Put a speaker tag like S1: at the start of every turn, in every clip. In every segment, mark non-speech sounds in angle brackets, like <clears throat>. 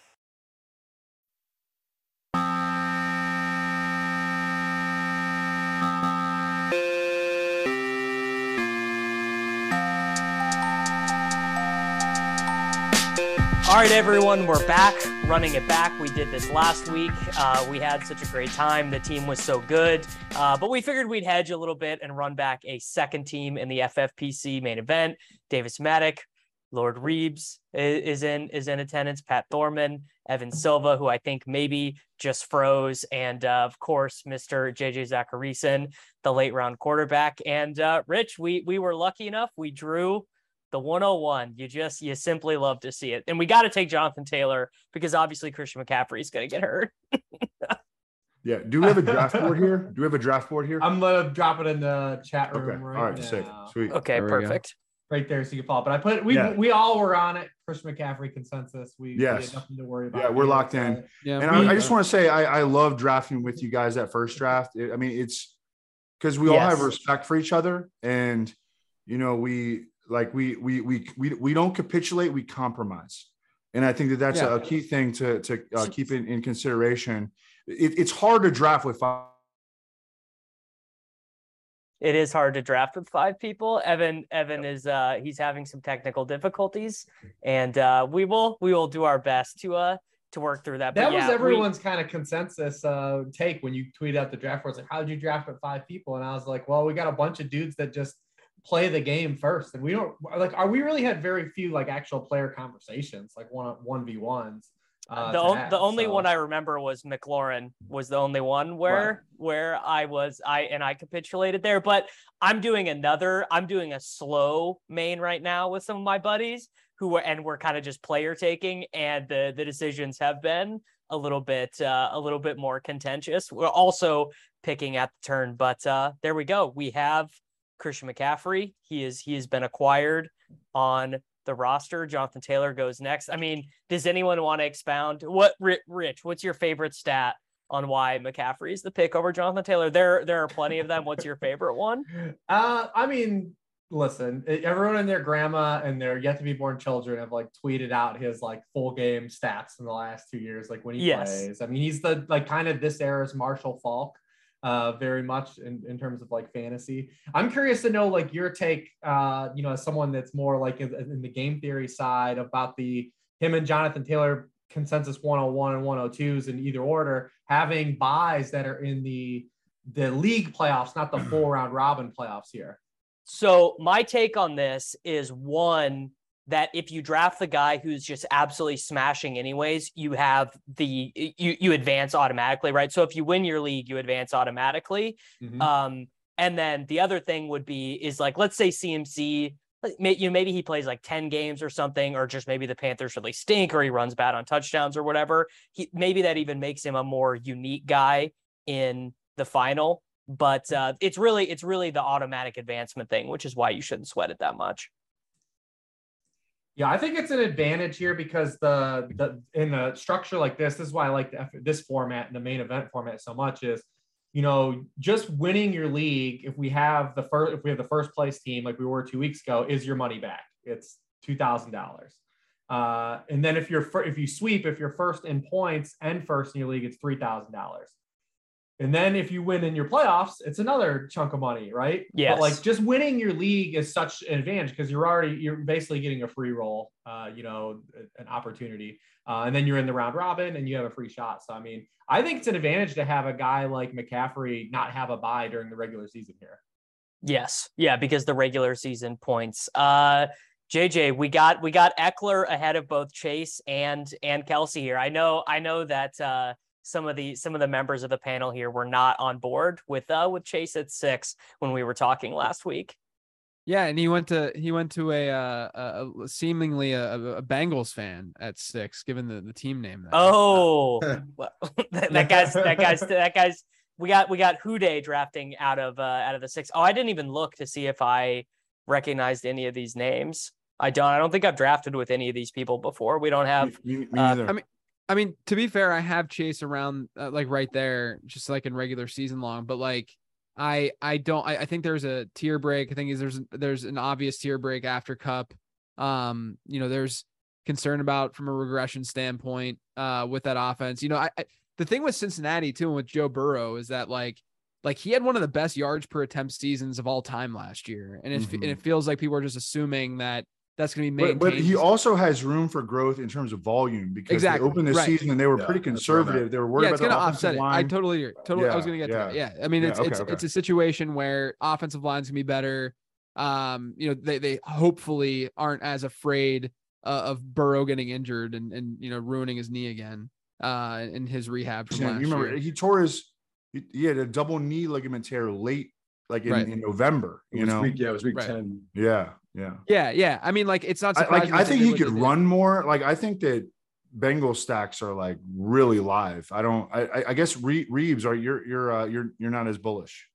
S1: All right, everyone, we're back, running it back. We did this last week. Uh, we had such a great time. The team was so good, uh, but we figured we'd hedge a little bit and run back a second team in the FFPC main event. Davis Maddock, Lord Reeves is, is in is in attendance. Pat Thorman, Evan Silva, who I think maybe just froze, and uh, of course, Mr. JJ Zacharyson, the late round quarterback. And uh, Rich, we we were lucky enough. We drew the 101 you just you simply love to see it and we got to take jonathan taylor because obviously christian mccaffrey is going to get hurt <laughs>
S2: yeah do we have a draft board here do we have a draft board here
S3: i'm gonna drop it in the chat room okay. right all right now.
S2: sick sweet
S1: okay there perfect
S3: right there so you can follow but i put we yeah. we all were on it christian mccaffrey consensus we, yes. We nothing to worry about
S2: yeah we're locked in uh, yeah, and I, I, just want to say I, I love drafting with you guys that first draft i mean it's because we yes. all have respect for each other and you know we like we we we we, we don't capitulate we compromise and i think that that's yeah. a key thing to to uh, keep in, in consideration it, it's hard to draft with five
S1: it is hard to draft with five people evan evan is uh he's having some technical difficulties and uh we will we will do our best to uh to work through that.
S3: But that yeah, was everyone's we, kind of consensus uh, take when you tweeted out the draft boards. Like, how did you draft with five people? And I was like, well, we got a bunch of dudes that just play the game first. And we don't like are we really had very few like actual player conversations, like one one v ones.
S1: Uh, the, have, the only so. one I remember was McLaurin was the only one where right. where I was I and I capitulated there. But I'm doing another I'm doing a slow main right now with some of my buddies who were and we're kind of just player taking and the the decisions have been a little bit uh, a little bit more contentious. We're also picking at the turn, but uh, there we go. We have Christian McCaffrey. He is he has been acquired on the roster. Jonathan Taylor goes next. I mean, does anyone want to expound what Rich? What's your favorite stat on why McCaffrey is the pick over Jonathan Taylor? There there are plenty of them. What's your favorite one?
S3: Uh, I mean, listen, e, everyone and their grandma and their yet to be born children have like tweeted out his like full game stats in the last two years, like when he yes. plays. I mean, he's the like kind of this era's Marshall Falk uh, very much in, in terms of like fantasy. I'm curious to know like your take, uh, you know, as someone that's more like in, in, the game theory side about the him and Jonathan Taylor consensus 101 and 102s in either order, having buys that are in the the league playoffs, not the full round robin playoffs here.
S1: So my take on this is one that if you draft the guy who's just absolutely smashing anyways you have the you you advance automatically right so if you win your league you advance automatically mm-hmm. um and then the other thing would be is like let's say CMC you know, maybe he plays like 10 games or something or just maybe the Panthers really stink or he runs bad on touchdowns or whatever he maybe that even makes him a more unique guy in the final but uh, it's really it's really the automatic advancement thing which is why you shouldn't sweat it that much
S3: yeah, I think it's an advantage here because the the in a structure like this, this is why I like the, this format and the main event format so much is, you know, just winning your league. If we have the first, if we have the first place team like we were two weeks ago, is your money back? It's two thousand uh, dollars. Uh, And then if you're if you sweep, if you're first in points and first in your league, it's three thousand dollars And then if you win in your playoffs, it's another chunk of money, right?
S1: Yes.
S3: But like just winning your league is such an advantage because you're already you're basically getting a free roll, uh, you know, an opportunity, uh, and then you're in the round robin and you have a free shot. So I mean, I think it's an advantage to have a guy like McCaffrey not have a buy during the regular season here.
S1: Yes, yeah, because the regular season points. Uh, JJ, we got we got Eckler ahead of both Chase and and Kelsey here. I know I know that. Uh, some of the some of the members of the panel here were not on board with uh with Chase at six when we were talking last week.
S4: Yeah, and he went to he went to a uh a, seemingly a, a Bengals fan at six, given the, the team name.
S1: That <laughs> oh, well, that, that guy's that guy's that guy's we got we got Houday drafting out of uh, out of the six. Oh, I didn't even look to see if I recognized any of these names. I don't. I don't think I've drafted with any of these people before. We don't have.
S2: Me, me, me uh,
S4: I mean, I mean, to be fair, I have Chase around uh, like right there, just like in regular season long. But like, I I don't. I, I think there's a tier break. I think is there's there's an obvious tier break after Cup. Um, you know, there's concern about from a regression standpoint uh, with that offense. You know, I, I the thing with Cincinnati too and with Joe Burrow is that like like he had one of the best yards per attempt seasons of all time last year, and it mm-hmm. and it feels like people are just assuming that that's going to be maintained.
S2: But, but, he also has room for growth in terms of volume because exactly. they opened the right. season and they were yeah, pretty conservative. They were worried
S4: yeah, it's
S2: about
S4: the offset line. I totally, agree. totally. Yeah, I was going to get yeah. to that. Yeah, I mean, it's okay, it's okay. it's a situation where offensive lines can be better. Um, you know, they they hopefully aren't as afraid uh, of Burrow getting injured and and you know ruining his knee again uh in his rehab.
S2: you remember
S4: year.
S2: he tore his he had a double knee ligament tear late like in, right. in, November, you know.
S5: Week, yeah, it was week right. ten.
S2: Yeah, yeah,
S4: yeah, yeah. I mean, like it's not.
S2: I, like I think he could run more. Like I think that Bengal stacks are like really live. I don't. I, I guess Re- Reeves are you're you're uh, you're you're not as bullish.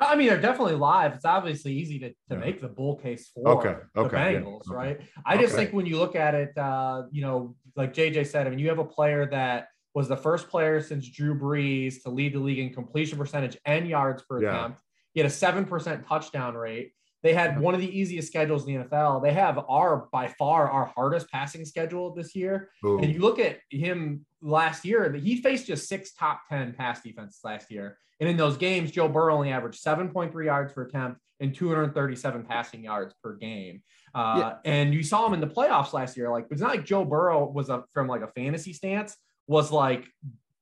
S3: I mean, they're definitely live. It's obviously easy to, to yeah. make the bull case for
S2: okay. Okay.
S3: the Bengals, yeah. okay. right? I just think when you look at it, uh, you know, like JJ said, I mean, you have a player that was the first player since Drew Brees to lead the league in completion percentage and yards per yeah. attempt. He had a 7% touchdown rate. They had one of the easiest schedules in the NFL. They have our by far our hardest passing schedule this year. Boom. And you look at him last year, he faced just six top 10 pass defenses last year. And in those games, Joe Burrow only averaged 7.3 yards per attempt and 237 passing yards per game. Uh, yeah. And you saw him in the playoffs last year. Like it's not like Joe Burrow was a, from like a fantasy stance was like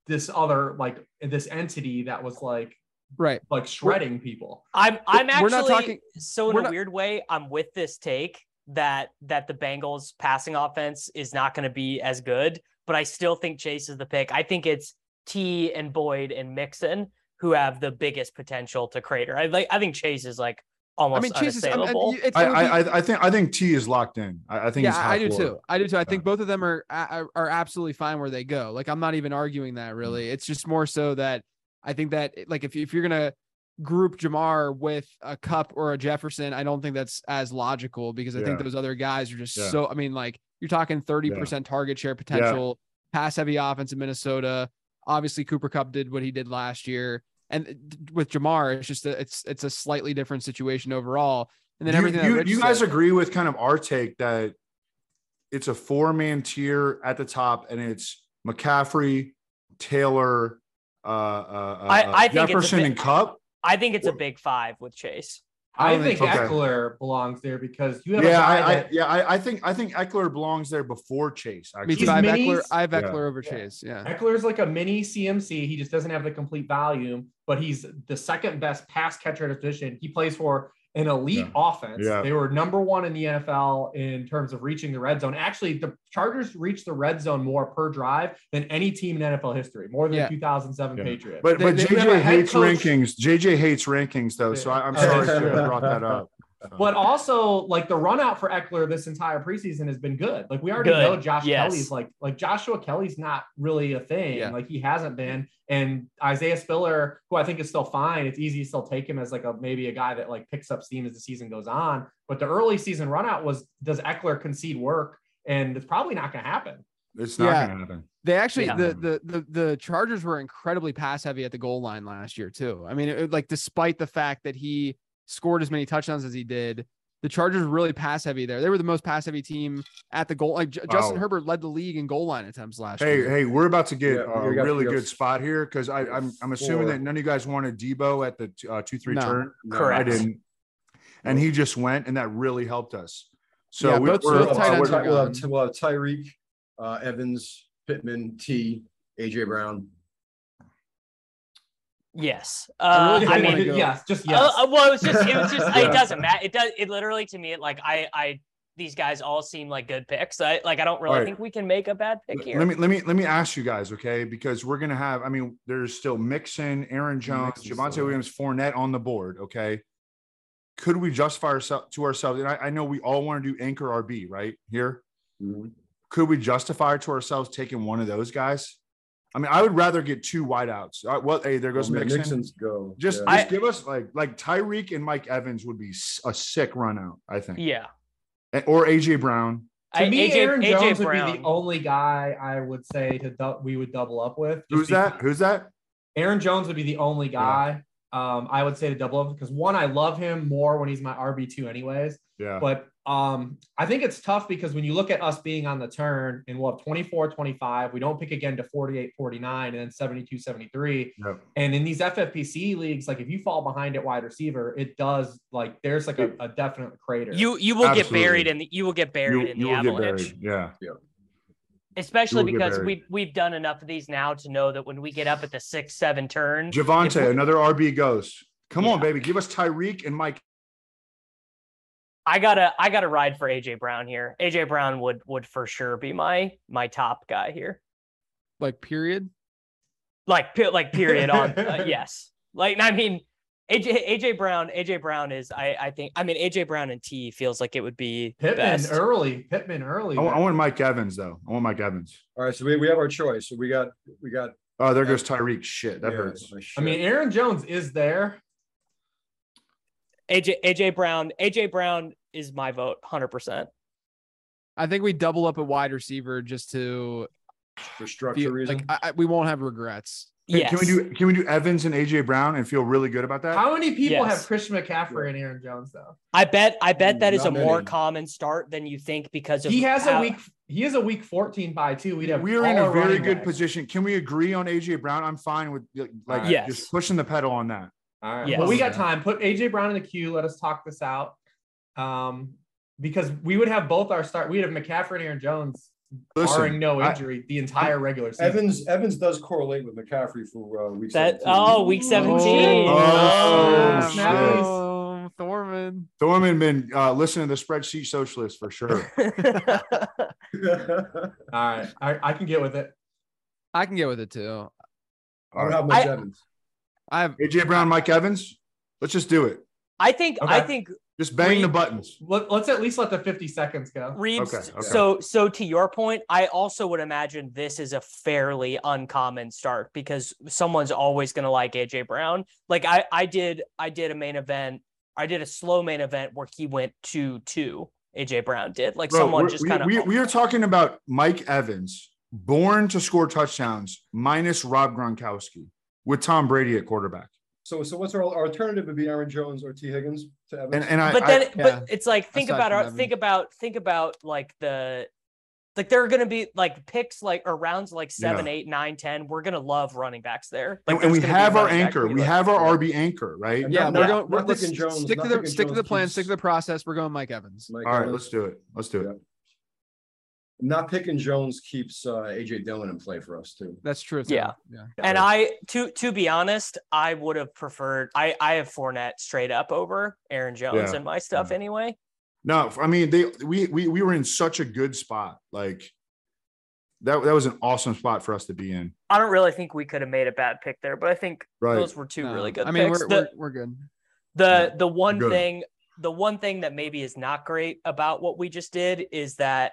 S3: this other like this entity that was like
S4: right
S3: like shredding we're, people
S1: i'm i'm actually we're not talking so in a not, weird way i'm with this take that that the bengals passing offense is not going to be as good but i still think chase is the pick i think it's t and boyd and mixon who have the biggest potential to crater i like i think chase is like almost I mean, Jesus,
S4: um,
S1: I, mean,
S2: I, I, I, think I think T is locked in. I, I think
S4: yeah, I do forward. too. I do too. I yeah. think both of them are are absolutely fine where they go. Like I'm not even arguing that
S2: Mm-hmm.
S4: really. It's just more so that I think that like if if you're gonna group Jamar with a Cup or a Jefferson, I don't think that's as logical because I yeah. think those other guys are just yeah. so. I mean, like you're talking 30 percent target share potential, pass heavy offense in Minnesota. Obviously, Cooper Cup did what he did last year and with Jamar, it's just a, it's it's a slightly different situation overall. And then
S2: you,
S4: everything
S2: you, you guys said, agree with kind of our take that it's a four man tier at the top, and it's McCaffrey, Taylor, uh, uh, I, I Jefferson,
S1: big,
S2: and Cup.
S1: I think it's a big five with Chase.
S3: I, I think, think okay. Eckler belongs there because you have
S2: yeah, I, that, I, yeah, I, I, think I think Eckler belongs there before Chase.
S4: Actually, me I have Eckler, I have Eckler yeah. over yeah. Chase. Yeah,
S3: Eckler's like a mini CMC. He just doesn't have the complete volume, but he's the second best pass catcher at a position. He plays for an elite yeah. offense. They were number one in the NFL in terms of reaching the red zone. Actually, the Chargers reached the red zone more per drive than any team in NFL history, more than 2007 Patriots.
S2: But, but they, JJ they hates coach. rankings. JJ hates rankings though, so I, am sorry I brought that up.
S3: But also, like the run out for Eckler this entire preseason has been good. Like we already good. know Josh yes. Kelly's like like Joshua Kelly's not really a thing. Yeah. Like he hasn't been. And Isaiah Spiller, who I think is still fine, it's easy to still take him as like a maybe a guy that like picks up steam as the season goes on. But the early season run out was does Eckler concede work? And it's probably not gonna happen.
S2: It's not yeah. gonna happen.
S4: They actually yeah. the, the the the Chargers were incredibly pass heavy at the goal line last year too. I mean, it, like despite the fact that he scored as many touchdowns as he did. the Chargers really pass heavy there. They were the most pass heavy team at the goal. Like J- Justin Herbert led the league in goal line attempts last
S2: Hey,
S4: year.
S2: hey, we're about to get
S5: Yeah,
S2: a
S5: we got-
S2: really
S5: we got
S2: good spot here because I'm I'm assuming
S5: four.
S2: that none of you guys wanted Debo at the uh, two three
S4: No.
S2: turn. I
S1: Correct.
S2: didn't, and he just went, and that really helped us. So
S4: Yeah,
S2: we,
S4: both-
S2: we're,
S4: both tight
S2: uh,
S4: ends
S2: we're-
S4: are
S5: we'll have,
S4: gone.
S5: we'll have Tyreek, uh, Evans, Pittman, T, AJ Brown.
S1: Yes.
S4: I
S1: Uh,
S4: really
S1: I
S4: don't
S1: mean,
S4: wanna go.
S3: yes, just yes.
S1: Oh, uh, well, it was just, it was just,
S5: Yeah.
S1: it doesn't matter. It does, it literally to me, like I, I, these guys all seem like good picks. I, like, I don't really
S2: All right.
S1: think we can make a bad pick here.
S2: let me let me let me ask you guys, okay? Because we're gonna have. I mean, there's still Mixon, Aaron Jones,
S5: Mixon's
S2: Javante
S5: still there.
S2: Williams, Fournette on the board, okay? Could we justify ourselves to ourselves? And I, I know we all want to do anchor RB right here. Mm-hmm. could we justify to ourselves taking one of those guys? I mean, I would rather get two wideouts. Uh, well, hey, there goes
S5: Oh, man,
S2: Mixon.
S5: Mixon's go.
S2: Just,
S5: Yeah.
S2: just give us like like Tyreek and Mike Evans would be s- a sick run out, I think,
S1: yeah.
S2: And- or AJ Brown.
S3: To
S1: I-
S3: me,
S1: AJ
S3: Aaron
S1: AJ
S3: Jones would
S1: Brown.
S3: be the only guy I would say to dou- we would double up with. just
S2: Who's that?
S3: because-
S2: Who's that?
S3: Aaron Jones would be the only guy um, I would say to double up because one, I love him more when he's my RB two, anyways.
S2: Yeah,
S3: But um, I think it's tough because when you look at us being on the turn and we'll have 24, 25, we don't pick again to 48, 49, and then 72, 73.
S2: Yep.
S3: And in these FFPC leagues, like if you fall behind at wide receiver, it does like there's like a, a definite crater.
S1: You, you will
S2: Absolutely.
S1: get buried in the, you will get buried in the
S2: will get
S1: avalanche.
S2: buried. Yeah,
S1: Especially
S2: You will get
S1: because
S2: buried.
S1: we we've done enough of these now to know that when we get up at the six seven turn, If
S2: Javante,
S1: we-
S2: another RB goes. Come on,
S1: Yeah.
S2: baby, give us Tyreek and Mike.
S1: I gotta I gotta ride for AJ Brown here. AJ Brown would would for sure be my my top guy here.
S4: Like period.
S1: Like pe- like period on
S2: <laughs>
S1: uh, yes. Like I mean AJ AJ Brown AJ Brown is I I think I mean AJ Brown and T feels like it would be
S3: Pittman
S1: best.
S2: er
S3: early, Pittman early.
S2: I want, I
S3: man.
S2: want Mike Evans though. I want Mike Evans.
S5: All right, so we, we have our choice. So we got we got.
S2: Oh, there goes Tyreek. Shit, that
S5: yeah,
S2: hurts.
S5: oh,
S3: I
S5: shit.
S3: mean, Aaron Jones is there.
S1: AJ AJ Brown AJ Brown is my vote 100%.
S4: I think we double up at wide receiver just to
S5: for structure
S4: feel
S5: reason.
S4: like I, I, we won't have regrets.
S2: Hey,
S1: Yes.
S2: Can we do can we do Evans and AJ Brown and feel really good about that?
S3: How many people
S1: Yes.
S3: have Christian McCaffrey and Aaron Jones though?
S1: I bet I bet that is a
S5: Not
S1: more
S5: many.
S1: common start than you think because of
S3: He has
S1: how- <laughs>
S3: a week. He is a week 14 by two. We'd have.
S2: we're in
S3: all
S2: a
S3: our
S2: very
S3: running
S2: good
S3: backs.
S2: position. Can we agree on AJ Brown? I'm fine with like
S1: Yes.
S2: just pushing the pedal on that.
S3: All right.
S1: Yes.
S3: Well, we got time. Put AJ Brown in the queue. Let us talk this out. Um, because we would have both our start. We'd have McCaffrey and Aaron Jones,
S2: Listen,
S3: barring no
S2: I-
S3: injury, the entire regular season.
S5: Evans Evans does correlate with McCaffrey for uh, week
S1: that
S5: 17.
S1: oh week 17.
S2: Oh,
S3: Oh,
S2: snap. shit.
S4: Oh, Thorman.
S2: Thorman been uh, listening to the spreadsheet socialist
S1: <laughs>
S2: for sure.
S3: All right. I, I can get with it.
S4: I can get with it too.
S5: <laughs> I don't have much
S1: I-
S5: Evans.
S4: I have
S2: AJ Brown, Mike Evans. Let's just do it.
S1: I think I
S3: Okay.
S1: think
S2: Just bang
S1: Reed-
S2: the buttons.
S3: Let, let's at least let the 50 seconds go.
S1: Reeves.
S2: Okay, okay.
S1: So, so to your point, I also would imagine this is a fairly uncommon start because someone's always going to like AJ Brown. Like I, I did, I did a main event. I did a slow main event where he went two two. AJ Brown did. Like
S2: Bro,
S1: someone
S2: we're-
S1: just
S2: we-
S1: kind of.
S2: we, we are talking about Mike Evans, born to score touchdowns, minus Rob Gronkowski, with Tom Brady at quarterback.
S5: So so what's our alternative would be Aaron Jones or T Higgins to Evans?
S2: And and I,
S1: but
S2: I-
S1: then,
S4: yeah.
S1: but it's like think
S4: Aside
S1: about
S4: from
S1: our,
S4: Evans.
S1: think about think about like the. Like there are going to be like picks like or rounds like seven, eight, nine, ten. We're going to love running backs there. Like
S2: and, and we
S1: there's gonna be
S2: have our
S1: running back
S2: anchor. We
S1: love.
S2: have our RB anchor, right?
S5: And
S4: yeah.
S5: not-
S4: We're
S5: not-
S4: going. We're,
S5: not
S4: let's
S5: picking Jones,
S4: stick to
S5: not
S4: the
S5: picking
S4: stick to the
S5: Jones,
S4: plan.
S5: please.
S4: Stick to the process. We're going Mike Evans.
S5: Mike
S2: All right,
S5: Evans.
S2: let's do it. Let's do it.
S5: Not picking Jones keeps uh, AJ Dillon in play for us too.
S4: That's true. too.
S1: Yeah.
S4: Yeah.
S1: And I to to be honest, I would have preferred I I have Fournette straight up over Aaron Jones
S2: Yeah.
S1: and my stuff anyway.
S2: No, I mean they we we we were in such a good spot. Like that that was an awesome spot for us to be in.
S1: I don't really think we could have made a bad pick there, but I think
S2: Right.
S1: those were two
S4: No.
S1: really good
S4: I mean,
S1: picks.
S4: we're,
S1: the,
S4: we're we're good.
S1: the the one
S2: Good.
S1: thing the one thing that maybe is not great about what we just did is that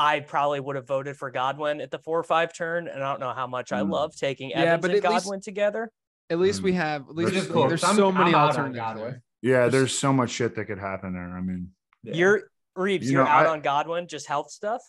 S1: I probably would have voted for Godwin at the four or five turn, and I don't know how much I
S2: Mm.
S1: love taking
S4: Yeah,
S1: Evans
S4: but
S1: and
S4: at least-
S1: Godwin together.
S4: At least we have. At least
S2: We're just
S4: there's,
S2: close.
S3: I'm-
S4: so
S3: I'm
S4: many
S3: out on
S4: alternatives.
S3: Godwin.
S4: there.
S2: yeah, there's so much shit that could happen there. I mean,
S3: Yeah.
S1: You're Reeves,
S2: You
S1: you are
S2: know,
S1: out
S2: I-
S1: on Godwin, just health stuff.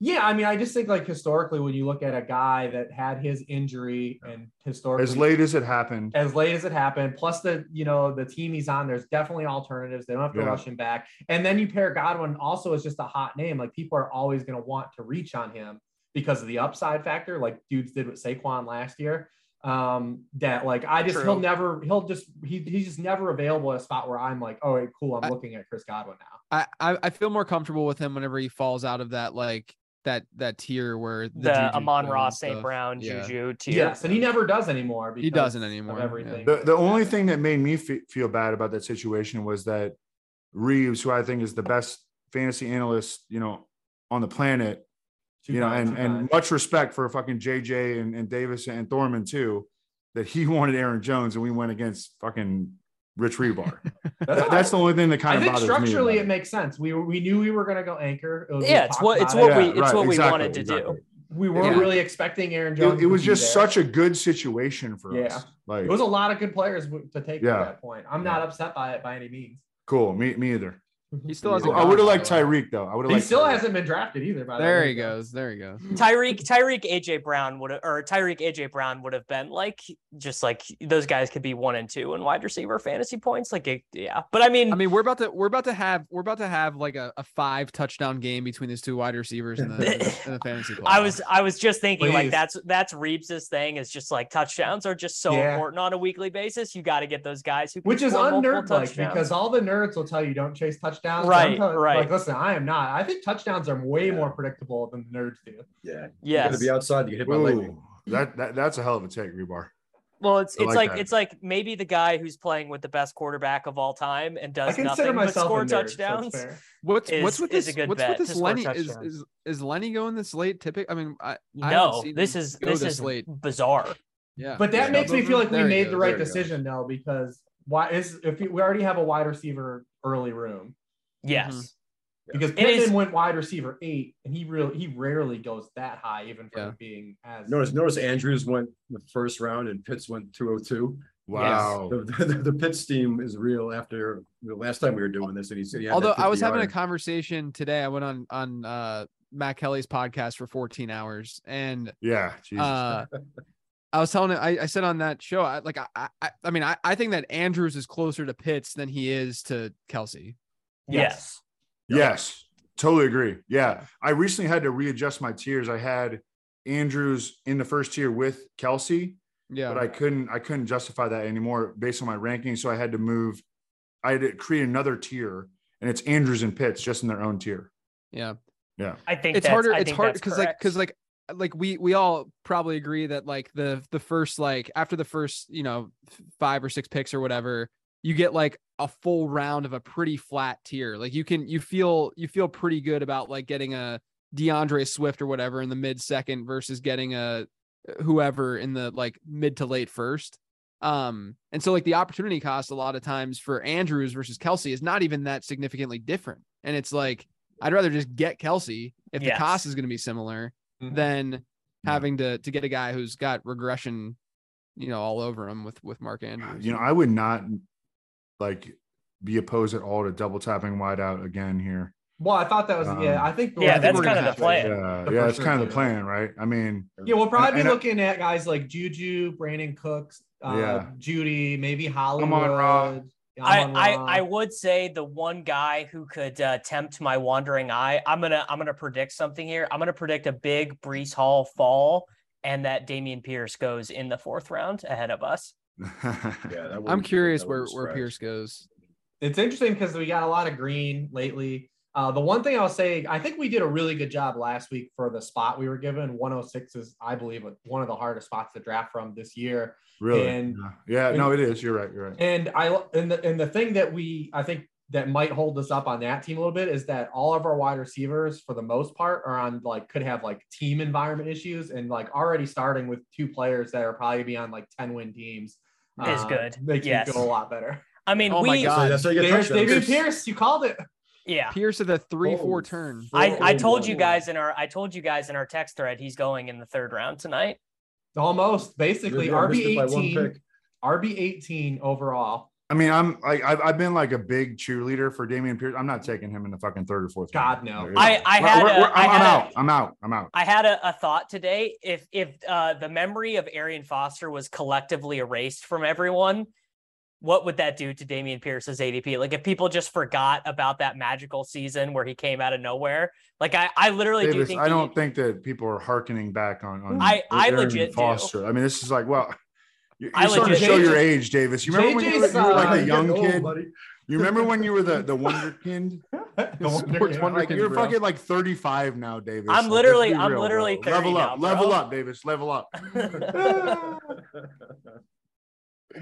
S3: Yeah, I mean, I just think like historically, when you look at a guy that had his injury and historically
S2: as late as it happened,
S3: as late as it happened, plus the you know the team he's on, there's definitely alternatives. They don't have to
S2: Yeah.
S3: rush him back. And then you pair Godwin also is just a hot name. Like people are always going to want to reach on him because of the upside factor. Like dudes did with Saquon last year. Um, that like I just
S1: True.
S3: he'll never he'll just he, he's just never available at a spot where I'm like, oh cool, I'm
S4: I-
S3: looking at Chris Godwin now.
S4: I, I I feel more comfortable with him whenever he falls out of that like that that tier where
S1: The,
S4: Juju
S1: Amon
S4: Brown
S1: Ross, St.
S4: stuff.
S1: Brown,
S4: Yeah.
S1: Juju tier.
S3: Yes, and he never does anymore. Because
S4: He doesn't
S3: of
S4: anymore, yeah.
S3: everything.
S2: The, the only thing that made me fe- feel bad about that situation was that Reeves, who I think is the best fantasy analyst, you know, on the planet,
S3: Two
S2: you know,
S3: times,
S2: and,
S3: two times.
S2: and much respect for fucking JJ and, and Davis and Thorman too, that he <laughs> wanted Aaron Jones and we went against fucking Rich
S1: <laughs>
S2: Rebar.
S3: That's
S2: That-
S3: all
S2: that's
S3: right.
S2: the only thing that kind
S3: I
S2: of
S3: think
S2: bothers
S3: structurally
S2: me.
S3: it makes sense. We we knew we were going to go anchor. It was- we
S1: Yeah, it's
S3: talked
S1: what it's what
S3: about it.
S1: we
S2: Yeah,
S1: it's
S2: right,
S1: what we
S2: exactly,
S1: wanted to
S2: exactly.
S1: do.
S3: we weren't
S4: Yeah.
S3: really expecting Aaron
S2: about
S3: Jones.
S2: it. It, it was
S3: to be
S2: just
S3: there.
S2: such a good situation for
S3: Yeah.
S2: us. Like,
S3: It was a lot of good players w- to take
S2: Yeah.
S3: at that point. I'm not upset by it by any means.
S2: cool. Me, me either.
S4: He still
S2: I
S4: hasn't.
S2: would have
S4: gone,
S2: liked
S4: by the way.
S2: Tyreek though. I would have.
S3: He
S2: liked
S3: still
S2: Tyreek.
S3: hasn't been drafted either. By the
S4: There
S3: way.
S4: he goes. There he goes.
S1: Tyreek, Tyreek, AJ Brown would or Tyreek, AJ Brown would have been like just like those guys could be one and two in wide receiver fantasy points. Like it, yeah, but I mean,
S4: I mean, we're about to we're about to have we're about to have like a, a five touchdown game between these two wide receivers in the, in the, in the fantasy.
S1: <laughs> I
S4: playoff.
S1: was I was just thinking like
S3: Please.
S1: that's that's Reeves' thing is just like touchdowns are just so
S3: Yeah.
S1: important on a weekly basis. You got to get those guys who can
S3: Which is
S1: score multiple
S3: unnerd like
S1: touchdowns.
S3: because all the nerds will tell you don't chase touchdowns. I'm
S1: Right,
S3: telling-
S1: right.
S3: Like, listen, I am not. I think touchdowns are way
S5: Yeah.
S3: more predictable than the nerds do.
S5: Yeah. You
S1: yes,
S5: gotta be outside to get hit by lightning.
S2: Ooh, that, that that's a hell of a take, Rebar.
S1: well it's
S2: I
S1: it's
S2: like
S1: like,
S2: that.
S1: it's like maybe the guy who's playing with the best quarterback of all time and
S3: I
S1: does
S3: consider
S1: nothing but
S3: myself
S1: score
S3: a nerd, so it's
S1: touchdowns.
S3: fair.
S4: What's
S1: is-
S4: what's with
S1: is a
S4: this?
S1: good
S4: What's
S1: bet
S4: with
S1: to
S4: this?
S1: score
S4: Lenny is,
S1: touchdowns.
S4: is is Lenny going this late? Typical. I mean, I, I haven't
S1: no,
S4: seen
S1: this
S4: him
S1: is
S4: go
S1: this, is
S4: late.
S1: bizarre.
S4: Yeah,
S3: But that
S5: Yeah.
S3: makes me feel like we
S4: There he
S3: made
S4: goes,
S3: the right
S5: there he
S3: decision though, because why is if you- we already have a wide receiver early room
S1: Yes.
S4: Mm-hmm.
S3: because
S1: It
S3: Pittman
S1: is-
S3: went wide receiver eight and he really he rarely goes that high even for
S4: Yeah.
S3: being as
S5: Notice, notice Andrews went the first round and Pitts went 202.
S3: Oh.
S2: Wow.
S5: The, the, the Pitts team is real after the last time we were doing this. And he said, yeah,
S4: Although I was having a conversation today, I went on on uh, Matt Kelly's podcast for 14 hours, and
S2: Yeah. Jesus.
S4: uh, I was telling him, I, I said on that show, I, like I, I, I mean, I, I think that Andrews is closer to Pitts than he is to Kelsey.
S1: Yes.
S2: Yes, totally agree. Yeah. I recently had to readjust my tiers. I had Andrews in the first tier with Kelsey,
S4: Yeah,
S2: but I couldn't I couldn't justify that anymore based on my ranking. So I had to move, I had to create another tier and it's Andrews and Pitts just in their own tier.
S4: yeah.
S1: I think
S4: It's
S1: that's,
S4: harder.
S1: I
S4: It's
S1: think
S4: hard
S1: that's
S4: because like
S1: correct.
S4: because like like we we all probably agree that like the the first like after the first you know f- five or six picks or whatever you get like a full round of a pretty flat tier like you can you feel you feel pretty good about like getting a DeAndre Swift or whatever in the mid second versus getting a whoever in the like mid to late first um and so like the opportunity cost a lot of times for Andrews versus Kelsey is not even that significantly different and it's like I'd rather just get Kelsey if
S1: Yes.
S4: the cost is going to be similar
S3: Mhm.
S4: than
S2: Yeah.
S4: having to to get a guy who's got regression, you know, all over him with with Mark Andrews.
S2: You know, I would not like be opposed at all to double tapping wide out again here.
S3: well i thought that was yeah
S2: Um,
S3: i think
S1: Yeah,
S3: I think
S1: that's
S3: we're gonna
S1: kind of the
S3: have to-
S1: plan.
S2: Yeah.
S3: The
S2: Yeah. That's
S3: first
S2: kind of
S3: round,
S2: the
S3: yeah.
S2: plan, right? I mean, <laughs>
S3: yeah we'll probably
S2: And
S3: be
S2: I-
S3: looking at guys like juju brandon cooks uh,
S2: Yeah.
S3: judy maybe hollywood
S2: Ra.
S1: I,
S3: Amon
S1: I,
S3: Ra.
S1: I would say the one guy who could uh, tempt my wandering eye. I'm gonna I'm gonna predict something here. I'm gonna predict a big Brees Hall fall and that Damian Pierce goes in the fourth round ahead of us.
S5: Yeah, that
S4: I'm
S5: wouldn't-
S4: curious
S5: that
S4: where
S5: wouldn't
S4: where
S5: stretch.
S4: Pierce goes.
S3: it's interesting because we got a lot of green lately. Uh, the one thing I'll say, I think we did a really good job last week for the spot we were given. 106 is, I believe, one of the hardest spots to draft from this year.
S2: really.
S3: And-
S2: yeah. No, it is. You're right. You're right.
S3: And I and the and the thing that we I think that might hold us up on that team a little bit is that all of our wide receivers, for the most part, are on like could have like team environment issues and like already starting with two players that are probably be on like 10 win teams uh,
S1: Is good.
S3: Makes me
S1: Yes.
S3: feel a lot better.
S1: I mean,
S4: Oh my
S1: we
S4: God.
S5: That's how you get
S3: There's David
S5: touchdowns.
S3: Pierce. You called it.
S1: yeah.
S4: Pierce at the three four
S5: Oh,
S4: turn.
S1: I, I
S5: Oh,
S1: told you
S5: boy.
S1: guys in our I told you guys in our text thread he's going in the third round tonight.
S3: Almost basically
S5: Yeah, I
S3: RB
S5: missed it by one
S3: eighteen,
S5: pick.
S3: RB eighteen overall.
S2: I mean, I'm like I've, I've been like a big cheerleader for Damian Pierce. I'm not taking him in the fucking third or fourth.
S3: God no.
S1: I I
S2: We're-
S1: had
S2: we're-
S1: a-
S2: we're-
S1: I
S2: I'm, I'm
S1: had a-
S2: out. I'm out. I'm out.
S1: I had a, a thought today. If if uh, the memory of Arian Foster was collectively erased from everyone, what would that do to Damian Pierce's ADP? Like if people just forgot about that magical season where he came out of nowhere. Like I, I literally do
S2: Davis,
S1: think
S2: I
S1: he-
S2: don't think that people are hearkening back on. on
S1: I- I
S2: Aaron
S1: legit do.
S2: Foster. I mean, this is like, well, you're,
S1: I
S2: you're starting to
S1: legit
S2: show
S1: do.
S2: your age, Davis. You remember when you were,
S3: JJ's,
S2: you were like
S3: uh,
S2: the young
S5: Getting old,
S2: kid?
S3: <laughs>
S5: buddy.
S2: You remember when you were the the
S4: <laughs>
S2: wonderkind?
S3: The wonder-
S4: Sports
S3: yeah.
S4: wonder-
S2: Like you're
S4: Wonderkind, bro.
S2: fucking like 35 now, Davis.
S1: I'm
S2: Like, let's
S1: literally-
S2: be
S1: I'm literally
S2: bro.
S1: 30
S2: level
S1: now,
S2: up,
S1: bro.
S2: level up, Davis,
S1: <laughs>
S2: level up. <laughs>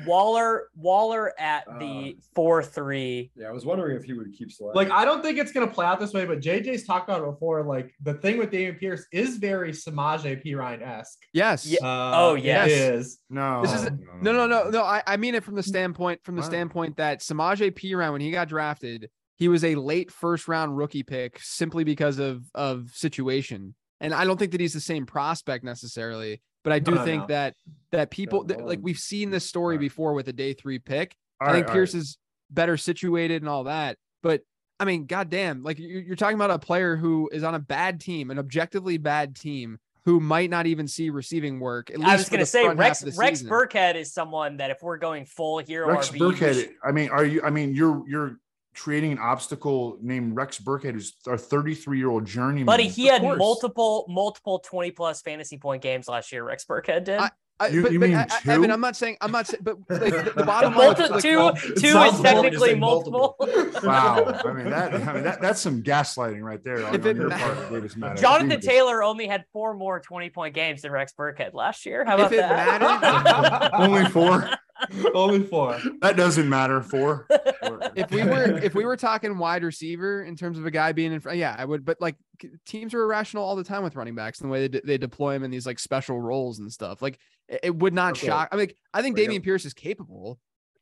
S1: Waller Waller at
S4: Uh,
S1: the four three.
S5: yeah, I was wondering if he would keep sliding.
S3: Like I don't think it's gonna play out this way, but JJ's talked about it before. Like the thing with Damian Pierce is very Samaje P Ryan esque.
S4: Yes.
S1: Yeah.
S3: Uh,
S1: Oh,
S3: it
S1: yes.
S3: is.
S2: No,
S4: This is- No, no, no, no. I, I mean it from
S1: Hmm.
S4: the standpoint from the
S2: Hmm. Wow.
S4: standpoint that Samaje Piran, when he got drafted, he was a late first round rookie pick simply because of of situation. And I don't think that he's the same prospect necessarily, but I do
S3: No, no,
S4: think
S3: no.
S4: that that people
S5: Yeah,
S4: that-
S5: well,
S4: like we've seen this story
S2: right.
S4: before with a day three pick.
S2: All
S4: I
S2: right,
S4: think
S2: all
S4: Pierce
S2: right.
S4: is better situated and all that. But I mean, goddamn, like you- you're talking about a player who is on a bad team, an objectively bad team, who might not even see receiving work. At least
S1: I was
S4: for
S1: gonna
S4: the
S1: say
S4: front half
S1: Rex
S4: of the
S1: Rex
S4: season.
S1: Burkhead is someone that if we're going full hero
S2: Rex
S1: RB, we should-
S2: Burkhead. I mean, are you? I mean, you're you're creating an obstacle named Rex Burkhead, who's our 33 year old journeyman.
S1: buddy, he had
S4: course.
S1: multiple multiple twenty plus fantasy point games last year. Rex Burkhead did.
S4: I,
S2: You-
S4: but,
S2: you
S4: but
S2: mean
S4: I, I- I mean,
S2: two?
S4: I'm not saying I'm not. Saying,
S2: <laughs>
S4: but like, the, the
S1: The
S4: bottom line,
S1: multi-
S4: like,
S1: two,
S5: well, it
S1: two
S5: sounds
S1: is
S5: horrible to
S1: technically
S5: say
S1: multiple.
S5: multiple. <laughs>
S2: Wow. <laughs> I mean that. I mean that. That's some gaslighting right there on,
S4: If
S2: on
S4: it
S2: your
S4: ma-
S2: part, Davis Maddox.
S1: Jonathan
S2: Jesus.
S1: Taylor only had four more 20 point games than Rex Burkhead last year. How
S4: if
S1: about
S4: it
S1: that?
S4: mattered,
S1: <laughs>
S4: <laughs>
S2: Only four.
S3: Only four.
S2: That doesn't matter.
S1: <laughs>
S2: Four.
S4: if we were if we were talking wide receiver in terms of a guy being in front, yeah, I would. But like c- teams are irrational all the time with running backs and the way they, de- they deploy him in these like special roles and stuff. Like it, it would not
S5: Okay.
S4: shock. I mean, I think
S5: Bring it
S4: Damian
S5: up.
S4: Pierce is capable.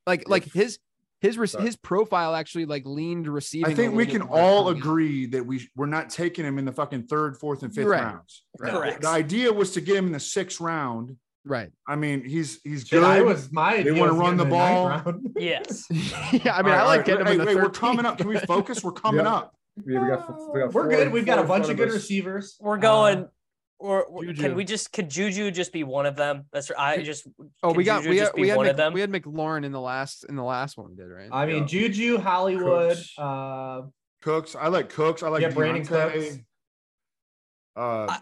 S4: Like
S5: Yeah.
S4: like his his res-
S5: Sorry.
S4: his profile actually like leaned receiving.
S2: I
S4: a
S2: think we
S4: little
S2: can
S4: bit
S2: all
S4: more.
S2: agree that we we're not taking him in the fucking third, fourth, and fifth
S4: Right.
S2: rounds.
S1: Correct.
S2: The idea was to get him in the sixth round.
S4: Right. <laughs>
S2: I mean, he's he's
S3: Shit,
S2: good.
S3: I was my.
S2: They
S3: idea
S2: wanna
S3: was
S2: run
S3: getting
S2: the ball.
S3: ninth round.
S1: <laughs>
S4: <laughs>
S1: yes.
S4: yeah, I mean,
S2: All right,
S4: I
S2: all
S4: like
S2: right.
S4: getting him.
S2: Hey,
S4: in the
S2: wait, we're
S4: 13th.
S2: coming up. Can we focus? We're coming
S5: Yeah.
S2: up.
S5: Yeah, <laughs> we got, f- we got
S3: We're
S5: four-
S3: good. We've got a
S5: four in
S3: bunch of
S5: front
S3: good
S5: us.
S3: receivers.
S1: We're
S3: Uh,
S1: going. or or
S4: Juju.
S1: can we just could Juju just be one of them? That's I just
S4: <laughs> Oh,
S1: Could
S4: we got
S1: Juju
S4: we had,
S1: just be
S4: we had
S1: one of
S4: Mc,
S1: them?
S4: we had McLaurin in the last in the last one we did right.
S3: I mean,
S5: Yeah.
S3: Juju, Hollywood.
S5: Cooks.
S3: Uh,
S2: Cooks. I like Cooks. I like
S3: Yeah, Brandon
S2: Deontay.
S3: Cooks.
S2: Uh,
S5: I,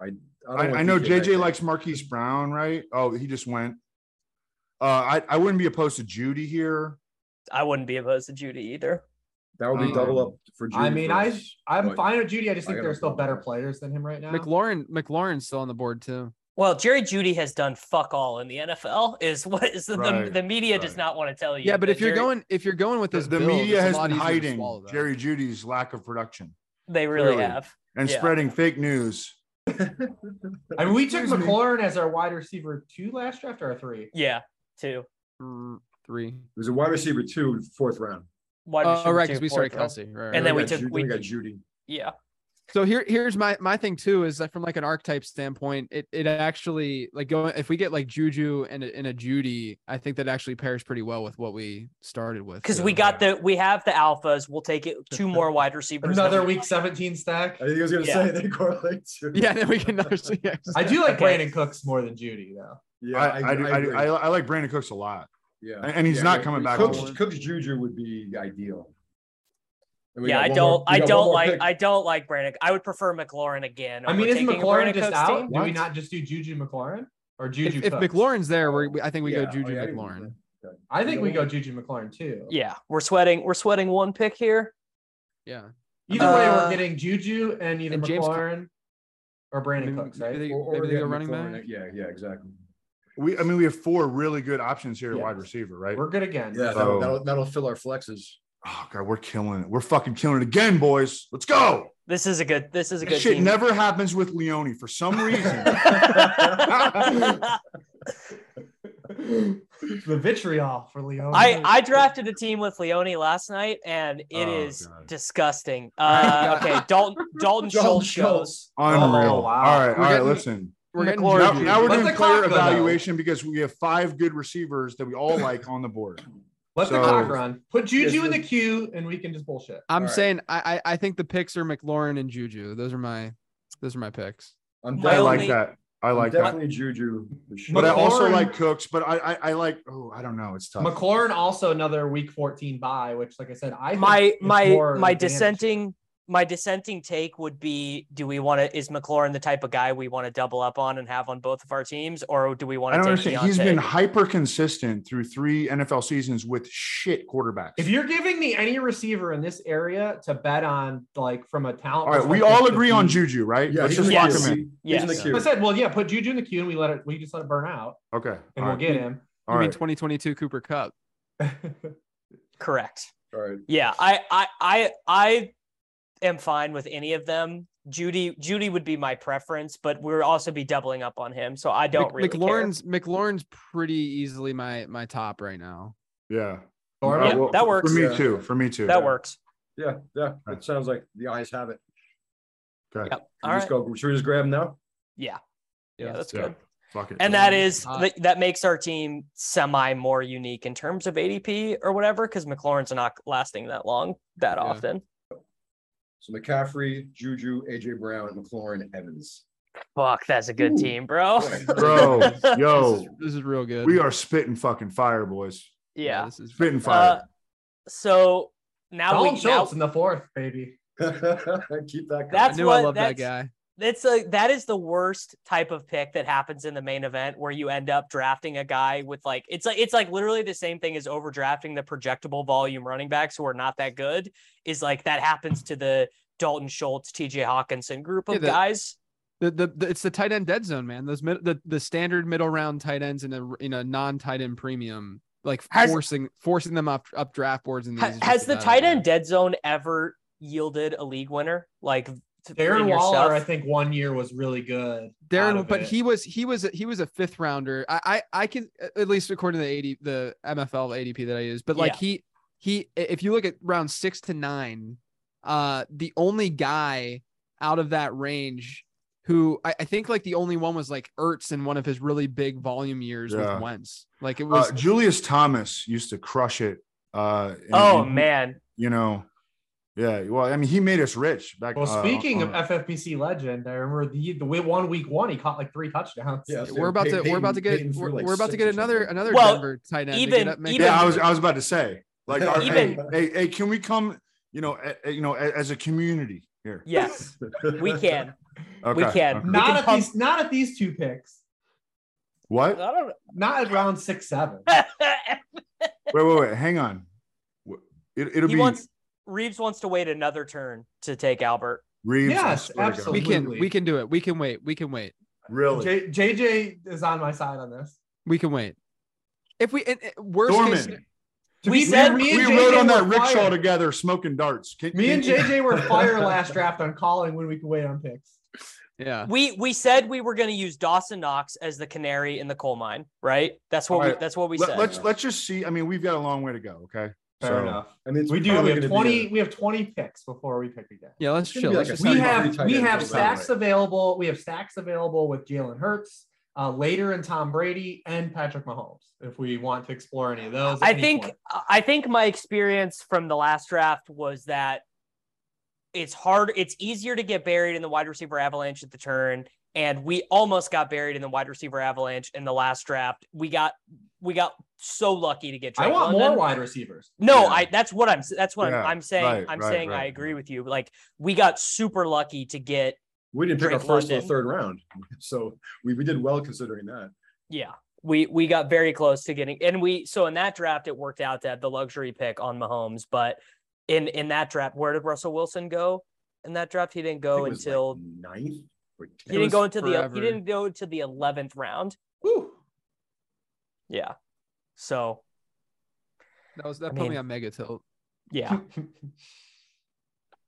S2: I,
S5: don't
S2: I
S5: want
S2: know
S5: DK back
S2: JJ
S5: there.
S2: likes Marquise Brown, right? Oh, he just went. Uh, I, I wouldn't be opposed to Judy here.
S1: I wouldn't be opposed to Judy either.
S5: that would be
S2: Um,
S5: double up for. Judy
S3: I mean,
S5: for
S3: I
S5: us.
S3: I'm
S5: But-
S3: fine with Judy. I just
S5: I
S3: think
S5: got
S3: there are
S5: no
S3: still
S5: problem.
S3: better players than him right now.
S4: McLaurin McLaurin's still on the board too.
S1: Well, Jerry Judy has done fuck all in the NFL. <laughs> Is what is the the,
S2: Right,
S1: the media does
S2: right.
S1: not want to tell you.
S4: Yeah, but if you're
S1: Jerry-
S4: going if you're going with
S2: The,
S4: this,
S2: the
S4: build,
S2: media
S4: it's a
S2: has
S4: lot
S2: been
S4: easier to
S2: hiding
S4: swallow that.
S2: Jerry Judy's lack of production
S1: they really
S2: clearly.
S1: have.
S2: and
S1: Yeah.
S2: spreading fake news.
S5: <laughs>
S3: I mean, we took
S2: Excuse me.
S3: McLaurin as our wide receiver two last draft or three.
S1: Yeah, two
S4: Th- three.
S5: It was a wide receiver two, fourth round.
S1: wide
S4: Oh,
S1: receiver
S4: right,
S1: two,
S4: because we
S1: fourth
S4: started
S1: round.
S4: Kelsey. Right, right,
S1: And then we
S4: right.
S5: got
S1: took-
S5: Judy,
S1: we
S5: we got
S1: took-
S5: Judy.
S1: Yeah,
S4: So here, here's my my thing too is that from like an archetype standpoint, it it actually like going if we get like Juju and a, and a Judy, I think that actually pairs pretty well with what we started with.
S1: because
S4: too.
S1: we got the we have the alphas. We'll take it
S2: <laughs>
S1: two more wide receivers.
S3: Another
S1: week.
S3: week 17 stack.
S5: I think I was gonna
S1: Yeah.
S5: say <laughs> they correlate
S1: <laughs>
S5: too.
S4: <laughs> yeah. Then we can never see. it.
S3: I do like
S1: Okay.
S3: Brandon Cooks more than Judy though.
S5: yeah,
S2: I, I, do- I, do-
S5: agree.
S2: I, I like Brandon Cooks a lot.
S5: yeah,
S2: and- and he's not coming back
S5: Cooks,
S2: forward.
S5: Cooks Juju would be ideal. And we
S1: Yeah,
S5: got
S1: I
S5: one
S1: don't,
S5: more- we
S1: I
S5: got one
S1: don't
S5: more
S1: like,
S5: pick.
S1: I don't like Brandon. I would prefer McLaurin again.
S3: I mean,
S1: over
S3: is
S1: taking a
S3: McLaurin
S1: Brandon
S3: just
S1: Cooks
S3: out?
S1: team.
S3: Do we
S2: What?
S3: not just do Juju McLaurin or Juju?
S4: If, if
S3: Cooks?
S4: McLaurin's there, we're, we I think we
S5: Yeah,
S4: go Juju
S5: oh, yeah, I didn't-
S4: McLaurin.
S3: I think we
S5: Yeah.
S3: go Juju McLaurin too.
S1: Mm-hmm. Yeah, we're sweating. We're sweating one pick here.
S4: Yeah.
S3: Either way,
S1: Uh,
S3: we're getting Juju and either
S4: and James Cook-
S3: McLaurin or Brandon
S1: Mm-hmm.
S3: Cooks, right?
S4: maybe they,
S5: Or- or
S4: maybe they
S5: get
S4: go running
S5: McLaurin.
S4: back.
S5: Yeah, yeah, exactly.
S2: We, I mean, we have four really good options here at
S3: Yeah.
S2: wide receiver, right?
S3: We're good again.
S5: Yeah,
S2: So-
S5: that'll, that'll, that'll fill our flexes.
S2: oh god, we're killing it. We're fucking killing it again, boys. Let's go.
S1: This is a good. This is a
S2: That
S1: good
S2: shit
S1: team.
S2: never <laughs> happens with Leone for some reason.
S1: <laughs> I
S3: <laughs> the vitriol for Leo.
S1: <laughs> I drafted a team with Leone last night, and it is
S2: Oh, God.
S1: disgusting. Uh, okay, Dalton Dalton Schultz goes.
S2: Unreal.
S3: Oh, wow.
S2: All right, all
S4: We're
S2: right.
S4: getting-
S2: Listen,
S4: We're getting
S2: now,
S4: Juju.
S2: now we're
S3: Let
S2: doing
S3: the clock
S2: player
S3: go, though.
S2: evaluation because we have five good receivers that we all like on the board.
S3: Let the
S2: So-
S3: clock run. Put Juju
S5: Yes,
S3: in the
S5: yes.
S3: queue, and we can just bullshit.
S4: I'm
S5: All right.
S4: saying I, I I think the picks are McLaurin and Juju. Those are my those are my picks.
S5: I'm
S1: My
S2: I
S5: definitely,
S2: like
S1: only-
S2: that. I
S5: I'm
S2: like that.
S5: definitely Juju. for sure.
S2: But I also
S3: McLaurin-
S2: like Cooks. But I, I, I like. Oh, I don't know. It's tough.
S3: McLaurin also another week 14 bye, which, like I said, I think
S1: my
S3: it's
S1: my
S3: more
S1: my
S3: advantage.
S1: dissenting my dissenting take would be do we want to is McLaurin the type of guy we want to double up on and have on both of our teams or do we want
S2: I
S1: to
S2: don't
S1: take
S2: understand.
S1: Deontay?
S2: He's been hyper consistent through three NFL seasons with shit quarterbacks.
S3: If you're giving me any receiver in this area to bet on, like from a talent,
S2: all right, we all agree on Juju, right?
S5: Yeah,
S2: Let's
S5: he's in
S2: just
S5: the
S2: lock
S1: yes.
S5: queue.
S2: him in.
S5: He's in the
S1: Yes.
S3: I
S5: queue.
S3: said, well, yeah, put Juju in the queue, and we let it. We just let it burn out,
S2: Okay,
S3: and
S2: all
S3: we'll
S2: right,
S3: get him.
S4: You
S2: all
S4: mean
S2: right.
S4: 2022 Cooper Cup?
S1: correct.
S5: All right.
S1: Yeah, I I I I am fine with any of them. Judy Judy would be my preference, but we'll also be doubling up on him, so I don't
S4: Mc-
S1: really care.
S4: McLaurin's McLaurin's pretty easily my my top right now.
S2: Yeah. All
S3: Or-
S2: right,
S1: Yeah, that works.
S2: For me
S5: Yeah.
S2: too. For me too.
S1: That works.
S5: Yeah, yeah. It sounds like the eyes have it.
S2: Okay.
S1: Yep.
S5: Should
S1: All
S5: we
S1: right.
S5: just go- Should we just grab him now?
S1: Yeah.
S4: Yeah,
S1: Yeah, that's
S2: yeah.
S1: good.
S2: Fuck it.
S1: and that
S4: Yeah.
S1: is
S4: Uh,
S1: th- that makes our team semi more unique in terms of ADP or whatever because McLaurin's not lasting that long that
S4: Yeah.
S1: often.
S5: So McCaffrey, Juju, AJ Brown, McLaurin,
S1: <laughs>
S5: Evans.
S1: Fuck, that's a good
S5: Ooh.
S1: team, bro.
S5: Boy.
S2: bro,
S1: Oh.
S4: This
S2: yo,
S4: is, this is real good.
S2: we are spitting fucking fire, boys.
S1: <laughs> yeah.
S4: this is
S2: Spitting fire.
S1: Uh, so now
S3: Dalton
S1: we now,
S3: Schultz in the fourth, baby.
S5: Keep that.
S4: I
S1: That's
S4: knew I
S1: what-
S4: loved that
S1: that's-
S4: guy.
S1: that's a that is the worst type of pick that happens in the main event where you end up drafting a guy with like it's like it's like literally the same thing as overdrafting the projectable volume running backs who are not that good is like that happens to the Dalton Schultz, TJ Hawkinson group of
S4: Yeah, the-
S1: guys.
S4: The, the, the it's the tight end dead zone man. Those mid, the the standard middle round tight ends in a in a non tight end premium like
S1: Has-
S4: forcing forcing them up up draft boards and
S1: Ha- has the tight end dead zone ever yielded a league winner? Like th-
S3: Darren
S1: in
S3: Waller,
S1: yourself?
S3: I think one year was really good. out
S4: Darren,
S3: of
S4: but
S3: it.
S4: he was he was he was a fifth rounder. I I, I can at least according to the eighty the MFL ADP that I use. But like
S1: Yeah.
S4: he he if you look at round six to nine, uh the only guy out of that range who I, I think like the only one was like Ertz in one of his really big volume years
S2: Yeah.
S4: with Wentz. Like it was
S2: Uh, Julius Thomas used to crush it. Uh, and-
S1: Oh man,
S2: you know, yeah. Well, I mean, he made us rich back.
S3: Well,
S2: uh,
S3: speaking
S2: on-
S3: of FFPC legend, I remember the the wi- one week one he caught like three touchdowns.
S5: Yeah.
S4: we're about to
S5: Peyton-
S4: we're about to
S5: Peyton
S4: get
S5: threw,
S4: we're,
S5: like,
S4: we're about to
S5: six
S4: get
S5: or
S4: another
S5: something.
S4: another
S1: Well,
S4: Denver tight end. to
S1: even-
S4: get up, make
S1: even-
S2: yeah,
S4: up-
S2: I was I was about to say like our-
S1: Even-
S2: hey, hey, hey, can we come? You know, eh, eh, you know, a- as a community here.
S1: yes, we
S3: <laughs>
S1: can.
S5: <laughs>
S2: <laughs>
S1: We can.
S2: okay.
S3: Not
S1: can
S3: at
S1: pump-
S3: these not at these two picks.
S1: I
S2: What?
S1: don't
S3: Not at round
S1: <laughs>
S3: six seven.
S1: know.
S2: Wait, wait, wait. Hang on. Wh- It, it'll
S1: he
S2: be
S1: wants Reeves wants to wait another turn to take Albert.
S2: Reeves. I
S3: Yes,
S2: swear to God.
S3: absolutely.
S4: we can
S3: Completely.
S4: we can do it. We can wait. We can wait.
S2: Really?
S3: J- JJ is on my side on this.
S4: We can wait. If we and, and worst case
S2: Dorman.
S3: To
S1: We
S3: be
S1: said-
S3: fair, me
S2: we
S3: and
S2: rode
S3: JJ
S2: on that
S3: were
S2: rickshaw
S3: fire.
S2: together, smoking darts. Can-
S3: Me
S2: can-
S3: and
S5: <laughs>
S3: JJ were fire last draft on calling when we could wait on picks.
S4: Yeah.
S1: We we said we were going to use Dawson Knox as the canary in the coal mine, right? That's what
S2: All
S1: we
S2: right.
S1: that's what we said.
S2: Let, us let's just see. I mean, we've got a long way to go. Okay.
S3: Fair
S2: So,
S3: enough.
S5: I mean, it's
S3: We do.
S5: probably
S3: We have
S5: gonna be
S3: twenty. We have twenty picks before we pick again.
S4: Yeah, let's
S5: It's gonna
S4: chill.
S5: be
S4: Let's
S5: like a
S4: just
S3: We
S5: Sorry,
S3: have
S5: Bobby, tight
S3: we
S5: end
S3: have
S5: goes
S3: stacks
S5: down.
S3: available. We have stacks available with Jalen Hurts, uh, later and Tom Brady and Patrick Mahomes. If we want to explore any of those, at
S1: I
S3: any
S1: think
S3: point.
S1: I think my experience from the last draft was that it's hard, it's easier to get buried in the wide receiver avalanche at the turn. And we almost got buried in the wide receiver avalanche in the last draft. We got we got so lucky to get
S3: I
S1: Drake
S3: want
S1: London.
S3: more wide receivers.
S1: No,
S2: Yeah.
S1: I that's what I'm that's what
S2: Yeah,
S1: I'm, I'm saying.
S2: right,
S1: I'm
S2: right,
S1: saying I
S2: right.
S1: agree with you. Like we got super lucky to get
S5: We didn't pick our
S1: Drake
S5: first or
S1: London.
S5: third round, <laughs> so we, we did well considering that.
S1: yeah. We we got very close to getting and we so in that draft it worked out to have the luxury pick on Mahomes, but in in that draft where did Russell Wilson go? In that draft he didn't
S5: I
S1: go
S5: think it was, like,
S1: until
S5: ninth. or
S1: he
S4: it
S1: didn't
S4: was
S1: go into the
S4: forever.
S1: he didn't go to the 11th round.
S3: Whew.
S1: Yeah. So,
S4: that was that
S1: I
S4: put me
S1: mean-
S4: on mega tilt.
S1: yeah. <laughs>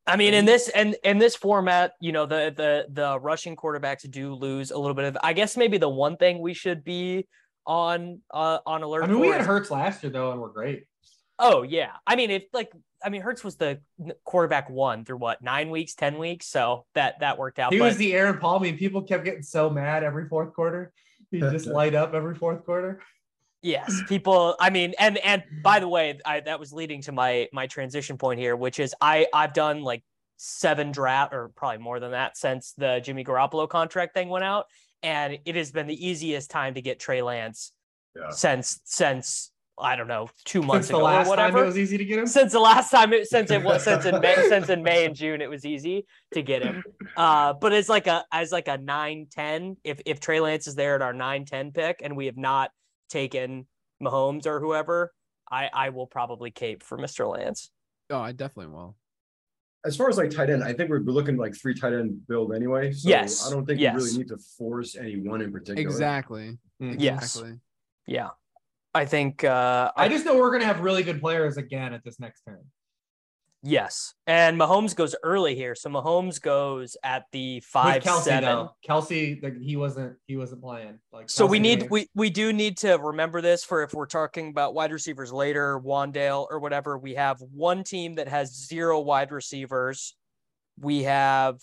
S1: I mean, in this and in, this format, you know, the the the rushing quarterbacks do lose a little bit of. I guess maybe the one thing we should be on uh, on alert.
S3: I mean, we
S1: for
S3: had
S1: is-
S3: Hurts last year though, and we're great.
S1: Oh yeah, I mean, if like I mean, Hertz was the quarterback one through what nine weeks, ten weeks, so that that worked out.
S3: He
S1: but
S3: was the Aaron
S5: <laughs>
S3: Palmy. People kept getting so mad every fourth quarter. He'd just light up every fourth quarter. <clears throat>
S1: Yes, people. I mean, and and by the way, I, that was leading to my my transition point here, which is I I've done like seven draft or probably more than that since the Jimmy Garoppolo contract thing went out, and it has been the easiest time to get Trey Lance
S5: Yeah.
S1: since since I don't know two months
S3: Since the
S1: ago or
S3: last time
S1: whatever.
S3: it was easy to get him.
S1: since the last time it since it was since in May since in May and June it was easy to get him. Uh but it's like a as like a 9-10 if if Trey Lance is there at our 9-10 pick and we have not taken Mahomes or whoever, I I will probably cape for Mr. Lance.
S4: Oh, I definitely will.
S5: As far as like tight end, I think we're we're looking like three tight end build anyway. So
S1: Yes.
S5: I don't think
S1: Yes.
S5: we really need to force any one in particular.
S4: Exactly.
S3: Mm.
S1: Yes.
S4: Exactly.
S1: Yeah. I think uh
S3: I just know we're gonna have really good players again at this next turn.
S1: yes. And Mahomes goes early here. So Mahomes goes at the
S3: With
S1: 5
S3: Kelsey
S1: 7.
S3: though. Kelsey, like, he wasn't he wasn't playing. Like
S1: So we
S3: Kelsey
S1: need
S3: didn't-
S1: we we do need to remember this for if we're talking about wide receivers later, Wandale or whatever. We have one team that has zero wide receivers. We have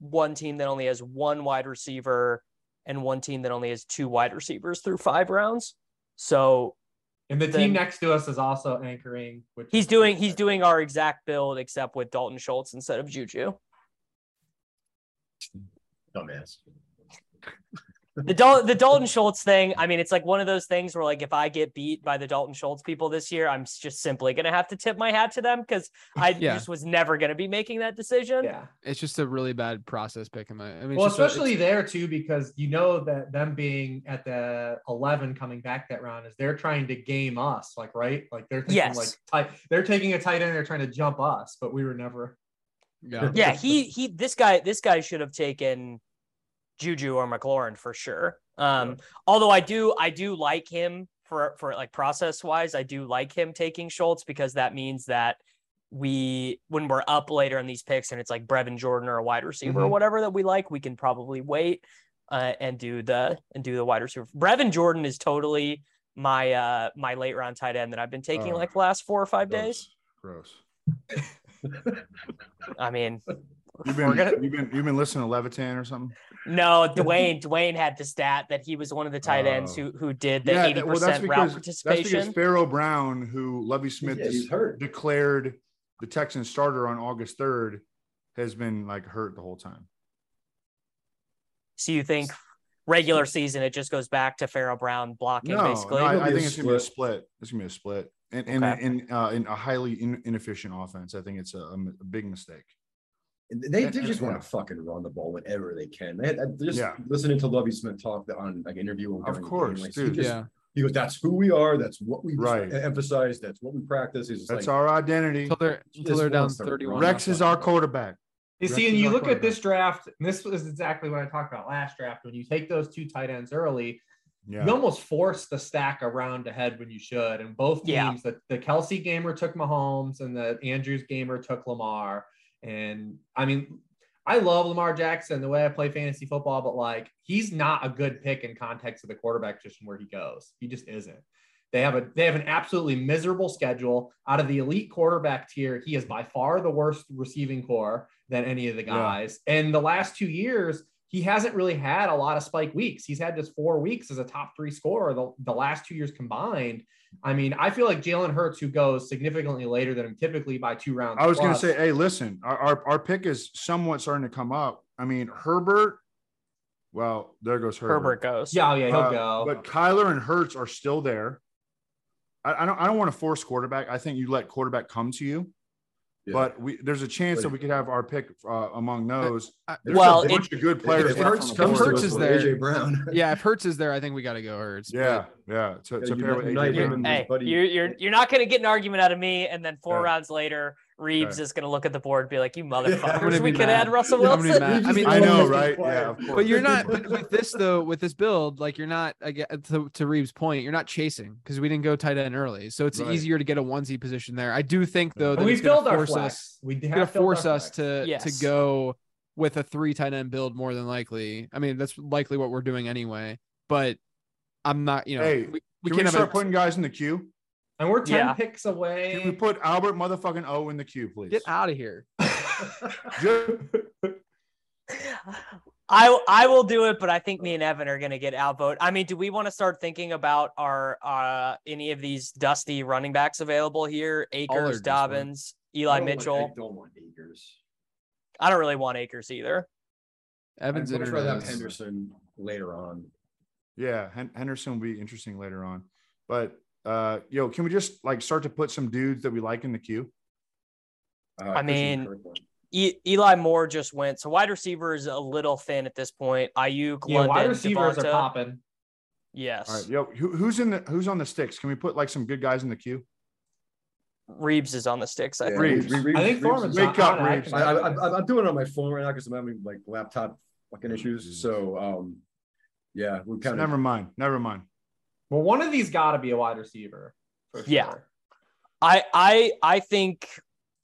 S1: one team that only has one wide receiver and one team that only has two wide receivers through five rounds. So
S3: and the
S1: then-
S3: team next to us is also anchoring, which
S1: he's
S3: is-
S1: doing he's doing our exact build except with Dalton Schultz instead of Juju.
S5: Dumbass.
S1: the Dal- the Dalton Schultz thing. I mean, it's like one of those things where like if I get beat by the Dalton Schultz people this year, I'm s- just simply gonna have to tip my hat to them because I
S4: Yeah.
S1: just was never gonna be making that decision.
S3: yeah.
S4: It's just a really bad process pick. in my- I mean,
S3: Well,
S4: it's just a-
S3: especially there too, because you know that them being at the eleven coming back that round is they're trying to game us, like right, like they're thinking
S1: Yes.
S3: like tight, they're taking a tight end, they're trying to jump us, but we were never.
S4: yeah.
S1: Yeah, he he. This guy this guy should have taken Juju or McLaurin for sure. Um, although I do I do like him for for like process wise, I do like him taking Schultz because that means that we when we're up later in these picks and it's like Brevin Jordan or a wide receiver or
S3: Mhm.
S1: whatever that we like, we can probably wait uh, and do the and do the wide receiver. Brevin Jordan is totally my uh my late round tight end that I've been taking
S2: Oh.
S1: like the last four or five days.
S2: Gross. Gross.
S1: I mean,
S2: You've been,
S1: We're gonna-
S2: you've been you've been listening to Levitan or something.
S1: No, Dwayne. Dwayne had the stat that he was one of the tight ends
S2: Oh.
S1: who who did the eighty
S2: that- well,
S1: percent route
S2: that's because
S1: participation.
S2: Pharaoh Brown, who Lovey Smith
S5: Yeah, he's
S2: des-
S5: hurt.
S2: declared the Texan starter on August third, has been like hurt the whole time.
S1: so you think regular season it just goes back to Farrell Brown blocking
S2: No,
S1: basically?
S2: no,
S5: It'll
S2: I, I
S5: be a
S2: think it's gonna be a
S5: split.
S2: split. It's gonna be a split, and and
S1: Okay.
S2: in uh, in a highly in, inefficient offense, I think it's a, a m- a big mistake.
S5: They, they
S2: Yeah.
S5: just want to fucking run the ball whenever they can. They, I- just
S2: Yeah.
S5: listening to Lovey Smith talk on like interview. during the game,
S2: course,
S5: like,
S2: dude.
S5: He, just,
S4: Yeah.
S5: he goes, "That's who we are. That's what we
S2: Right.
S5: emphasize. That's what we practice." He's just
S2: That's
S5: like,
S2: our identity.
S4: Until they're until
S5: Just
S4: they're down
S5: wants to
S4: thirty-one.
S5: run.
S2: Rex is our quarterback.
S3: You see,
S2: Rex
S3: and
S2: is
S3: you
S2: our
S3: look at
S2: quarterback.
S3: this draft, and this was exactly what I talked about last draft. When you take those two tight ends early,
S2: Yeah,
S3: you almost force the stack around ahead when you should. And both
S1: Yeah.
S3: teams, the, the Kelsey gamer took Mahomes and the Andrews gamer took Lamar. And I mean, I love Lamar Jackson, the way I play fantasy football, but like he's not a good pick in context of the quarterback position where he goes. He just isn't. They have a they have an absolutely miserable schedule. Out of the elite quarterback tier, he is by far the worst receiving core than any of the
S2: Yeah.
S3: guys. And the last two years, he hasn't really had a lot of spike weeks. He's had just four weeks as a top three scorer the, the last two years combined. I mean, I feel like Jalen Hurts, who goes significantly later than him, typically by two rounds.
S2: I was going to
S3: plus.
S2: say, hey, listen, our, our our pick is somewhat starting to come up. I mean, Herbert. Well, there goes
S1: Herbert goes.
S3: yeah, oh, yeah, he'll
S2: Uh,
S3: go.
S2: But Kyler and Hertz are still there. I, I don't. I don't want to force quarterback. I think you let quarterback come to you.
S5: Yeah.
S2: But we, there's a chance that we could have our pick uh, among those.
S4: I-
S2: There's
S1: Well,
S2: a bunch of good players.
S5: If
S2: left
S5: Hurts
S2: on the
S5: comes
S2: board.
S5: to
S4: Hurts
S5: us
S4: is
S5: with
S4: there.
S5: AJ Brown.
S4: Yeah, if Hurts is there, I think we got to go Hurts. but-
S2: Yeah, yeah. To, to
S5: Yeah,
S2: pair with
S5: unite
S2: AJ
S5: him
S2: Brown.
S5: and-
S1: Hey,
S5: his buddy-
S1: you're you're you're not gonna get an argument out of me, and then four
S2: Okay.
S1: rounds later, Reeves
S2: Okay.
S1: is gonna look at the board and be
S2: <laughs>
S1: like, "You <laughs>
S5: I'm
S1: motherfuckers,
S4: gonna
S1: we
S4: be
S1: could
S4: mad.
S1: add Russell
S4: I'm gonna be
S1: Wilson."
S4: mad.
S5: He's
S4: I mean,
S5: just
S2: I know,
S5: always
S2: right?
S5: quiet.
S2: Yeah, of course.
S4: But you're not but with this though. With this build, like you're not aga- to, to Reeves' point. You're not chasing because we didn't go tight end early, so it's
S2: Right.
S4: easier to get a onesie position there. I do think though that
S3: we
S4: it's gonna
S3: filled our
S4: force
S3: flex.
S4: us.
S3: we
S4: it's
S3: have
S4: Gonna
S3: filled our
S4: force us
S3: flex.
S4: to
S1: Yes.
S4: to go with a three tight end build more than likely. I mean, that's likely what we're doing anyway. But I'm not. You know,
S2: Hey,
S4: we,
S2: we
S4: we
S2: can we
S4: can't have
S2: start
S4: a,
S2: putting guys in the queue?
S3: and we're ten
S1: Yeah.
S3: picks
S2: Can we
S3: away.
S2: put Albert motherfucking O in the queue, please?
S4: get out of here.
S2: Ju-
S1: I I will do it, but I think me and Evan are gonna get outvoted. I mean, do we want to start thinking about our uh any of these dusty running backs available here? Akers,
S5: Pollard just went.
S1: Dobbins, Eli
S5: don't want-
S1: Mitchell.
S5: I don't want Akers.
S1: I don't really want Akers either.
S4: Evans
S5: I'd much rather have
S4: internet is-
S5: Henderson later on.
S2: Yeah, Hen- Henderson will be interesting later on. But uh, yo, can we just like start to put some dudes that we like in the queue?
S5: Uh,
S1: I
S5: Christian
S1: mean,
S5: Kirk went.
S1: E- Eli Moore just went, so wide receiver is a little thin at this point. Ayuk,
S3: Yeah,
S1: London,
S3: wide receivers
S1: Devonta.
S3: are popping.
S1: Yes,
S2: All right, yo, who, who's in the who's on the sticks? Can we put like some good guys in the queue?
S1: Reeves is on the sticks. I
S5: Yeah,
S1: think.
S2: Reeves.
S5: Re- Re-
S3: I think
S5: Reeves
S3: Foreman's
S5: is-
S2: Wake
S3: not on
S2: up,
S3: it. I
S2: Reeves.
S3: can-
S5: I, I, I- I'm doing it on my phone right now because I'm having like laptop fucking issues. So, um, yeah, we kind
S2: Never
S5: of.
S2: mind. Never mind.
S3: Well, one of these got to be a wide receiver. For sure.
S1: Yeah. I I I think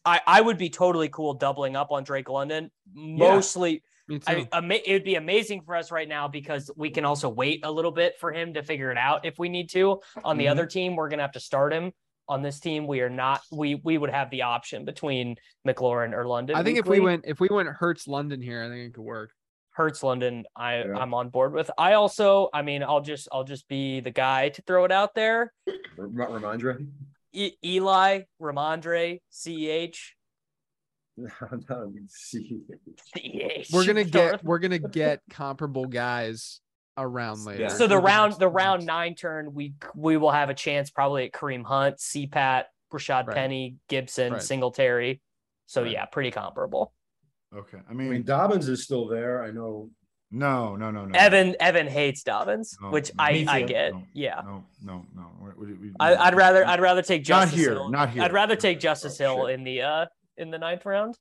S1: I I would be totally cool doubling up on Drake London. Mostly,
S4: Me too.
S1: I, ama- it would be amazing for us right now because we can also wait a little bit for him to figure it out if we need to. On the
S3: Mhm.
S4: Mm-hmm.
S1: other team, we're gonna have to start him. On this team, we are not. We we would have the option between McLaurin or London.
S4: I think if we
S1: weekly.
S4: went if we went Hurts London here, I think it could work.
S1: Hurts London, I
S5: Yeah.
S1: I'm on board with. I also, I mean, I'll just I'll just be the guy to throw it out there.
S5: <laughs> Ra- Ramondre?
S1: E- Eli, Ramondre, Ceh,
S5: No, see.
S1: Ceh. <laughs>
S4: We're gonna get we're gonna get comparable guys around later.
S3: Yeah.
S1: so the round the round nine turn we we will have a chance probably at Kareem Hunt, CPAT, Rashad
S4: Right.
S1: Penny, Gibson,
S4: Right.
S1: Singletary. So
S2: Right.
S1: yeah, pretty comparable.
S2: Okay. I
S5: <laughs> I
S2: mean,
S5: mean, Dobbins is still there. I know.
S2: no, no, no, no.
S1: Evan Evan hates Dobbins,
S2: No,
S1: which
S2: no,
S1: I
S3: Me
S1: I
S3: too.
S1: get.
S2: No,
S1: yeah,
S2: No, no, no. We- we- we-
S1: I, I'd rather I'd rather take
S2: not
S1: Justice
S2: here.
S1: Hill.
S2: Not here.
S1: I'd rather take
S5: Oh,
S1: Justice Hill
S5: shit.
S1: in the uh in the ninth round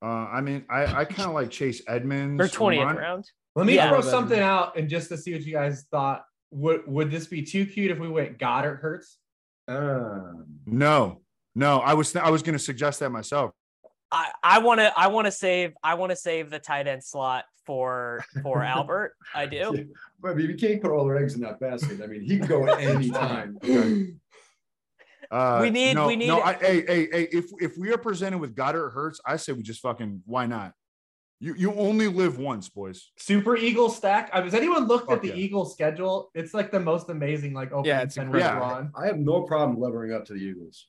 S2: Uh, I mean, I, I kind of like Chase Edmonds.
S1: or twentieth
S2: Ramon-
S1: round.
S3: Let me
S1: Yeah.
S3: throw something out and just to see what you guys thought. Would would this be too cute if we went Goddard Hurts?
S5: Um,
S2: No, no. I was I was going to suggest that myself.
S1: I I want to I want to save I want to save the tight end slot for for Albert. I do.
S5: but I mean, we can't put all our eggs in that basket. I mean,
S3: <laughs>
S5: he can go at any time.
S2: Uh,
S1: We need-
S2: no,
S1: we need-
S2: No, I, hey, hey, hey. If if we are presented with Goddard Hurts, I say we just fucking why not? You you only live once, boys.
S3: Super Eagle stack. I, has anyone looked
S2: Fuck
S3: at the
S2: yeah.
S3: Eagle schedule? It's like the most amazing like opening
S4: Yeah, it's
S3: ten week
S2: incredible.
S3: run.
S5: I have no problem leveling up to the Eagles.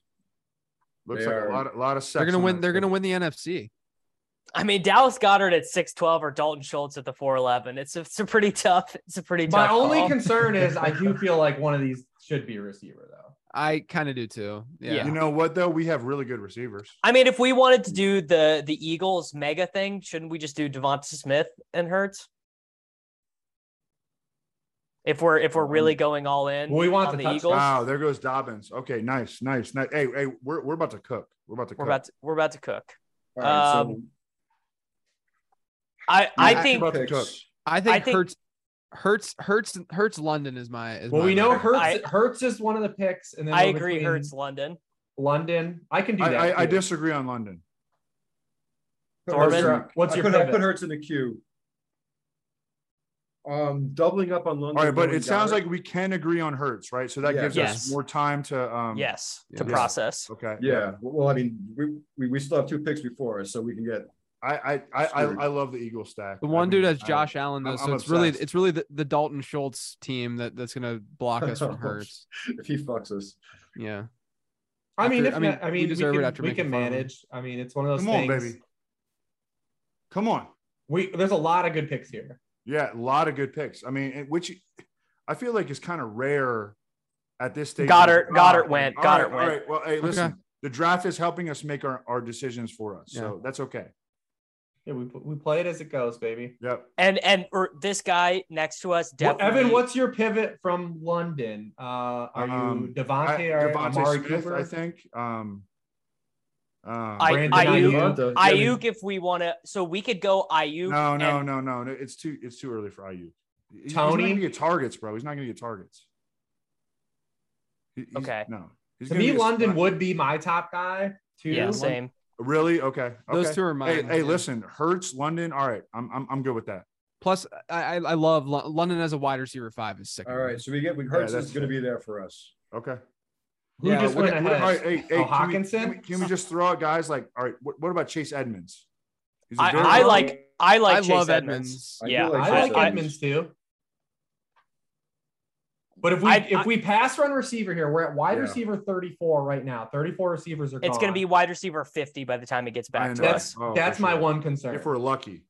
S2: Looks
S5: They
S2: like
S5: are-
S2: a lot, a lot of sex.
S4: They're gonna
S2: on
S4: win.
S2: that
S4: They're gonna
S2: schedule.
S4: win the NFC.
S1: I mean Dallas Goddard at six twelve or Dalton Schultz at the four eleven. It's a, it's a pretty tough. It's a pretty
S3: My
S1: tough.
S3: only
S1: call.
S3: concern is I
S1: <laughs>
S3: do feel like one of these should be a receiver though.
S4: I kind of do too. Yeah.
S1: Yeah.
S2: You know what though? We have really good receivers.
S1: I mean, if we wanted to do the the Eagles mega thing, shouldn't we just do Devonta Smith and Hurts? If we're if we're really going all in,
S3: Well, Um, we want
S1: on
S3: the
S1: the,
S3: touchdown.
S1: Eagles.
S2: Wow, there goes Dobbins. Okay, nice, nice, nice. Hey, hey, we're, we're about to cook. We're about to cook.
S1: We're about to, we're about to cook.
S5: All right, so-
S1: Um, I I
S4: I-
S1: think
S2: About to
S5: Picks.
S2: cook.
S4: I think,
S1: I think-
S4: Hurts, Hurts, Hurts, Hurts. London is my. Is
S3: Well,
S4: my
S3: we know
S4: pick.
S3: Hurts.
S1: I-
S3: Hurts is one of the picks, and then
S1: I
S3: we're
S1: agree.
S3: between
S1: Hurts London.
S3: London. I can do
S2: I,
S3: that.
S2: I, I
S3: too.
S2: disagree on London.
S1: Thorman?
S5: Hurts-
S3: What's
S5: I
S3: your
S5: put, I
S3: pivot?
S5: put Hurts in the queue. Um, doubling up on
S2: All
S5: London.
S2: right, but
S5: going
S2: it sounds
S5: Goddard.
S2: like we can agree on Hertz, right? So that
S5: Yeah.
S2: gives
S1: Yes.
S2: us more time to um
S1: yes, to
S4: yeah.
S1: process.
S2: Okay.
S5: Yeah, well, I mean, we, we we still have two picks before us, so we can get.
S2: I I I, I,
S5: Screwed.
S2: I love the Eagle stack.
S4: The
S2: I
S4: one
S2: mean,
S4: dude has
S2: I-
S4: Josh Allen though,
S2: I'm-
S4: so
S2: I'm
S4: it's really
S2: obsessed.
S4: it's really the, the Dalton Schultz team that that's gonna block
S2: <laughs>
S4: us
S2: Oh,
S4: from Hurts.
S5: If he fucks us,
S4: Yeah.
S3: I mean,
S4: After-
S3: if
S4: I mean,
S3: not- I
S4: we
S3: mean, we,
S4: deserve it
S3: can,
S4: after
S3: we
S4: making
S3: can
S4: fun of them.
S3: manage. I mean, it's one of those
S2: Come on,
S3: things.
S2: baby. Come on.
S3: We there's a lot of good picks here.
S2: Yeah, a lot of good picks. I mean, and which I feel like is kind of rare at this stage.
S1: Goddard-
S2: Ah,
S1: Goddard went,
S2: all
S1: Goddard
S2: right,
S1: went.
S2: All right. Well, hey, listen, the draft is helping us make our, our decisions for us. So that's okay.
S3: Yeah, we we play it as it goes, baby.
S2: Yep.
S1: And and or this guy next to us
S3: What-
S1: definitely.
S3: Evan, what's your pivot from London? Uh, are you
S2: Um, I,
S3: Devontae or
S2: Devontae
S3: Amari
S2: Smith,
S3: Cooper?
S2: I think. Um, uh,
S1: I-
S3: Brandon
S1: Ayuk.
S3: Ayuk.
S5: Devonta- I mean,
S1: Ayuk? If we want to, so we could go Ayuk.
S2: no, no,
S1: and-
S2: no, no, no. It's too it's too early for IU. He- He's not
S3: Tony?
S2: gonna get targets, bro. He's not gonna get targets. He- he's-
S1: Okay.
S2: No. He's
S3: To
S2: gonna
S3: me,
S2: be a
S3: London
S2: spot-
S3: would be my top guy too.
S1: Yeah, same.
S2: really okay.
S4: Those
S2: okay.
S4: two are mine.
S2: Hey, hey
S4: yeah.
S2: listen, Hertz, London. All right, I'm I'm, I'm good with that.
S4: Plus, I I I love Lo- London as a wide receiver five is sick.
S5: all right, so we get we Hurts
S2: that's
S5: is going to
S2: fair.
S5: be there for us.
S2: Okay.
S3: Who
S4: Yeah,
S3: just
S2: What-
S3: went
S2: what-
S3: ahead?
S2: all right, hey, hey,
S3: Oh,
S2: can we-
S3: Hawkinson?
S2: Can we, can we just throw out guys like all right? What, what about Chase Edmonds? He's a
S1: I,
S2: good
S1: I
S2: runner.
S1: like I like
S4: I
S1: Chase
S4: love
S1: Edmonds.
S4: Edmonds.
S5: I do
S1: Yeah,
S5: like
S3: I
S5: Chase
S3: like Edmonds too. But if we
S1: I-
S3: if
S1: I-
S3: we pass run receiver here, we're at wide
S5: Yeah.
S3: receiver 34 right now. 34 receivers are
S1: It's
S3: gone.
S1: going to be wide receiver 50 by the time it gets
S2: I
S1: back to
S2: know.
S1: us.
S3: that's
S2: Oh, for
S3: that's my
S2: sure.
S3: one concern.
S2: if we're lucky.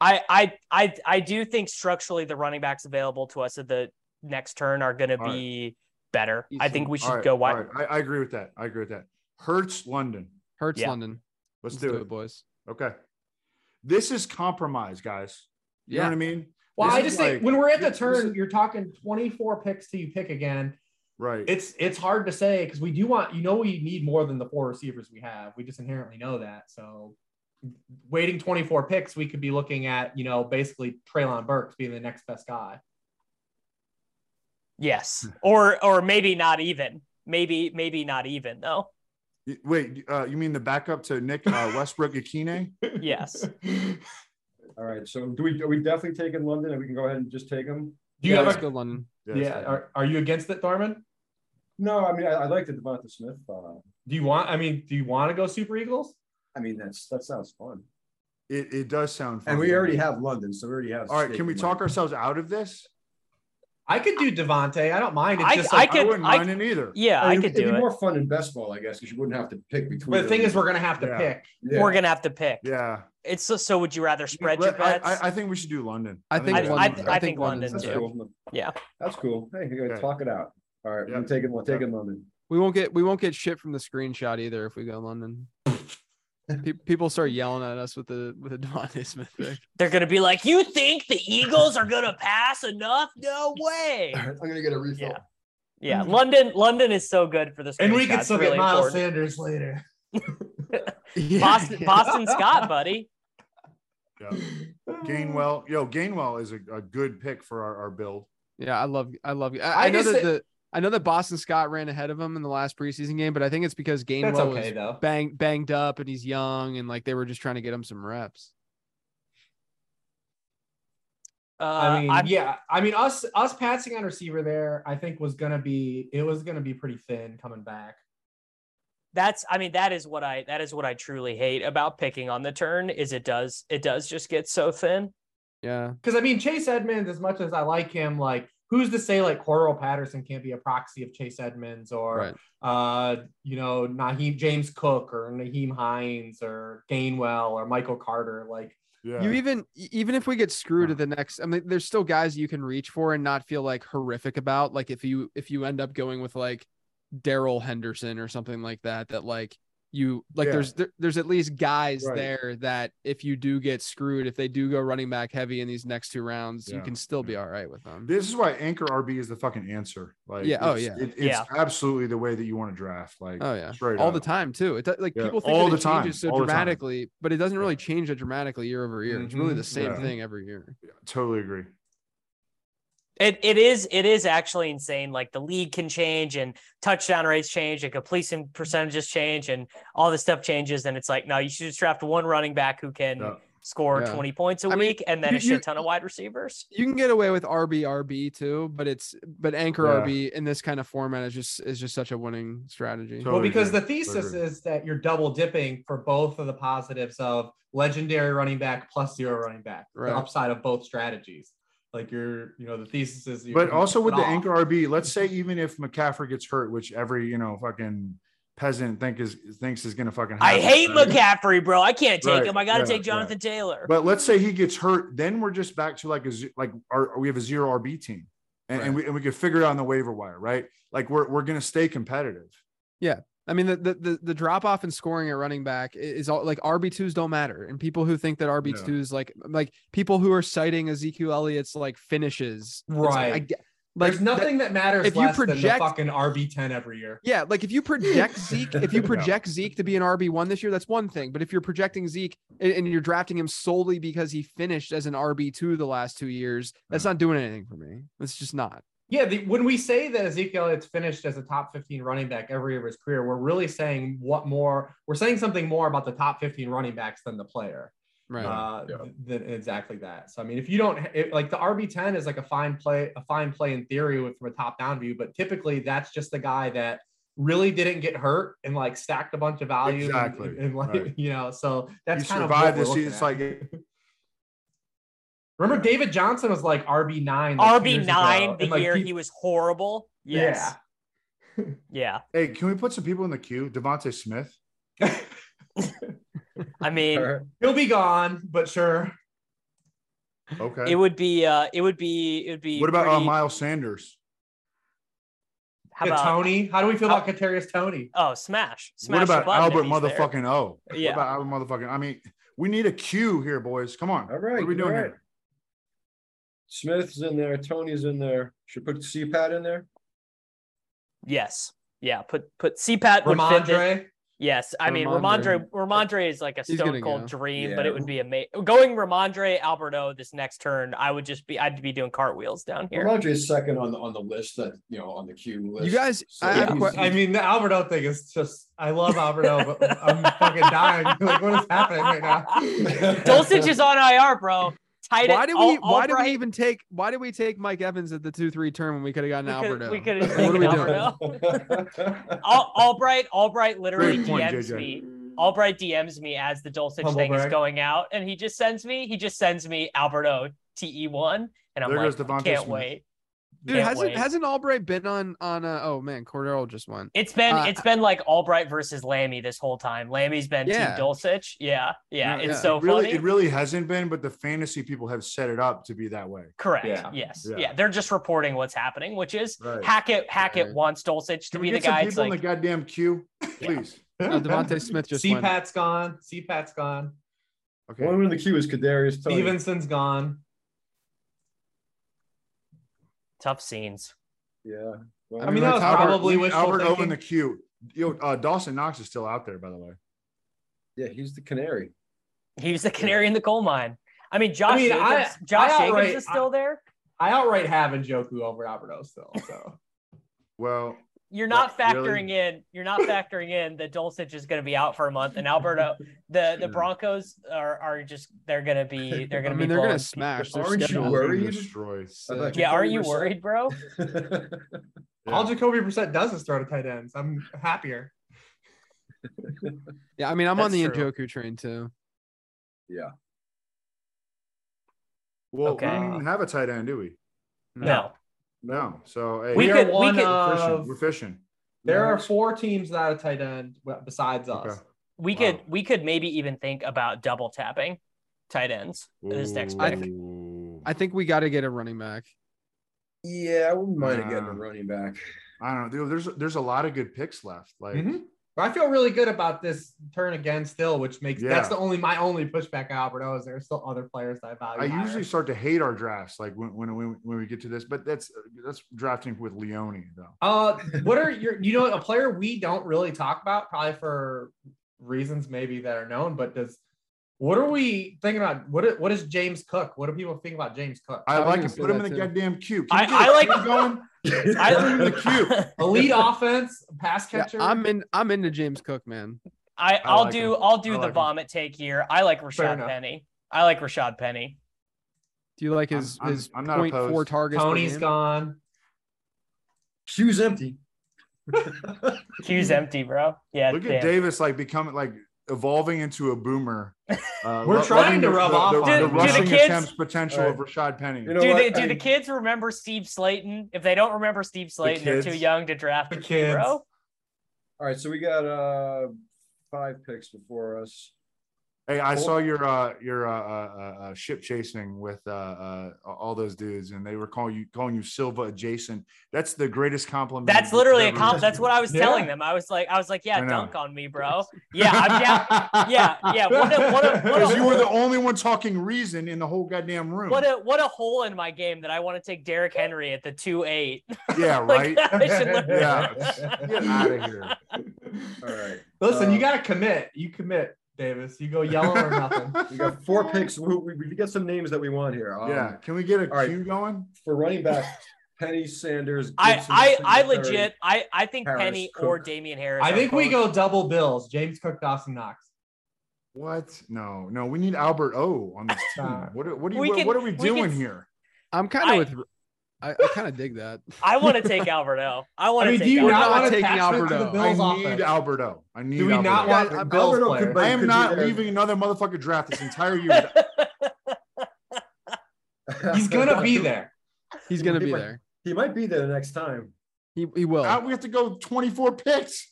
S1: I I I I do think structurally the running backs available to us at the next turn are going to
S2: All right.
S1: be better. I
S4: Easy.
S1: think we should
S2: All right,
S1: go wide.
S2: all right. I, I agree with that. I agree with that. Hurts London.
S4: Hurts
S1: Yeah.
S4: London.
S2: Let's, do, it.
S4: boys.
S2: Okay. This is compromise, guys. You know
S4: Yeah.
S2: what I mean?
S3: well,
S2: This
S3: I
S2: is
S3: just
S2: like-
S3: think when we're at the
S2: this- this
S3: turn,
S2: is-
S3: you're talking 24 picks till you pick again.
S2: Right.
S3: It's it's hard to say because we do want you know we need more than the four receivers we have. We just inherently know that. So waiting 24 picks, we could be looking at, you know, basically Traylon Burks being the next
S1: <laughs>
S3: best guy.
S2: Hmm.
S1: Yes. Or or maybe not even. Maybe maybe not even though.
S2: Y- Wait, uh, you mean the backup to Nick
S1: <laughs>
S2: uh, Westbrook Akine?
S1: Yes.
S5: All right. So do we are we definitely taking London and we can go ahead and just take him?
S3: Do you
S4: Yeah, let's
S3: have
S4: go
S3: a
S4: London.
S2: Yes.
S3: yeah? Are, are you against it, Thorman?
S5: No, I mean I, I like the Devonta Smith. Uh,
S3: Do you want? I mean, do you want to go Super Eagles?
S5: I mean that's that sounds fun.
S2: It, it does sound fun.
S5: And we already have London, so we already have.
S2: All right,
S5: stake
S2: can we
S5: in
S2: talk
S5: London.
S2: ourselves out of this?
S3: I could do Devonte. I don't mind. It's
S1: I-
S3: just
S1: I
S3: like,
S2: I
S1: could-
S2: wouldn't
S1: I-
S2: mind it either.
S1: Yeah, I
S5: mean,
S1: could
S5: it'd
S1: do
S5: be
S1: it.
S5: more fun in best ball, I guess, because you wouldn't have to pick between.
S3: but the thing
S5: them.
S3: is, we're gonna have to
S2: Yeah.
S3: pick.
S5: yeah.
S1: We're going to have to pick.
S2: Yeah.
S1: It's so, so would you rather spread your
S2: Let- I,
S1: bets?
S2: I, I think we should do London.
S4: I think
S2: that's-
S1: I- I-
S4: London.
S1: I think London
S5: That's
S4: London's
S1: too.
S4: better.
S5: cool.
S1: Yeah.
S5: That's cool. Hey, you gotta
S2: Okay.
S5: talk it out. All right,
S2: Yeah.
S5: I'm taking we'll take in London.
S4: We won't get we won't get shit from the screenshot either if we
S2: <laughs>
S4: go London. Pe- People start yelling at us with the with the Devontae Smith pick.
S1: They're going to be like, "You think the Eagles are going to pass enough? No
S2: <laughs>
S1: way."
S5: I'm gonna get a refill.
S1: Yeah. Yeah,
S4: Mm-hmm.
S1: London London is so good for this.
S3: And we can still get
S1: really
S3: Miles
S1: important.
S3: Sanders later.
S1: Boston
S3: <laughs>
S1: Boston Scott, buddy.
S2: Yeah. Gainwell, yo, Gainwell is a, a good pick for our, our build.
S4: Yeah, I love I love. I,
S3: I
S4: I, know
S3: just
S4: that
S3: thi-
S4: the I know that Boston Scott ran ahead of him in the last preseason game, but I think it's because
S3: That's
S4: Gainwell
S3: okay
S4: was
S3: though.
S4: bang, banged up and he's young and like they were just trying to get him some reps.
S1: Uh,
S3: I mean,
S1: I'm-
S3: yeah. I mean, us us passing on receiver there, I think was gonna be it was gonna be pretty thin coming back.
S1: that's i mean that is what i that is what i truly hate about picking on the turn is it does it does just get so thin
S4: Yeah,
S3: Because I mean, Chase Edmonds, as much as I like him, like who's to say like Cordell Patterson can't be a proxy of Chase Edmonds or
S4: right.
S3: uh, you know, Naheem James Cook or Naheem Hines or Gainwell or Michael Carter. Like,
S2: Yeah.
S4: You even e, even if we get screwed at the next, I mean, there's still guys you can reach for and not feel like horrific about. Like if you if you end up going with like Daryl Henderson or something like that, that like you like
S2: Yeah.
S4: there's there, there's at least guys
S5: Right.
S4: there that if you do get screwed, if they do go running back heavy in these next two rounds, you
S2: Yeah.
S4: can still be all right with them.
S2: this is why anchor RB is the fucking answer. Like,
S4: Yeah, oh,
S2: it's-
S4: yeah.
S2: it- it's
S1: Yeah.
S2: absolutely the way that you want to draft. Like,
S4: Oh yeah,
S2: straight
S4: all
S2: up.
S4: the time too. It does, like
S2: Yeah,
S4: people think
S2: all
S4: that
S2: the
S4: it
S2: time,
S4: changes so
S2: all the time.
S4: dramatically, but it doesn't really
S2: Yeah. Mm-hmm.
S4: change that dramatically year over year. It's really
S3: Mhm,
S4: the same
S2: yeah.
S4: thing every year.
S2: Totally agree.
S1: it, it is it is actually insane like the league can change and touchdown rates change and completion percentages change and all this stuff changes and it's like no you should just draft one running back who can
S2: Yeah.
S1: score
S4: Yeah.
S1: 20 points a
S4: I mean,
S1: week and then
S4: you-
S1: a
S4: you-
S1: shit ton of wide receivers
S4: You can get away with RB RB too, but it's but anchor
S2: Yeah.
S4: RB in this kind of format is just is just such a winning strategy.
S2: So-
S3: well,
S2: Totally
S3: because
S2: agree.
S3: the thesis
S2: Totally agree.
S3: is that you're double dipping for both of the positives of legendary running back plus zero running back,
S4: Right.
S3: the upside of both strategies. Like, you're, you know, the thesis is, you're
S2: But also with the
S3: off.
S2: anchor RB, let's say even if McCaffrey gets hurt, which every you know fucking peasant think is thinks is gonna fucking.
S1: i
S2: happen,
S1: hate
S2: right?
S1: mccaffrey bro i can't take
S2: Right,
S1: him i gotta
S2: yeah,
S1: take jonathan taylor
S2: But let's say he gets hurt, then we're just back to like a ze- like our we have a zero RB team, and, and we and we could figure it out on the waiver wire, right? Like we're we're gonna stay competitive.
S4: I mean, the, the the the drop off in scoring at running back i- is all like RB twos don't matter, and people who think that RB twos like like people who are citing Ezekiel Elliott's like finishes, it's like,
S3: Right.
S4: I get- like
S3: There's nothing that, matters
S4: if you
S3: less than the
S4: project-
S3: fucking RB10 every year.
S4: Yeah, like if you project Zeke, if you
S2: Yeah.
S4: project Zeke to be an RB one this year, that's one thing. But if you're projecting Zeke and, and you're drafting him solely because he finished as an RB two the last two years, that's not doing anything for me. It's just not.
S3: Yeah, the, when we say that Ezekiel Elliott's finished as a top 15 running back every year of his career, we're really saying what more, we're saying something more about the top 15 running backs than the player.
S4: Right.
S3: uh,
S5: yeah.
S3: th- than exactly that. So I mean, if you don't it, like the RB ten is like a fine play, a fine play in theory with, from a top down view, but typically that's just the guy that really didn't get hurt and like stacked a bunch of value.
S2: Exactly.
S3: And, and, like,
S2: Right.
S3: <laughs> you know, so that's
S2: you
S3: kind
S2: survived
S3: of
S2: this
S3: what
S2: season. It's
S3: like
S2: like
S3: remember David Johnson was like RB nine.
S1: RB nine the year he was horrible. Yes. Yeah.
S2: Hey, can we put some people in the queue? Devonte Smith.
S3: Yeah.
S1: I mean,
S3: He'll be gone, but sure.
S2: Okay.
S1: it would be uh it would be it would be
S2: what about uh,
S1: pretty-
S2: Miles Sanders?
S1: how
S3: Yeah,
S1: about
S3: Tony. How do we feel about Katarius Tony?
S1: Oh, smash. Smash
S2: What
S1: the
S2: about
S1: button if
S2: Albert
S1: he's there.
S2: motherfucking O?
S1: Yeah.
S2: What about Albert motherfucking? I mean, we need a queue here, boys. Come on.
S5: All right,
S2: What are we doing
S5: all right.
S2: here?
S5: Smith's in there. Tony's in there. Should put CPAT in there.
S1: Yes. Yeah, put put CPAT would fit thi-
S3: Ramondre.
S1: Yes, I mean Ramondre.
S4: Ramondre.
S1: Ramondre is like a
S4: He's
S1: stone
S4: gonna
S1: cold
S4: go.
S1: dream,
S5: Yeah.
S1: but it would be amazing. Going Ramondre Alberto this next turn, I would just be. I'd be doing cartwheels down here.
S5: Ramondre's second on the on the list that you know on the queue list.
S4: You
S5: <laughs>
S4: guys,
S5: So
S4: I have a
S5: he's-
S4: question.
S3: I mean, the Alberto thing is just, I love Alberto, but I'm fucking dying. <laughs> Like, what is happening right now?
S1: <laughs> Dulcich is on IR, bro. Tight.
S4: Why did we?
S1: Al-
S4: Why did we
S1: Albright-
S4: even take? Why did we take Mike Evans at the two three turn when we could have gotten
S1: We could- we could
S2: <laughs>
S4: Alberto?
S1: have
S4: Like,
S1: taken
S4: what
S1: <laughs>
S4: are we doing?
S1: Alberto.
S5: <laughs>
S1: <laughs> Al- Albright. Albright literally
S2: Great point,
S1: DMs
S2: JJ.
S1: me. Albright DMs me as the Dulcich
S3: Humble
S1: thing is
S3: brag.
S1: going out, and he just sends me. He just sends me Alberto TE E one, and I'm
S2: There
S1: like,
S2: goes
S1: I
S2: Devontae
S1: can't
S2: Smith.
S1: wait.
S4: Dude,
S1: Can't
S4: hasn't
S1: wait.
S4: hasn't Albright been on on? Uh, oh man, Cordero just won.
S1: It's been
S4: Uh,
S1: it's been like Albright versus Lammy this whole time. Lammy's been
S4: Yeah.
S1: Team Dulcich. Yeah, yeah.
S2: No,
S1: it's
S4: yeah.
S1: so
S2: it really,
S1: funny.
S2: It really hasn't been, but the fantasy people have set it up to be that way.
S1: Correct.
S3: Yeah.
S1: Yes. Yeah.
S2: Yeah.
S1: They're just reporting what's happening, which is
S2: Right.
S1: Hackett. Hackett
S4: Right.
S1: wants Dulcich to
S2: Can
S1: be
S2: we
S1: the
S2: get some
S1: guy. It's
S2: people in the
S1: like
S2: goddamn queue, please?
S4: No, Devontae Smith just won.
S3: CPAT's gone. CPAT's gone.
S2: Okay.
S5: One in the queue is Kadarius Tony.
S3: Stevenson's gone.
S1: tough scenes.
S5: Yeah. Well,
S3: I mean, that was
S2: Albert-
S3: probably
S2: leave
S3: wishful
S2: Albert O
S3: thinking.
S2: in the queue. Yo, uh, Dawson Knox is still out there, by the way.
S5: yeah, he's the canary.
S1: He was the canary in the coal mine. I mean, Josh.
S3: mean, I-
S1: Jacobs, Josh
S3: I outright-
S1: Jacobs is still there.
S3: I outright have Njoku over Alberto still. So
S2: Well,
S1: You're not
S2: Yeah,
S1: factoring
S2: really.
S1: in. You're not factoring in that Dulcich is going to be out for a month, and Alberto, the the
S2: Yeah.
S1: Broncos are are just they're going to be they're
S4: I
S1: going to be.
S4: mean, they're gonna
S1: blowing-
S4: smash. Their
S5: Aren't you
S4: schedule.
S5: worried?
S2: Been destroyed.
S5: I thought
S1: Yeah, aren't you worried,
S5: 40%.
S1: bro?
S3: all Jacoby Brissett does is throw to tight ends. I'm happier.
S4: Yeah, I mean, I'm on the
S1: That's true.
S4: Njoku train too.
S5: <laughs> yeah.
S2: Well,
S1: Okay.
S2: we don't even have a tight end, do we?
S1: No.
S2: No. So hey,
S1: We
S3: We,
S2: we're,
S3: are
S1: could- we
S3: one
S1: could-
S3: of.
S2: fishing. we're fishing.
S3: there are four teams without a tight end besides us.
S2: Okay.
S1: We
S2: Wow.
S1: could we could maybe even think about double tapping tight ends in this next pick.
S2: Ooh.
S4: I think we got to get a running back.
S5: Yeah, I wouldn't mind
S2: Nah.
S5: getting a running back.
S2: I Mm-hmm. don't know. dude, There's there's a lot of good picks left. Like
S3: Mhm. But I feel really good about this turn again still, which makes
S2: Yeah.
S3: that's the only my only pushback at Alberto is there are still other players that I value.
S2: I
S3: higher.
S2: usually start to hate our drafts, like when when when, when we get to this. But that's that's drafting with Leone though.
S3: Uh, what
S5: <laughs>
S3: are your, you know, a player we don't really talk about, probably for reasons maybe that are known, but does, what are we thinking about? What, i- what is James Cook? What do people think about James Cook?
S2: I,
S4: I was
S2: like
S4: gonna
S2: him.
S4: say
S2: Put him
S4: that
S2: in the
S4: too.
S2: goddamn queue. Can
S1: I,
S2: we get
S1: I
S2: a
S1: like
S2: queue going? Put
S5: <laughs>
S2: him in the queue.
S1: I,
S3: Elite offense, pass
S4: Yeah,
S3: catcher.
S4: I'm in. I'm into James Cook, man.
S1: <laughs> I I'll
S2: like
S1: do
S2: him.
S1: I'll do
S2: I
S1: the
S2: like him.
S1: vomit take here. I like Rashad
S3: enough.
S1: Penny. I like Rashad Penny.
S4: Do you like
S2: I'm-
S4: his
S2: I'm-
S4: his
S2: I'm not
S4: point
S2: opposed.
S4: four targets? per
S3: Tony's
S4: game?
S3: gone.
S5: Queue's empty.
S1: Q's empty, bro. Yeah,
S2: Look
S1: damn.
S2: at Davis like becoming like evolving into a boomer. Uh,
S3: We're
S2: lo-
S3: trying
S2: loving
S3: to
S2: the-
S3: rub
S2: the,
S3: off
S2: the,
S3: on
S2: the
S1: him. Do- do the
S2: rushing
S1: kids-
S2: attempts potential
S5: All
S2: of Rashad Penny.
S5: You know
S1: do
S5: what?
S1: they, do
S5: I-
S1: the kids remember Steve Slayton? If they don't remember Steve Slayton, they're too
S2: kids.
S1: young to draft
S3: The
S1: a kid, bro.
S5: All right, so we got uh five picks before us.
S2: hey, I
S5: Cool.
S2: saw your uh, your uh, uh, uh, ship chasing with uh, uh, all those dudes, and they were calling you calling you Silva adjacent. That's the greatest compliment.
S1: That's
S2: you've
S1: literally a
S2: ever
S1: comp. That's what I was
S3: Yeah.
S1: telling them. I was like, I was like, yeah,
S2: I know.
S1: dunk on me, bro. Yeah, I'm down. Yeah, yeah. What a what a what
S2: Because
S1: a
S2: you were the only one talking reason in the whole goddamn room.
S1: What a what a hole in my game that I want to take Derrick Henry at the two eight.
S2: <laughs>
S1: <laughs>
S2: yeah, right. <laughs>
S1: I should learn.
S2: Yeah. Get out of here.
S5: All right.
S3: Listen,
S5: Uh,
S3: you got to commit. You commit, Davis. You go yellow or
S2: <laughs>
S3: nothing.
S5: We
S1: <laughs>
S5: got four picks. We, we, we got some names that we want here. Um,
S2: Yeah, can we get a
S5: all right.
S2: cue going?
S5: For running back, Penny Sanders.
S1: I
S5: Gibson,
S1: I I
S5: Singletary.
S1: legit I I think
S5: Harris,
S1: Penny or
S5: Cook.
S1: Damian Harris.
S3: I
S1: are
S3: think we
S1: both-
S3: go double bills. James Cook, Dawson Knox.
S2: What? No, no, we need Albert O on this team.
S3: Uh,
S2: What, are- what, are you,
S1: we
S2: what,
S1: can-
S2: what are we
S1: we can
S2: doing
S1: s-
S2: here?
S4: I'm kind
S1: I-
S4: of with. I, I kind of dig that.
S1: I want to take Alberto. I want
S3: I mean,
S1: to
S3: do
S1: take
S3: you
S4: We're
S3: not
S4: not
S3: want
S4: taking
S3: to attachment to
S4: Alberto.
S3: the
S2: I
S3: Bills
S2: need
S3: offense?
S2: Alberto. I need
S3: do we not
S2: Alberto.
S3: want
S4: Yeah,
S3: a Bills
S5: Alberto
S3: player?
S5: could-
S2: I am
S5: Could
S2: not
S5: you-
S2: leaving another motherfucking draft
S1: <laughs>
S2: this entire year.
S3: He's gonna
S5: <laughs>
S3: be there.
S4: He's gonna be
S5: People-
S4: there.
S5: He might be there the next time.
S4: He he will.
S2: Now we have to go 24 picks.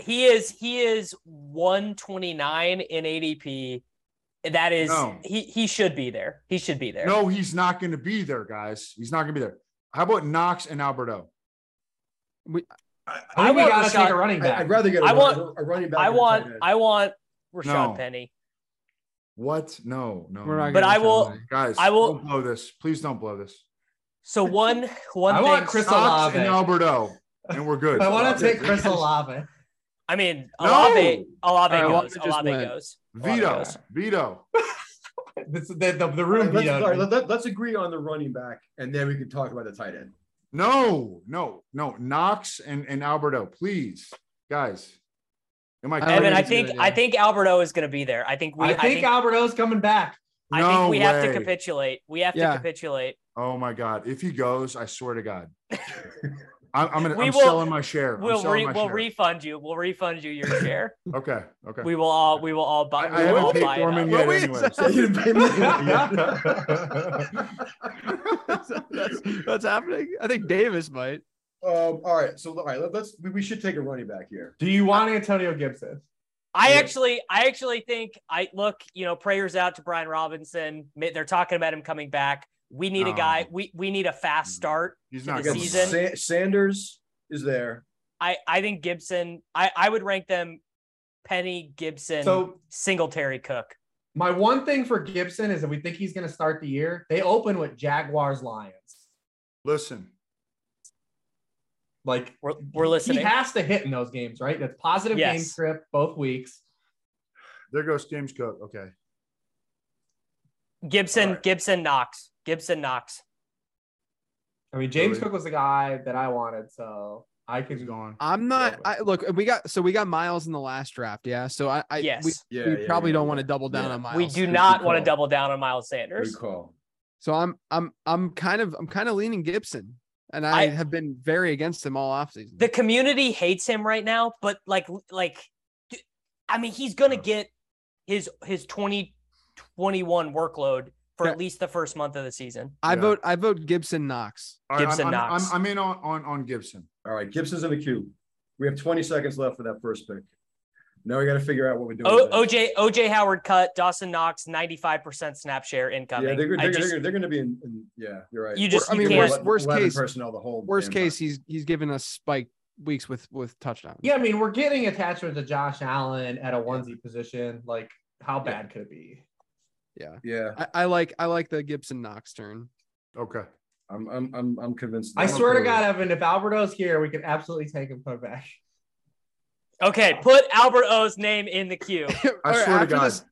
S1: He is he is 129 in ADP. That is
S2: No.
S1: he he should be there. He should be there.
S2: No, he's not going to be there, guys. He's not going to be there. How about Knox and Alberto?
S5: I,
S3: I think we
S1: want
S3: gotta
S1: Rashad-
S3: take a running back.
S5: would rather get a,
S1: I
S5: run-
S1: want-
S5: a running back.
S1: I
S5: than a
S1: want
S5: tight end.
S1: I want Rashad
S2: No.
S1: Penny.
S2: What? No, no.
S4: We're
S2: no.
S4: not
S1: But
S4: gonna
S1: I
S4: show
S1: will-
S4: money.
S2: guys,
S1: I will-
S2: don't blow this. Please don't blow this.
S1: So one one
S3: I
S1: thing
S3: want Chris-
S2: Knox
S3: Olave.
S2: and Alberto, and we're good.
S3: I want to take Chris Olave.
S1: I mean
S2: No.
S1: Alave Alave
S4: All right, Olave
S1: goes.
S4: just
S1: Alave
S4: went.
S1: goes.
S2: Vito. Vito.
S3: This, the, the, the
S5: All
S3: room
S5: right, let's, all
S3: vetoed
S5: right,
S3: me.
S5: let, let, let's agree on the running back, and then we can talk about the tight end. <laughs>
S2: No, no, no. Knox and, and Alberto, please, guys. Am I?
S4: I
S1: Evan,
S4: think
S1: I
S4: it's a good
S1: think
S4: idea.
S1: I think Alberto is going to be there. I think we
S3: I think Alberto's coming back.
S1: I think
S2: No
S1: we have to
S2: way.
S1: capitulate. We have
S4: Yeah.
S1: to capitulate.
S2: Oh my God! If he goes, I swear
S1: <laughs>
S2: to God, I'm, I'm gonna.
S1: We
S2: I'm
S1: will-
S2: selling my share. I'm
S1: We'll
S2: selling
S1: re-
S2: my
S1: we'll
S2: share.
S1: refund you. We'll refund you
S2: <laughs>
S1: your share.
S2: okay. Okay.
S1: We will all we will all buy.
S2: I, I
S1: we will all
S2: haven't
S1: buy it up.
S2: paid Foreman
S4: Well,
S2: yet,
S4: wait a
S2: anyway.
S5: So you didn't pay me.
S4: <laughs> that's, that's happening. I think Davis might.
S5: <laughs> Um, all right, so all right, let, us We, we should take a running back here.
S3: Do you want Antonio Gibson?
S1: I
S5: Yeah.
S1: actually, I actually think I look. You know, prayers out to Brian Robinson. Ma- They're talking about him coming back. We need a
S2: No.
S1: guy. We we need a fast
S2: Mm.
S1: start.
S2: <laughs> He's
S1: to
S2: not
S1: the
S5: We got
S2: going
S1: season.
S2: to.
S5: Sa- Sanders is there.
S1: I I think Gibson. I I would rank them Penny Gibson,
S3: So
S1: Singletary Cook.
S3: my one thing for Gibson is that we think he's going to start the year. They open with Jaguars Lions.
S2: Listen,
S3: Like
S1: We're we're
S3: he
S1: listening.
S3: has to hit in those games, right? That's positive game
S1: Yes.
S3: script both weeks.
S2: there goes James Cook. Okay.
S1: Gibson,
S5: Alright.
S1: Gibson, Knox, Gibson, Knox.
S3: I mean, James
S2: Really?
S3: Cook was the guy that I wanted, so I
S2: He's
S3: could go.
S2: gone.
S4: I'm not.
S3: but-
S4: I look. We got so we got Miles in the last draft. Yeah. So I. I
S1: yes,
S4: We,
S5: Yeah,
S4: we probably don't want to double down
S5: Yeah.
S4: on Miles.
S1: we do
S5: good
S1: not want to
S5: call.
S1: double down on Miles
S5: Good
S1: Sanders.
S5: call.
S4: So I'm I'm I'm kind of I'm kind of leaning Gibson, and I,
S1: I-
S4: have been very against him all offseason.
S1: the community hates him right now but like like d- i mean he's gonna get his his 2021 workload for
S4: Yeah.
S1: at least the first month of the season
S4: I
S2: Yeah.
S4: vote I vote Gibson Knox.
S2: All right, I'm-
S1: Gibson
S2: I'm,
S1: Knox.
S2: I'm, I'm in on, on on Gibson.
S5: All right, Gibson's in the queue. We have 20 seconds left for that first pick. Now we got to figure out what we're doing.
S1: o,
S5: with that.
S1: oj oj howard cut dawson knox 95% snap share
S5: Yeah,
S1: incoming
S5: they're, they're,
S1: I
S5: they're,
S1: just-
S5: they're, going to be in, in. Yeah, you're right.
S1: You just-
S4: I
S1: you
S4: mean,
S1: can't-
S4: worst, worst
S5: 11
S4: case,
S5: personnel the whole
S4: worst
S5: damn
S4: case,
S5: time.
S4: he's he's given us spike weeks with with touchdowns.
S3: Yeah, I mean, we're getting attachment to Josh Allen at a onesie position. Like, how bad could it be?
S4: yeah.
S5: yeah.
S4: I, I like I like the Gibson Knox turn. <laughs>
S2: Okay.
S5: I'm I'm I'm, I'm convinced.
S3: I
S5: I'm
S3: swear to
S5: okay
S3: God,
S5: with
S3: Evan, if Alberto's here, we could absolutely take him come back.
S1: okay put albert o's name in the
S5: <laughs>
S1: queue
S2: I
S4: All right,
S2: swear to
S4: after
S2: God,
S4: this-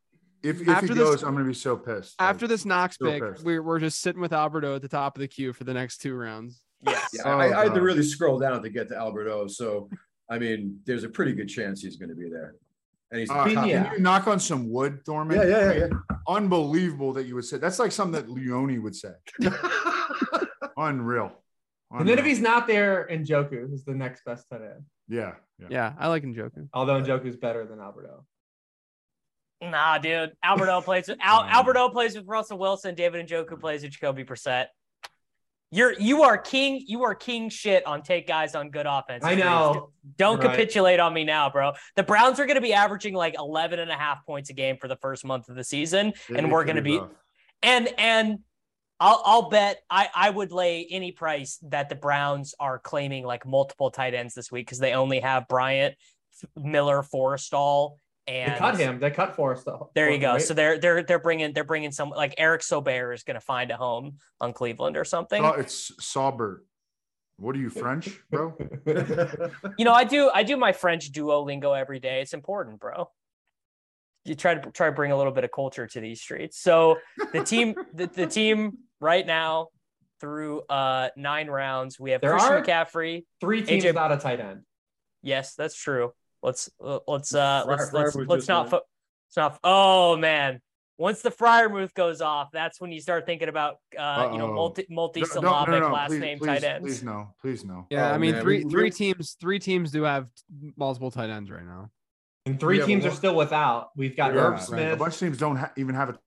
S2: if if he
S4: after this-
S2: goes, I'm gonna be so pissed.
S4: after this Knox
S2: Still
S4: pick,
S2: pissed.
S4: we're, we're just sitting with Alberto at the top of the queue for the next two rounds.
S1: yes
S5: it. Yeah,
S2: Oh,
S5: I, I had to
S2: God.
S5: really scroll down to get to Alberto. So, I mean, there's a pretty good chance he's going to be there, and he's
S2: All right,
S5: top-
S3: Yeah.
S2: Can you knock on some wood, Thorman?
S5: yeah, yeah, yeah,
S2: Unbelievable that you would say. That's like something that Leone would
S5: <laughs>
S2: say.
S5: yeah.
S2: Unreal.
S3: And then if
S2: Unreal.
S3: he's not there, Njoku is the next best tight end.
S2: yeah, yeah.
S4: Yeah, I like Njoku.
S3: Although Njoku's better than Alberto.
S1: nah dude albert o plays with Al, albert o plays with russell wilson david Njoku plays with jacoby Brissett. you're you are king you are king shit on take guys on good offense
S3: I know.
S1: Don't
S3: Right.
S1: capitulate on me now, bro. The Browns are going to be averaging like 11 and a half points a game for the first month of the season.
S2: It-
S1: and
S2: it
S1: we're
S2: could
S1: going to be,
S2: rough.
S1: and, and I'll, I'll bet I, I would lay any price that the Browns are claiming like multiple tight ends this week because they only have Bryant, F- Miller, Forrestall,
S3: They
S1: and
S3: cut him. They cut Forrest though.
S1: There you go.
S3: Right?
S1: So they're they're they're bringing they're bringing some like Eric Sober is going to find a home on Cleveland or something.
S2: Oh, it's Saubert. What are you French, bro?
S1: you know, I do I do my French Duolingo every day. It's important, bro. You try to try to bring a little bit of culture to these streets. So the
S2: <laughs>
S1: team the, the team right now through uh nine rounds, we have
S3: There
S1: Christian
S3: are-
S1: McCaffrey.
S3: Three teams
S1: AJ
S3: without a tight end.
S1: Yes, that's true. Let's uh, let's uh
S5: Fry-
S1: let's
S5: Fryer
S1: let's,
S5: was
S1: let's
S5: just
S1: not
S5: on.
S1: fo- let's not oh man. Once the Fryermuth goes off, that's when you start thinking about uh, you know
S2: Uh-oh.
S1: multi multi
S2: No, no,
S1: syllabic
S2: no, no,
S1: last
S2: please-
S1: name
S2: please-
S1: tight ends.
S2: Please no, please no.
S4: Yeah,
S5: Oh,
S4: I mean
S5: man,
S4: three
S5: we-
S4: three
S5: we're-
S4: teams three teams do have t- multiple tight ends right now.
S3: And three
S5: Yeah, but
S3: teams are
S5: what-
S3: still without. We've got
S5: Yeah,
S3: Herb
S5: right.
S3: Smith.
S2: A bunch of teams don't ha- even have a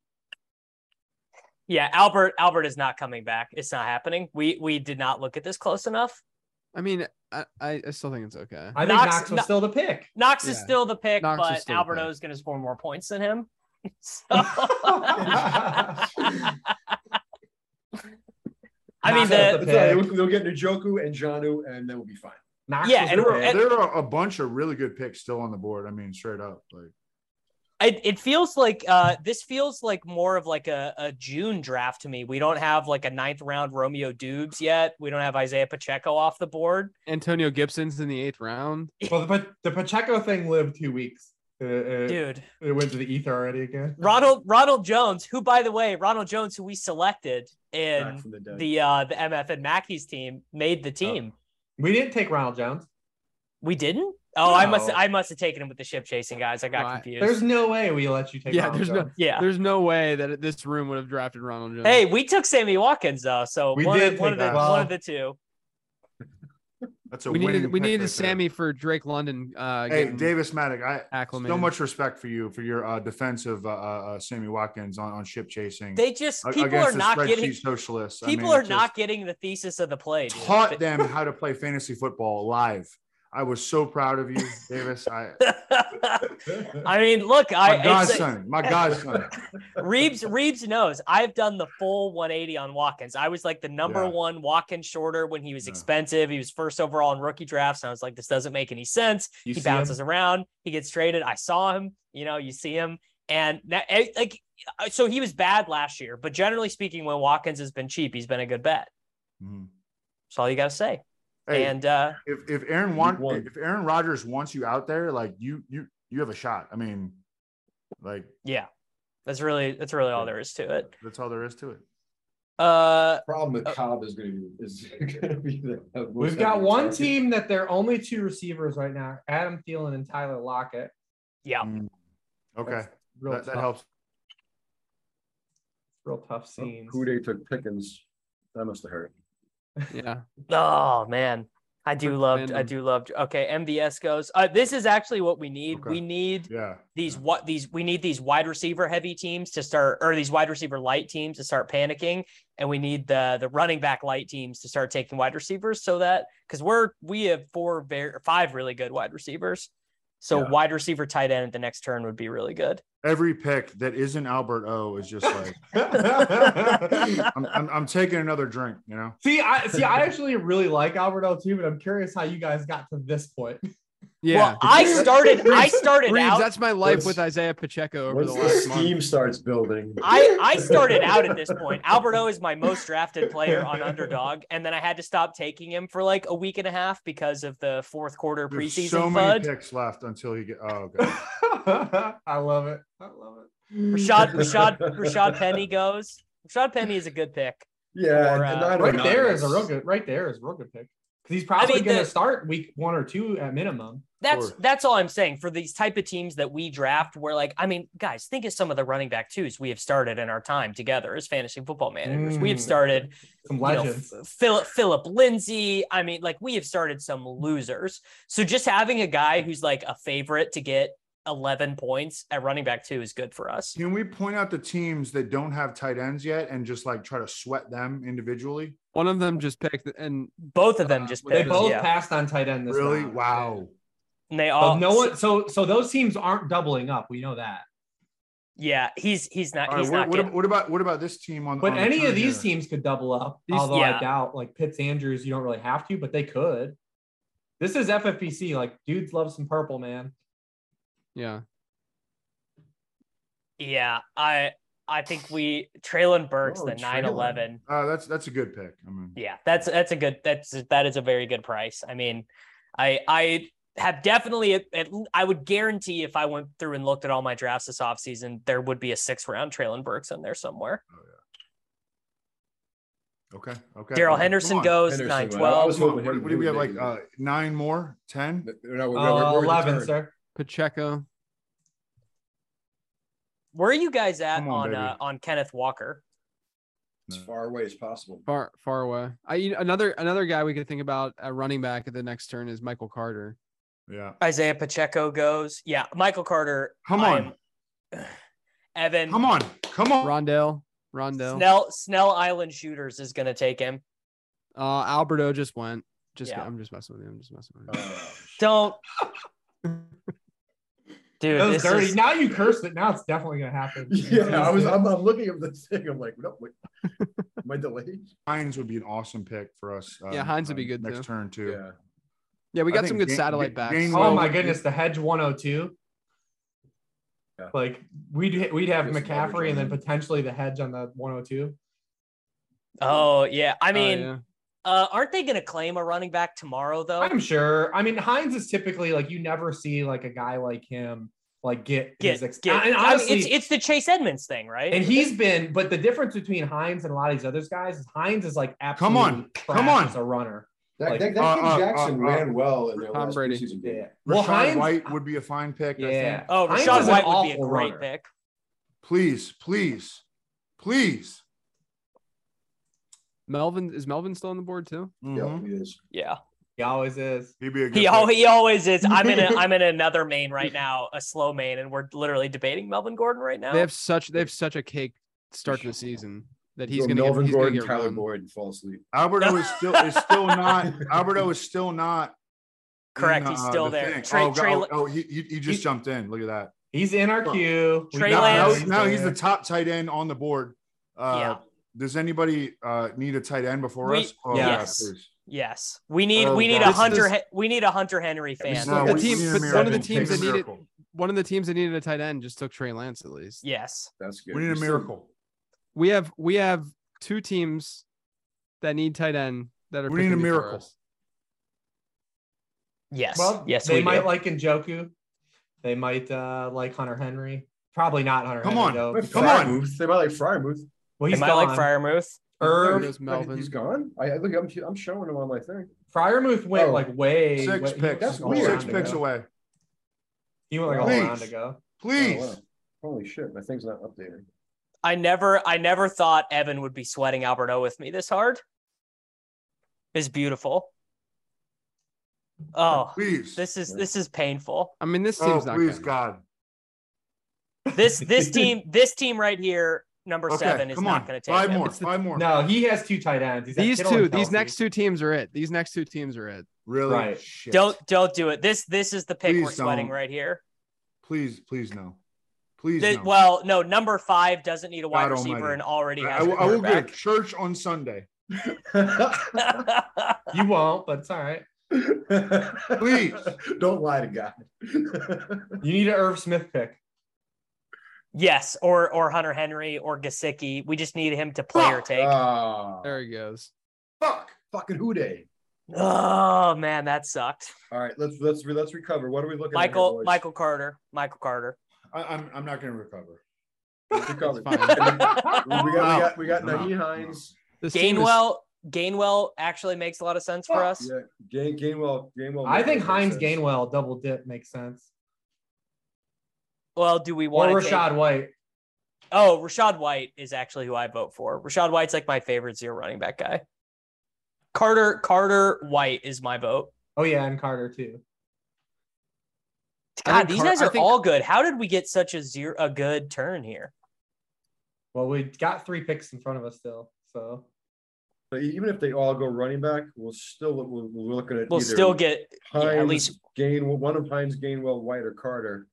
S1: Yeah, Albert Albert is not coming back. It's not happening. We we did not look at this close enough.
S4: I mean, I, I I still think it's okay.
S3: I think
S1: Knox-
S3: Knox, was
S1: Kno-
S3: still the pick.
S1: Knox is
S4: Yeah.
S1: still the pick,
S4: Knox is
S1: but
S4: still the pick.
S1: Alberto's going to score more points than him. <laughs> So- I mean,
S3: Knox is
S1: the,
S3: the
S5: It's all right.
S3: pick.
S5: We'll, we'll get Njoku and Janu, and then we'll be fine.
S3: Knox
S1: Yeah,
S3: was
S1: and
S3: the
S1: we're-
S3: pick.
S1: and-
S2: there are a bunch of really good picks still on the board. I mean, straight up. Like
S1: it, it feels like uh, this feels like more of like a, a June draft to me. We don't have like a ninth round Romeo Dubes yet. We don't have Isaiah Pacheco off the board.
S4: Antonio Gibson's in the eighth round.
S3: well, the, the Pacheco thing lived two weeks. Uh, uh,
S1: Dude,
S3: It went to the ether already again.
S1: Ronald Ronald Jones, who by the way, Ronald Jones, who we selected
S5: Back
S1: in
S5: from the dead. <laughs>
S1: the uh, the MF and Mackey's team, made
S2: Oh.
S1: the team.
S3: We didn't take Ronald Jones.
S1: We didn't. Oh, I must
S3: No.
S1: I must have taken him with the ship chasing guys. I got
S4: Right.
S1: confused.
S3: There's no way we let you take.
S4: Yeah,
S3: Ronald
S4: there's no-
S3: Jones.
S1: yeah.
S4: There's no way that this room would have drafted Ronald Jones.
S1: Hey, we took Sammy Watkins though, so
S3: We
S1: one,
S3: did
S1: of, one
S3: take
S1: of the
S3: that.
S1: one of the two.
S2: that's a
S4: we
S2: winning
S4: needed we
S2: pick
S4: needed
S2: right there.
S4: Sammy for Drake London. Uh,
S2: Hey,
S4: getting
S2: Davis Maddock, I
S4: acclimated.
S2: so much respect for you for your uh, defense of uh, uh, Sammy Watkins on, on ship chasing.
S1: They just
S2: a-
S1: people
S2: against
S1: are
S2: the
S1: not
S2: spreadsheet
S1: getting
S2: socialists. I
S1: people
S2: mean,
S1: are
S2: it
S1: not getting the thesis of the play.
S2: just
S1: dude.
S2: taught them how to play fantasy football live. I was so proud of you, Davis. I
S1: <laughs> I mean, look,
S2: my
S1: <laughs> I it's,
S2: godson, my
S1: <laughs>
S2: godson.
S1: Reeves Reeves knows I've done the full 180 on Watkins. I was like the number
S2: Yeah.
S1: one Watkins shorter when he was
S2: Yeah.
S1: expensive. He was first overall in rookie drafts, and I was like, this doesn't make any sense.
S3: You
S1: he
S3: see him?
S1: bounces around. He gets traded. I saw him. You know, you see him, and that, eh, like, uh, so he was bad last year. But generally speaking, when Watkins has been cheap, he's been a good bet.
S2: Mhm.
S1: That's all you got to say.
S2: Hey,
S1: and uh,
S2: if if Aaron
S5: Week
S2: want
S5: one.
S2: if Aaron Rodgers wants you out there, like you you you have a shot. I mean, like
S1: yeah, that's really that's really all there is to it.
S2: that's all there is to it.
S1: Uh,
S5: problem with Cobb is going to be is <laughs> going to be the most
S3: Oh. We've got
S5: heavy
S3: one
S5: target.
S3: team that their only two receivers right now: Adam Thielen and Tyler Lockett.
S1: yeah,
S2: Mm. Okay,
S3: That's real
S2: that, that
S3: tough-
S2: helps. Oh,
S3: Real tough scenes.
S5: Oh, Kude took Pickens. That must have hurt.
S4: yeah,
S1: Oh man, I do love. I
S4: fandom.
S1: do love. Okay, MVS goes. Uh, this is actually what we need.
S2: Okay.
S1: We need
S2: Yeah,
S1: these what these we need these wide receiver heavy teams to start or these wide receiver light teams to start panicking and we need the the running back light teams to start taking wide receivers so that cuz we're we have four very five really good wide receivers. So
S5: Yeah.
S1: wide receiver tight end at the next turn would be really good.
S2: every pick that isn't Albert O is just like <laughs> I'm, I'm I'm taking another drink. You know,
S3: <laughs> see, I see. I actually really like Alberto too, but I'm curious how you guys got to this point. <laughs>
S4: yeah.
S1: Well, I started I started
S4: Reeves,
S1: out
S4: that's my life
S5: What's-
S4: with Isaiah Pacheco over
S5: Once
S4: the
S5: the
S4: last month.
S5: steam starts building,
S1: I, I started out at this point. Alberto is my most drafted player on underdog. And then I had to stop taking him for like a week and a half because of the fourth quarter
S2: there's
S1: preseason
S2: so many
S1: FUD.
S2: picks left until you get. Oh, God.
S3: I love it. I love it.
S2: <laughs>
S1: Rashad, Rashad, Rashad Penny goes. Rashad Penny is a good pick.
S5: yeah,
S1: Or,
S5: and
S1: uh,
S5: not
S3: Right
S5: only
S3: there
S5: that,
S3: is a real good. Right there is a real good pick. 'Cause He's
S1: I
S3: probably
S1: mean,
S3: going to
S1: the-
S3: start week one or two at minimum.
S1: That's
S2: Sure.
S1: that's all I'm saying for these type of teams that we draft. Where like, I mean, guys, think of some of the running back twos we have started in our time together as fantasy football managers. We have
S3: Mm.
S1: started
S3: Some
S1: you know,
S3: legends.
S1: F- Philip Philip Lindsay. I mean, like we have started some losers. So just having a guy who's like a favorite to get 11 points at running back two is good for us.
S2: Can we point out the teams that don't have tight ends yet and just like try to sweat them individually?
S4: One of them just picked, and
S1: Both of
S2: Uh,
S1: them just
S4: They
S3: they
S1: picked,
S3: both
S1: yeah.
S3: passed on tight end this
S2: Really?
S3: round.
S2: Wow.
S1: and they
S3: So
S1: all
S3: no one. So so those teams aren't doubling up. We know that.
S1: Yeah, he's he's not
S2: All
S1: he's
S2: right,
S1: not
S2: what, what,
S1: getting,
S2: ab- what about what about this team on?
S3: But
S2: on the
S3: any
S2: turn
S3: of these
S2: here?
S3: teams could double up.
S4: These-
S3: although
S1: yeah.
S3: I doubt like Pitts Andrews, you don't really have to, but they could. This is FFPC. Like dudes love some purple, man.
S4: yeah,
S1: yeah. I I think we Traylon Burks,
S5: Oh,
S1: the
S5: Traylon.
S1: 911.
S2: Uh, that's that's a good pick. I mean,
S1: Yeah, that's that's a good that's that is a very good price. I mean, I I have definitely at, at, I would guarantee if I went through and looked at all my drafts this offseason, there would be a six round Traylon Burks in there somewhere.
S2: okay,
S1: Daryl
S2: okay. okay. Come
S1: Henderson
S2: on.
S1: goes
S5: Henderson
S1: nine
S5: went. I
S1: twelve.
S5: was-
S2: Come on, What, what do we have? Like uh, nine more, ten?
S5: No, we're- we're-
S3: Uh,
S5: we're returned.
S3: Eleven, sir.
S4: Pacheco.
S1: Where are you guys at
S2: Come on,
S1: on on, uh,
S2: baby.
S1: on Kenneth Walker?
S5: as far away
S3: <laughs>
S5: as possible.
S4: Far far away. I you know, another another guy we could think about at running back at the next turn is Michael Carter.
S2: Yeah.
S1: Isaiah Pacheco goes. Yeah, Michael Carter.
S2: Come
S1: I
S2: on.
S1: am- Evan.
S2: Come on. Come on.
S4: Rondell. Rondell.
S1: Snell Snell Island Shooters is going to take him.
S4: Uh, Alberto just went. Just
S1: Yeah.
S4: I'm just messing with you. I'm just messing with you.
S5: Uh,
S1: Don't. Dude,
S3: That was
S1: this
S3: dirty.
S1: is-
S3: Now you cursed it. Now it's definitely gonna happen.
S5: <laughs> yeah, I was. I'm, I'm looking at this thing. I'm like, no, wait, am I delayed?
S2: Hines would be an awesome pick for us. um, uh,
S4: Yeah, Hines would be good
S2: next
S4: too.
S2: turn too.
S5: Yeah.
S4: Yeah, we
S2: I
S4: got
S2: think
S4: some good
S2: Dan-
S4: satellite backs.
S2: Dan-
S3: oh my goodness, the hedge 102.
S5: Yeah.
S3: Like we'd we'd have
S5: Just
S3: McCaffrey and then
S5: leverage on
S3: potentially the hedge on the 102.
S1: Oh yeah, I
S4: Oh,
S1: mean,
S4: yeah.
S1: uh, aren't they going to claim a running back tomorrow though?
S3: I'm sure. I mean, Hines is typically like you never see like a guy like him like get,
S1: get,
S3: his ex-
S1: get-
S3: and
S1: I mean,
S3: honestly,
S1: it's it's the Chase Edmonds thing, right?
S3: and he's been. But the difference between Hines and a lot of these other guys is Hines is like
S2: Come
S3: absolutely
S2: on.
S3: trash
S2: Come on.
S3: as a runner.
S5: That,
S3: Like-
S5: that, that
S2: Uh,
S5: kid
S2: uh,
S5: Jackson
S2: uh, uh,
S5: ran well in their
S4: Tom
S5: last
S4: Brady.
S5: preseason game.
S3: Yeah.
S2: Well,
S3: Well,
S2: Rashad
S3: Hines.
S2: White would be a fine pick. I
S3: yeah.
S2: think.
S1: oh,
S3: Hines
S1: Rashad
S3: is an
S1: White would be a
S3: awful
S1: great
S3: runner.
S1: pick.
S2: Please, please, please.
S4: Melvin is Melvin still on the board too?
S2: Mhm.
S5: Yeah, he is.
S1: Yeah,
S3: He always is.
S2: He'd be a good
S1: Mm-hmm. he
S2: pick.
S1: always, he always is. I'm in
S3: <laughs>
S1: a, I'm in another main right now, a slow main, and we're literally debating Melvin Gordon right now.
S4: They have such they have such a cake start to the season that he's
S5: Go
S4: gonna
S5: Melvin
S4: get, he's
S5: Gordon,
S4: gonna get
S5: Tyler
S4: run.
S5: Boyd, and fall asleep.
S2: Alberto is still is still
S1: <laughs>
S2: not Alberto is still not in,
S1: Correct, he's
S2: uh,
S1: still
S2: the
S1: there.
S2: thing.
S1: Trey-
S2: oh,
S1: Trey-
S2: oh, oh, he, he, he just
S3: He-
S2: jumped in. Look at that.
S3: He's in our queue. We
S1: Trey
S3: know
S2: now, now-
S1: Lance.
S2: now he's the top tight end on the board. Uh,
S1: Yeah.
S2: Does anybody uh, need a tight end before
S1: We-
S2: us? Oh,
S3: Yes.
S2: please.
S1: Yes, we need
S2: Oh,
S1: we need
S2: God.
S1: a
S2: This
S1: Hunter
S4: is-
S1: Hen- we need a Hunter Henry fan.
S5: still-
S4: The
S2: we
S4: team-
S2: need a
S4: but
S2: miracle.
S4: one of the
S2: Take
S4: teams
S2: a
S4: that needed-
S2: miracle.
S4: One of the teams that needed a tight end just took Trey Lance at least.
S1: Yes,
S5: That's good.
S2: We need a
S5: He's
S2: miracle.
S4: We have we have two teams that need tight end that are
S2: We need a
S4: picking before
S2: miracle.
S4: us.
S1: yes,
S3: Well,
S1: yes.
S3: they
S1: we
S3: might
S1: do.
S3: like Njoku. They might uh, like Hunter Henry. Probably not Hunter
S2: Come
S3: Henry.
S2: on.
S3: though.
S5: Still,
S3: Well,
S5: come on. They might like Fryermuth.
S1: they
S3: he's
S1: might like
S3: gone.
S1: Fryermuth.
S3: Irv,
S4: There's Melvin.
S5: He's gone. I I- look. I'm, I'm showing him on my thing.
S3: Fryermuth went
S5: Oh.
S3: like way
S2: Six
S3: way- he went
S2: picks.
S5: that's
S3: like a whole
S5: weird.
S2: Six
S3: round
S2: picks
S3: ago.
S2: away.
S3: He went like a
S2: Please.
S3: whole round ago.
S2: Please.
S5: Oh, wow. Holy shit! My thing's not updated.
S1: I never I never thought Evan would be sweating Alberto with me this hard. Is beautiful. Oh,
S2: Please.
S1: this is this is painful.
S4: I mean, this
S2: oh,
S4: team's not
S2: please,
S4: good.
S2: God.
S1: This
S2: <laughs>
S1: this team this team right here number
S2: Okay,
S1: 7 is
S2: come
S1: not
S2: on.
S1: going to take
S2: Five
S1: him.
S2: more.
S4: It's the-
S2: Five more.
S3: No, he has two tight ends. He's got
S4: These
S3: Kittle and
S4: two, these
S3: Kelsey.
S4: next two teams are it. These next two teams are it.
S2: Really?
S3: Right.
S2: Shit.
S1: Don't don't do it. This this is the pick we're
S2: Please
S1: sweating
S2: don't.
S1: right here.
S2: Please, please, no. Please,
S1: Th-
S2: no.
S1: Well, no, number 5 doesn't need a wide
S2: God
S1: receiver
S2: almighty.
S1: and already
S2: I,
S1: has
S2: I-
S1: a
S2: I will go to
S1: quarterback.
S2: church on Sunday. <laughs>
S3: You won't, but it's all right.
S5: <laughs>
S2: Please.
S5: don't lie to God.
S3: You need an Irv Smith pick.
S1: <laughs> yes, or or Hunter Henry or Gasicki. We just need him to play or take.
S5: <laughs> Ah,
S4: There he goes.
S5: fuck, fucking who day.
S1: Oh man, that sucked.
S5: All right, let's let's re- let's recover. What are we looking at?
S1: Michael
S5: here, boys?
S1: Michael Carter. Michael Carter.
S2: I, I'm, I'm not going to recover.
S5: Let's recover.
S4: It's
S5: we
S4: fine.
S5: <laughs> got we got we got
S2: No, no.
S5: Naheem Hines.
S4: This team is-
S1: Gainwell Gainwell actually makes a lot of sense for us.
S5: Oh, Yeah, Gain, Gainwell. Gainwell.
S3: I
S5: makes
S3: think
S5: sense.
S3: Hines Gainwell double dip makes sense.
S1: Well, do we
S3: Or
S1: want to
S3: Rashad
S1: take...
S3: White.
S1: Oh, Rashad White is actually who I vote for. Rashad White's like my favorite zero running back guy. Carter Carter White is my vote.
S3: Oh yeah, and Carter too.
S4: I
S1: God,
S4: think
S1: these
S4: Car-
S1: guys
S4: I
S1: are
S4: think-
S1: all good. How did we get such a zero a good turn here?
S3: Well, we got three picks in front of us still. So
S5: But e, even if they all go running back, we'll still we'll, we're looking at
S1: We'll
S5: either
S1: still get yeah,
S5: Hines,
S1: at least
S5: Gainwell, one of Hines, Gainwell, White, or Carter,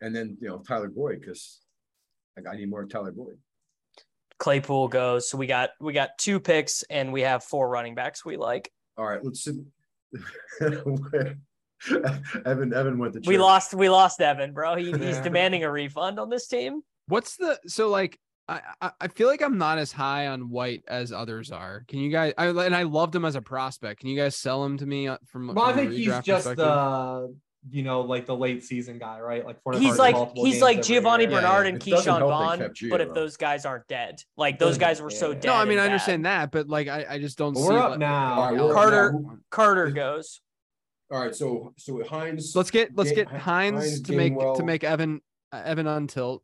S5: and then you know Tyler Boyd because like, I need more Tyler Boyd.
S1: Claypool goes. So we got we got two picks and we have four running backs we like.
S5: All right, let's see. <laughs> Evan Evan went to
S1: We
S5: church.
S1: lost we lost Evan, bro. He, he's
S3: Yeah.
S1: demanding a refund on this team.
S4: What's the so like? I, I- I feel like I'm not as high on White as others are. Can you guys? I and I loved him as a prospect. Can you guys sell him to me uh, from?
S3: well, I
S4: from a
S3: think he's
S4: redraft
S3: just
S4: perspective?
S3: the you know, like the late season guy, right? Like Fournette
S1: he's
S3: started
S1: like
S3: multiple
S1: he's
S3: games
S1: like
S3: every
S1: Giovanni
S3: year.
S5: Yeah,
S1: Bernard
S5: yeah.
S1: and
S5: It doesn't
S1: Keyshawn
S5: help they
S1: Vaughn.
S5: kept Gio,
S1: But if
S5: though.
S1: those guys aren't dead, like
S3: It
S1: those
S3: doesn't
S1: guys
S3: help,
S1: were
S3: yeah,
S1: so
S3: yeah.
S1: dead.
S4: No, I mean
S1: and
S4: I
S1: bad.
S4: understand that, but like I, I just don't
S3: Well,
S4: see.
S3: we're up
S4: what-
S3: now.
S5: All right,
S4: Yeah.
S5: we're up
S1: Carter-
S5: now.
S1: Carter goes.
S5: All right, so so Hines.
S4: So let's get let's
S5: Ga-
S4: get Hines
S5: Hines,
S4: to make to
S5: Gainwell.
S4: make Evan uh, Evan Untilt.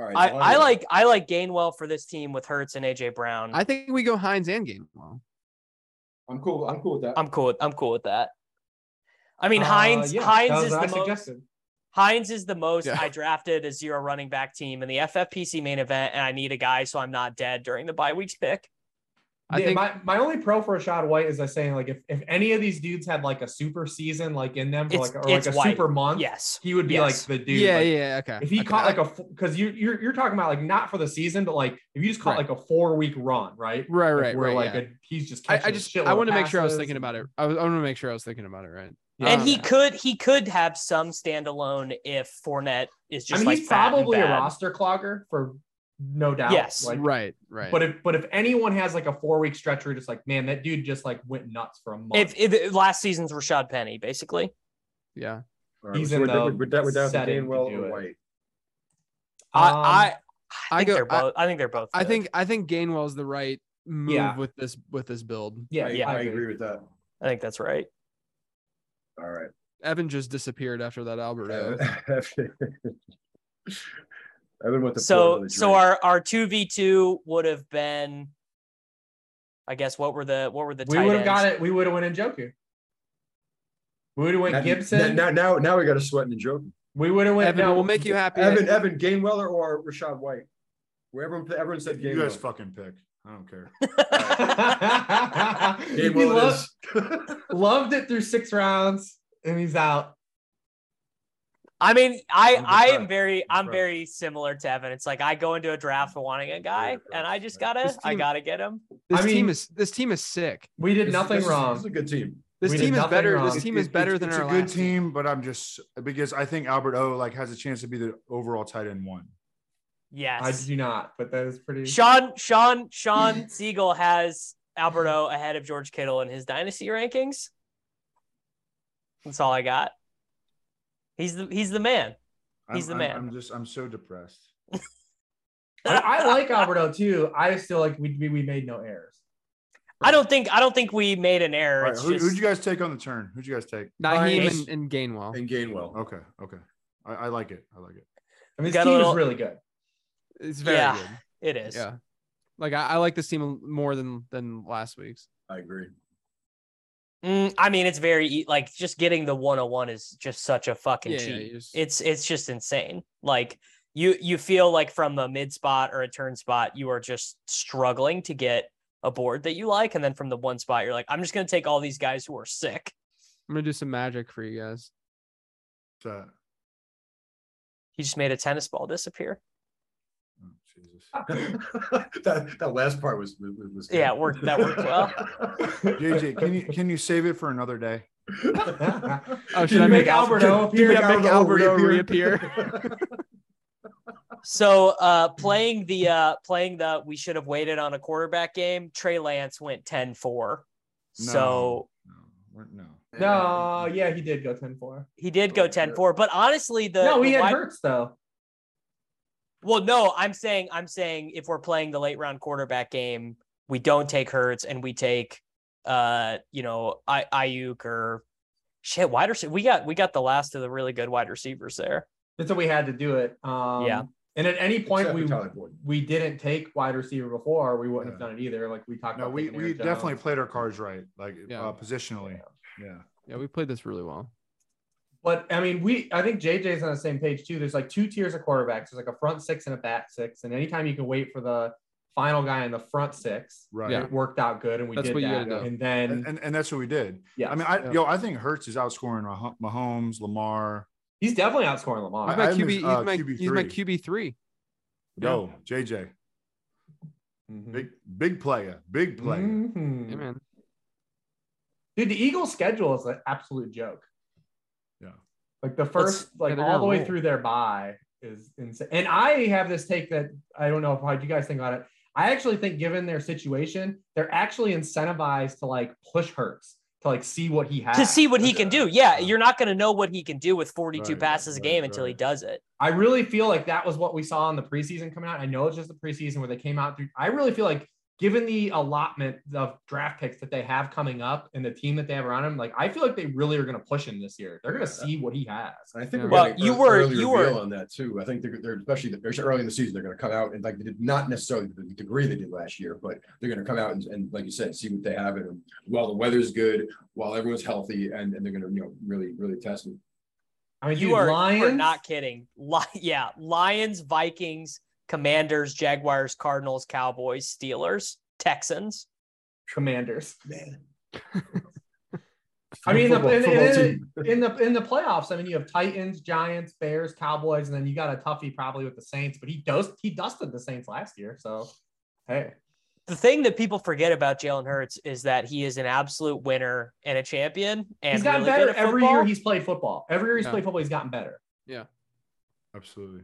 S5: All right,
S1: I,
S5: Lonnie.
S1: I like I like Gainwell for this team with Hertz and AJ Brown.
S4: I think we go Hines and Gainwell.
S5: I'm cool. I'm cool with that.
S1: I'm cool. with- I'm cool with that. I mean,
S3: Uh,
S1: Hines.
S3: yeah, that
S1: Hines
S3: was
S1: is
S3: what
S1: the
S3: I
S1: most.
S3: suggested.
S1: Hines is the most
S4: Yeah.
S1: I drafted a zero running back team in the FFPC main event, and I need a guy so I'm not dead during the bye week pick.
S4: I
S3: Yeah,
S4: think
S3: my, my only pro for Rashad White is I saying like if, if any of these dudes had like a super season like in them for
S1: It's-
S3: like or like
S1: it's
S3: a
S1: White.
S3: super month,
S1: Yes.
S3: he would be
S1: Yes.
S3: like the dude.
S4: yeah,
S3: like,
S4: yeah, okay. <laughs>
S3: If he
S4: okay.
S3: caught like a because you you're you're talking about like not for the season, but like if you just caught
S4: Right.
S3: like a four week run, right?
S4: right,
S3: Like,
S4: right,
S3: where
S4: right.
S3: like
S4: yeah.
S3: a, he's just
S4: I
S3: catching
S4: I
S3: a
S4: just
S3: shitload
S4: I
S3: of
S4: want to make sure I was
S3: passes.
S4: thinking about it. I, was, I want to make sure I was thinking about it right.
S1: and
S4: Um,
S1: he could he could have some standalone if Fournette is just
S3: I mean,
S1: like
S3: he's
S1: fat and
S3: probably a
S1: bad.
S3: roster clogger for no doubt.
S1: Yes.
S3: like,
S4: right, right.
S3: But if but if anyone has like a four week stretch, where you're just like, man, that dude just like went nuts for a month.
S1: If, if if last season's Rashad Penny, basically,
S4: yeah,
S5: All right,
S3: he's
S5: so
S3: in
S5: we're,
S3: the
S5: we're, we're down- we're down to
S3: setting to
S5: Gainwell
S3: do
S5: or
S3: it.
S5: White.
S1: I
S3: Um,
S1: I, I
S4: I
S1: think
S4: go-
S1: they're
S4: I-
S1: both. I, think they're both.
S4: I
S1: good.
S4: think I think Gainwell's the right move
S3: Yeah.
S4: with this with this build.
S3: yeah,
S5: I,
S1: yeah,
S5: I agree with that.
S1: I think that's right.
S5: All right.
S4: Evan just disappeared after that Albert.
S5: <laughs>
S4: O.
S5: Evan went to
S1: so
S5: Florida,
S1: so
S5: right.
S1: our our two v two would have been, I guess what were the what were the
S3: we
S1: tight
S3: would have got
S1: ends?
S3: it. We would have went Njoku. We would have went
S5: Now-
S3: Gibson.
S5: Now, now, now we got to sweat and joke.
S3: we would have went.
S4: Evan,
S3: no, <laughs>
S4: we'll make you happy.
S5: Evan, Evan, Gainweller or Rashad White? Where everyone, everyone said
S2: You guys
S5: Gainwell.
S2: fucking pick. I don't care.
S3: he
S5: Gainwell it
S3: loved,
S5: is.
S3: loved it through six rounds, and he's out.
S1: <laughs> I mean, I
S2: I'm
S1: I am
S2: impressed.
S1: very
S2: I'm
S1: I'm very similar to Evan. It's like I go into a draft wanting a guy, and I just
S5: impressed.
S1: gotta
S4: This
S1: I
S4: team-
S1: gotta get him.
S4: this
S3: I
S4: team
S3: mean-
S4: is this team is sick.
S3: We did
S5: This-
S3: nothing
S5: this is-
S3: wrong.
S5: This is a good team.
S4: This
S3: We did
S4: team is
S3: nothing
S4: better.
S3: wrong.
S4: This team is
S2: It-
S4: better
S2: it's-
S4: than
S2: it's
S4: our
S2: a good
S4: last
S2: team, but I'm just because I think Albert O like has a chance to be the overall tight end one.
S3: I
S1: Yes,
S3: do not, but that is pretty.
S1: Sean Sean Sean Siegel has Alberto ahead of George Kittle in his dynasty rankings. That's all I got. He's the he's the man. He's
S2: I'm-
S1: the
S2: I'm-
S1: man.
S2: I'm just I'm so depressed.
S3: I, I like Alberto too. I still like we we, we made no errors.
S1: I don't think I don't think we made an error.
S2: All right,
S1: It's
S2: who,
S1: just-
S2: who'd you guys take on the turn? Who'd you guys take?
S4: Naheem
S3: Nice.
S4: and, and Gainwell.
S5: And Gainwell.
S2: Okay, okay. I, I like it. I like it.
S3: I mean,
S1: Got a
S3: this team
S1: little-
S3: is really good.
S4: It's very
S1: Yeah,
S4: good.
S1: it is.
S4: Yeah. Like I, I like this team more than than last week's.
S5: I agree.
S1: Mm, I mean, it's very e- like just getting the 101 is just such a fucking
S4: Yeah, yeah,
S1: cheat.
S4: you just-
S1: it's it's just insane. Like you you feel like from a mid spot or a turn spot, you are just struggling to get a board that you like, and then from the one spot, you're like, I'm just gonna take all these guys who are sick.
S4: I'm gonna do some magic for you guys.
S2: So,
S1: He just made a tennis ball disappear.
S2: oh, Jesus.
S5: <laughs> that, that last part was was, was good.
S1: Yeah, it worked- that worked
S5: <laughs>
S1: well.
S2: JJ, can you <laughs> can you save it for another day?
S4: Oh,
S5: Did
S4: should
S5: you
S4: I
S3: make
S4: make
S3: Albert O
S4: <laughs>
S3: appear?
S5: Did
S4: Yeah, make
S5: Albert O
S4: Alberto
S3: Oh.
S1: So uh playing the uh playing the we should have waited on a quarterback game, Trey Lance went 10-4. So
S2: No, we're, no.
S3: No, yeah, he did go 10-4.
S1: he did go
S5: Oh, yeah.
S1: 10-4, Uh, but honestly the
S3: no,
S1: the
S3: he had
S1: wide-
S3: Hurts though.
S1: Well, no, I'm saying I'm saying if we're playing the late round quarterback game, we don't take Hurts and we take uh, you know, I Ayuk or shit, wide receiver. We got we got the last of the really good wide receivers there.
S3: That's what we had to do it. Um,
S1: Yeah.
S3: And at any point
S5: Point
S3: we
S5: Tyler Boyd.
S3: we didn't take wide receiver before, we wouldn't have
S2: Yeah.
S3: done it either. Like we talked
S2: No,
S3: about.
S2: we
S3: taking Aaron
S2: we definitely
S3: Jones.
S2: played our cards right, like
S4: Yeah.
S2: uh, positionally. Yeah.
S4: Yeah, we played this really well.
S3: But I mean, we I think JJ's on the same page too. There's like two tiers of quarterbacks. There's like a front six and a back six. And anytime you can wait for the final guy in the front six,
S2: Right.
S4: Yeah.
S3: it worked out good, and we
S4: That's
S3: did
S4: what you
S3: that.
S4: gotta do.
S3: And then
S2: And, and and that's what we did.
S3: yeah,
S2: I mean, I
S4: Yeah.
S2: yo, I think Hertz is outscoring Mah- Mahomes, Lamar.
S3: he's definitely outscoring Lamar.
S4: He's
S2: I-
S4: my
S2: I'm
S4: QB.
S2: his,
S4: He's
S2: uh,
S4: my
S2: QB3.
S4: he's my QB three.
S2: Yo, JJ,
S4: Mm-hmm.
S3: Mhm.
S2: big big player, big player.
S3: Mhm.
S4: Yeah, man.
S3: Dude, the Eagles' schedule is an absolute joke.
S2: Yeah.
S3: Like the
S4: That's-
S3: first, like
S4: they're
S3: all
S4: on
S3: the
S4: a
S3: way
S4: roll.
S3: through their bye is insane. And I have this take that I don't know how you guys think about it. I actually think, given their situation, they're actually incentivized to like push Hurts to like see what he has
S2: Ah,
S1: To see what he
S2: Okay.
S1: can do. Yeah,
S2: Yeah.
S1: you're not gonna know what he can do with 42
S2: Right,
S1: passes a
S2: right,
S1: game until he
S2: right.
S1: does it.
S3: I really feel like that was what we saw in the preseason coming out. I know it's just the preseason where they came out through. I really feel like given the allotment of draft picks that they have coming up and the team that they have around him, like I feel like they really are going to push him this year. They're going to see what he has.
S5: And I think
S1: Well,
S5: we're
S1: you
S5: you
S1: were-
S5: were early
S1: you
S5: reveal
S1: were-
S5: on that too. I think they're, they're especially the, especially early in the season they're going to come out and like they did not necessarily the degree they did last year, but they're going to come out and, and like you said, see what they have and while the weather's good, while everyone's healthy, and, and they're going to you know really really test them.
S3: I mean,
S1: you
S3: dude,
S1: are,
S3: Lions,
S1: you are not kidding. Li- <laughs> yeah, Lions, Vikings, Commanders, Jaguars, Cardinals, Cowboys, Steelers, Texans.
S3: commanders.
S5: Man,
S3: I mean, the,
S5: Football-
S3: in,
S5: football
S3: in,
S5: team.
S3: in the in the playoffs, I mean, you have Titans, Giants, Bears, Cowboys, and then you got a toughie probably with the Saints. But he does he dusted the Saints last year, so hey,
S1: The thing that people forget about Jalen Hurts is that he is an absolute winner and a champion. And
S3: he's gotten
S1: really good
S3: better
S1: at
S3: every
S1: football.
S3: year he's played football. Every year he's
S4: Yeah.
S3: played football, he's gotten better.
S2: Absolutely.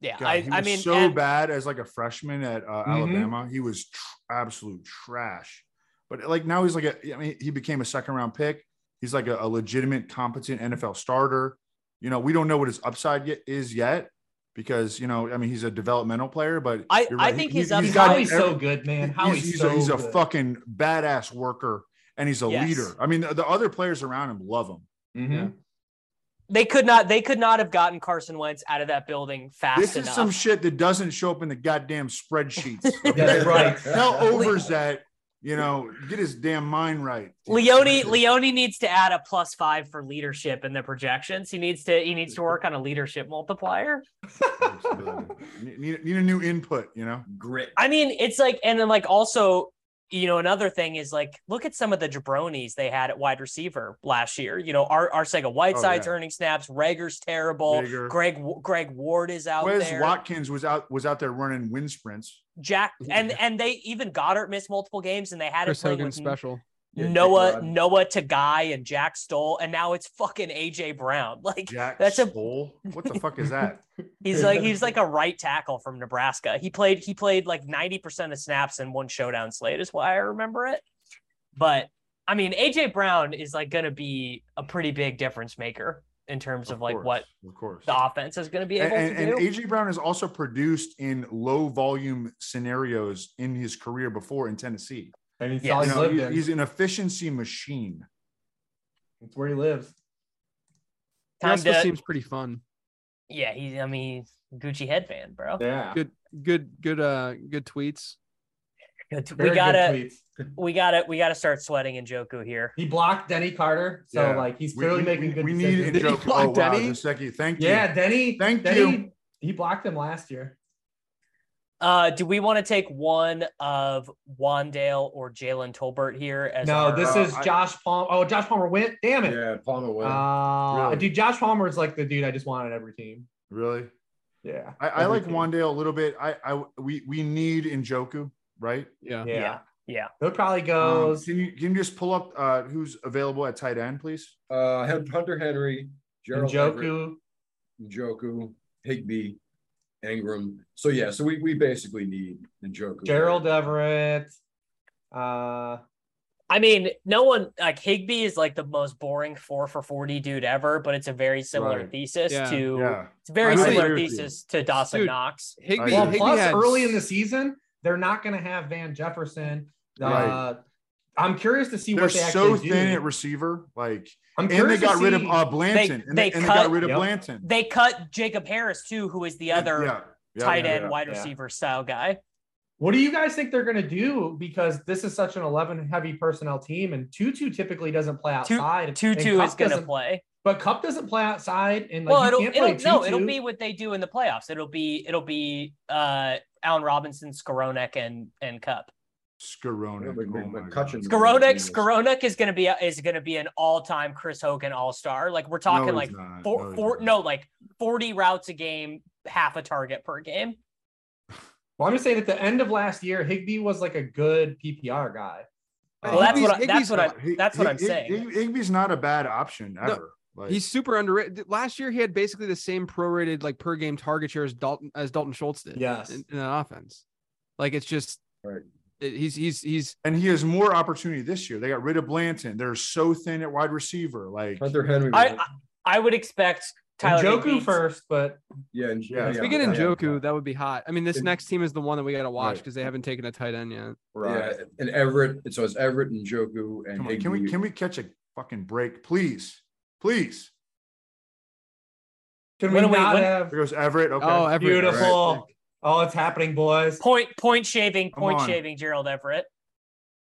S1: yeah,
S2: God,
S1: I,
S2: he was
S1: I mean,
S2: so
S1: and-
S2: bad as like a freshman at uh,
S3: Mhm.
S2: Alabama. He was tr- absolute trash. But like now he's like a. I mean, he became a second round pick. He's like a, a legitimate, competent NFL starter. You know, we don't know what his upside yet is yet because you know, I mean, he's a developmental player, but
S1: I-
S2: you're
S1: I
S2: He-
S1: think
S2: he-
S1: his
S3: How
S1: upside-
S3: He's
S1: got
S2: gotten
S3: always
S2: every-
S3: so good, man. How
S2: he's,
S3: he's,
S2: he's
S3: so
S2: a, he's a
S3: good.
S2: fucking badass worker and he's a
S1: Yes.
S2: leader. I mean, the, the other players around him love him.
S3: Mhm.
S4: Yeah.
S1: they could not they could not have gotten Carson Wentz out of that building fast
S2: This
S1: enough.
S2: is some shit that doesn't show up in the goddamn
S3: <laughs>
S2: spreadsheets.
S3: That's right.
S2: How
S5: <laughs>
S2: over's that? You know, get his damn mind right.
S1: Leone Leone needs to add a plus five for leadership in the projections. He needs to he needs to work on a leadership multiplier.
S2: <laughs> need, need a new input. You know,
S5: Grit.
S1: I mean, it's like, and then like also, you know, another thing is like, look at some of the jabronis they had at wide receiver last year. You know, our our Sega Whiteside's
S2: yeah.
S1: earning snaps. Rager's terrible.
S2: Rager.
S1: Greg Wa- Greg Ward is out
S2: Wes
S1: there.
S2: Watkins was out was out there running wind sprints.
S1: Jack and and they even Goddard missed multiple games, and they had
S4: Chris
S1: it playing
S4: Hogan
S1: with
S4: special.
S5: Yeah,
S1: Noah
S5: Nick Rod.
S1: Noah to Guy and Jack Stoll, and now it's fucking AJ Brown. <laughs> Like
S2: Jack
S1: That's a-
S2: Stoll? What the fuck is that?
S1: <laughs> he's like he's like a right tackle from Nebraska. He played he played like ninety percent of snaps in one showdown slate is why I remember it. But I mean AJ Brown is like going to be a pretty big difference maker in terms of, like
S2: course,
S1: what
S2: Of course.
S1: the offense is going to be
S2: And,
S1: able
S2: and,
S1: to do.
S2: and AJ Brown has also produced in low volume scenarios in his career before in Tennessee.
S3: And he's
S1: Yeah.
S3: all
S2: You
S3: he's
S2: know,
S3: lived
S2: he-
S3: in.
S2: he's an efficiency machine.
S3: It's where he lives.
S1: Time
S4: Tesla
S1: to-
S4: seems pretty fun.
S1: yeah, he I mean Gucci headband, bro.
S3: Yeah.
S4: Good, good, good, uh, good tweets.
S1: Good-
S3: Very
S1: We
S3: good
S1: gotta
S3: tweets.
S1: we gotta we gotta start sweating in Joku here.
S3: He blocked Denny Carter, so
S2: Yeah.
S3: like he's
S2: We,
S3: clearly
S2: we-
S3: making
S2: we-
S3: good
S2: we need
S3: decisions.
S2: a
S4: Did he
S3: <laughs>
S2: joke.
S4: block
S2: Oh, wow,
S4: Denny?
S2: Jaceki, thank you.
S3: yeah, Denny.
S2: Thank
S3: Denny,
S2: you.
S3: He blocked him last year.
S1: Uh, do we want to take one of Wandale or Jalen Tolbert here? As
S3: No,
S1: our-
S3: this
S2: uh,
S3: is
S2: I-
S3: Josh Palmer. Oh, Josh Palmer went. Damn it.
S5: Yeah, Palmer went.
S3: Uh,
S2: Really?
S3: Dude, Josh Palmer is like the dude I just want on every team.
S2: Really?
S3: Yeah.
S2: I, I
S3: Every
S2: like
S3: team.
S2: Wandale a little bit. I, I we we need Njoku, right?
S4: Yeah.
S3: Yeah.
S1: Yeah. Yeah.
S3: He'll probably
S2: Um,
S3: go.
S2: can you can you just pull up uh, who's available at tight end, please?
S5: Uh, Hunter Henry, Gerald Everett,
S3: Joku.
S5: Njoku, Higby, Ingram. So yeah, so we, we basically need Njoku.
S3: Gerald Everett. Uh,
S1: I mean, no one like Higby is like the most boring four for 40 dude ever, but it's a very similar
S2: Right.
S1: thesis
S4: Yeah.
S1: to
S2: Yeah.
S1: it's a very
S2: I
S1: similar
S2: agree with you.
S1: thesis to Dawson
S4: Dude.
S1: Knox.
S4: Higby,
S2: Yeah,
S3: well,
S4: Higby
S3: plus
S4: had
S3: early in the
S4: s-
S3: season, they're not going to have Van Jefferson. Uh,
S2: Right.
S3: I'm curious to see
S2: They're
S3: what they
S2: so
S3: actually
S2: thin
S3: do.
S2: at receiver. Like
S3: I'm
S2: and they
S3: curious to
S2: got rid of
S3: see-
S2: uh, Blanton.
S1: They-
S2: and they,
S1: they
S2: and they
S1: cut-
S2: got rid of
S3: Yep.
S2: Blanton.
S1: They cut Jacob Harris too, who is the other
S2: Yeah. Yeah,
S1: tight
S2: yeah,
S1: end
S2: yeah.
S1: wide
S3: yeah.
S1: receiver style guy.
S3: What do you guys think they're going to do? Because this is such an 11 heavy personnel team, and Tutu typically doesn't play
S1: Tu-
S3: outside.
S1: Tutu
S3: and Cup
S1: is going to
S3: doesn't-
S1: play.
S3: but Cup doesn't play outside. And like,
S1: well,
S3: you
S1: it'll,
S3: can't
S1: it'll
S3: play
S1: no, it'll
S3: Tutu.
S1: be what they do in the playoffs. It'll be it'll be uh Allen Robinson, Skoronek, and and Cup.
S2: Skowronek.
S5: Mc-
S2: Oh my
S5: McCutcheon.
S2: God.
S5: Skowronek.
S1: Skoronek,
S5: Yes.
S1: Skoronek is going to be is going to be an all time Chris Hogan all star. Like we're talking
S2: No,
S1: like
S2: he's not.
S1: four,
S2: he's
S1: four,
S2: not.
S1: no, like 40 routes a game, half a target per game.
S3: Well, I'm just saying at the end of last year, Higby was like a good PPR guy.
S1: Well, that's what I,
S4: Higby's-
S1: that's what I,
S4: Higby's
S2: He-
S1: that's what
S2: he-
S1: I'm
S2: he-
S1: saying.
S2: Hig- Higby's not a bad option ever. like,
S4: He's super underrated. Last year, he had basically the same prorated like per game target share as Dalton as Dalton Schultz did.
S3: Yes.
S4: in, in that offense, like it's just
S5: Right.
S4: it- he's he's he's
S2: and he has more opportunity this year. They got rid of Blanton. They're so thin at wide receiver. Like
S5: Hunter Henry.
S1: I,
S5: went.
S1: I I would expect Tyler
S3: Joku
S1: Higbeats.
S3: first, but
S5: Yeah, and
S2: Yeah.
S4: If
S5: yeah,
S4: we get
S5: yeah,
S4: Njoku, that would be hot. I mean, this
S5: And-
S4: next team is the one that we got to watch
S5: Right.
S4: because they haven't taken a tight end yet.
S5: Yeah, and Everett. and So it's Everett and Joku and
S2: Come on, can we
S5: Higby.
S2: can we catch a fucking break, please? Please.
S3: can
S1: When-
S3: we
S1: wait,
S3: not
S1: when-
S3: have?
S2: There goes Everett. Okay.
S4: Oh, Everett.
S3: Beautiful. Oh,
S4: All
S3: it's happening, boys.
S1: Point point shaving,
S2: Come
S1: point
S2: on.
S1: shaving Gerald Everett.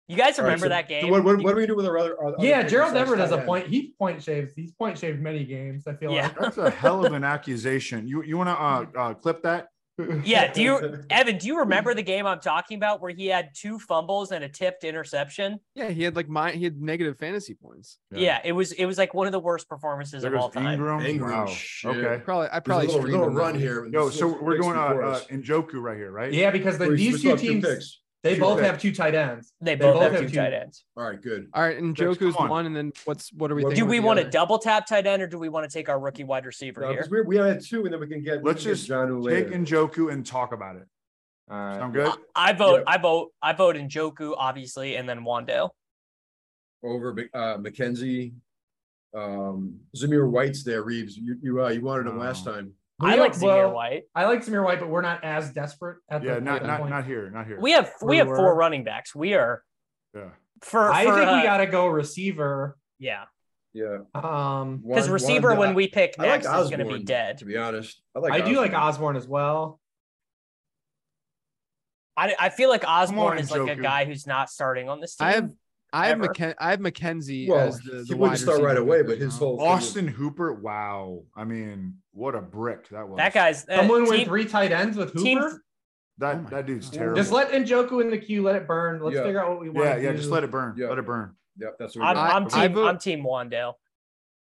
S1: You guys
S5: All right,
S1: remember
S5: so-
S1: that game?
S5: So what, what, what do we do with our other? our other
S3: Yeah,
S5: picks
S3: Gerald
S5: besides
S3: Everett has
S5: tight
S3: a
S5: end? <laughs>
S3: point. He point shaves. He's point shaved many games. I feel
S1: Yeah.
S2: That's a hell of an accusation. You you want to uh, uh, clip that?
S3: like.
S1: yeah, do you Evan, do you remember the game I'm talking about where he had two fumbles and a tipped interception?
S4: Yeah, he had like my he had negative fantasy points.
S1: Yeah, it was it was like one of the worst performances
S2: There
S1: of all
S2: goes
S1: time.
S2: Ingram.
S5: Ingram,
S2: Wow.
S5: shit.
S2: Okay.
S4: Probably I
S5: There's
S4: probably
S5: a little,
S4: streamed
S5: little
S4: him that
S5: run
S4: one.
S5: here.
S2: Yo, so
S5: Six
S2: we're going uh,
S5: before
S2: uh,
S5: us.
S2: Njoku right here, right?
S3: Yeah, because the,
S5: We- we
S3: these
S5: still
S3: two
S5: have
S3: teams,
S5: picks.
S3: they
S2: Two
S3: both
S2: picks.
S3: have two tight ends.
S1: They both,
S3: both
S1: have
S3: have
S1: two
S3: two.
S1: tight ends.
S5: All right, good.
S4: All right, and
S2: Next,
S4: Joku's
S2: come on.
S4: one, and then what's what are we
S5: What-
S4: thinking?
S1: Do
S5: with
S1: we
S5: the
S1: want to
S5: other.
S1: double tap tight end or do we want to take our rookie wide receiver
S5: No,
S1: here?
S5: 'cause we we have two, and then we can get. we
S2: Let's
S5: can get
S2: just
S5: John Wu
S2: Take
S5: later.
S2: Njoku and talk about it.
S3: All right.
S2: Sound good?
S1: I vote,
S5: Yeah.
S1: I vote, I vote in Joku, obviously, and then Wando.
S5: over Mc- uh, McKenzie. Um, Zamir White's there, Reeves. You you, uh, you wanted him last
S2: Oh.
S5: time.
S3: We
S1: I
S3: have-
S1: like Zamir
S3: well,
S1: White.
S3: I like Samir White, but we're not as desperate at
S2: Yeah,
S3: the
S2: not
S3: at the
S2: not
S3: point.
S2: not here, not here.
S1: We have we
S3: we
S1: have
S3: were-
S1: four running backs. We are
S2: yeah.
S1: for,
S3: I
S1: for,
S3: think
S1: uh,
S3: we got to go receiver.
S1: yeah.
S5: Yeah,
S3: Um,
S1: Because
S5: Wan-
S1: receiver
S5: Wanda-
S1: when we pick
S5: I like
S1: next is gonna be
S5: Osborne,
S1: dead.
S5: To be honest, I
S3: I
S5: like.
S3: do like
S5: Osborne.
S3: Osborne as well.
S1: I, I feel like Osborne
S2: on,
S1: is like a
S2: Njoku.
S1: guy who's not starting on this team.
S4: I have I have
S1: Ever.
S4: McKen- I have McKenzie
S5: Well,
S4: as the,
S5: he
S4: the
S5: wouldn't
S4: wide
S5: start right
S4: receiver
S5: away,
S4: pick
S5: but his
S4: now.
S5: whole-
S2: Austin Hooper. Wow. I mean, what a brick that was.
S1: that guy's uh,
S3: Someone with
S1: team-
S3: three tight ends with
S1: team-
S3: Hooper.
S2: That
S4: Oh my
S2: that dude's
S4: God.
S2: terrible.
S3: Just let Njoku in the queue. Let it burn. Let's
S5: Yeah.
S3: figure out what we want.
S2: yeah,
S3: to
S2: yeah.
S3: do.
S2: Just let it burn.
S5: Yeah.
S2: Let it burn.
S5: Yep, that's what.
S1: I'm,
S5: we
S4: I-
S5: got.
S1: I'm
S4: I
S1: team
S4: vote-
S1: I'm team Wandale.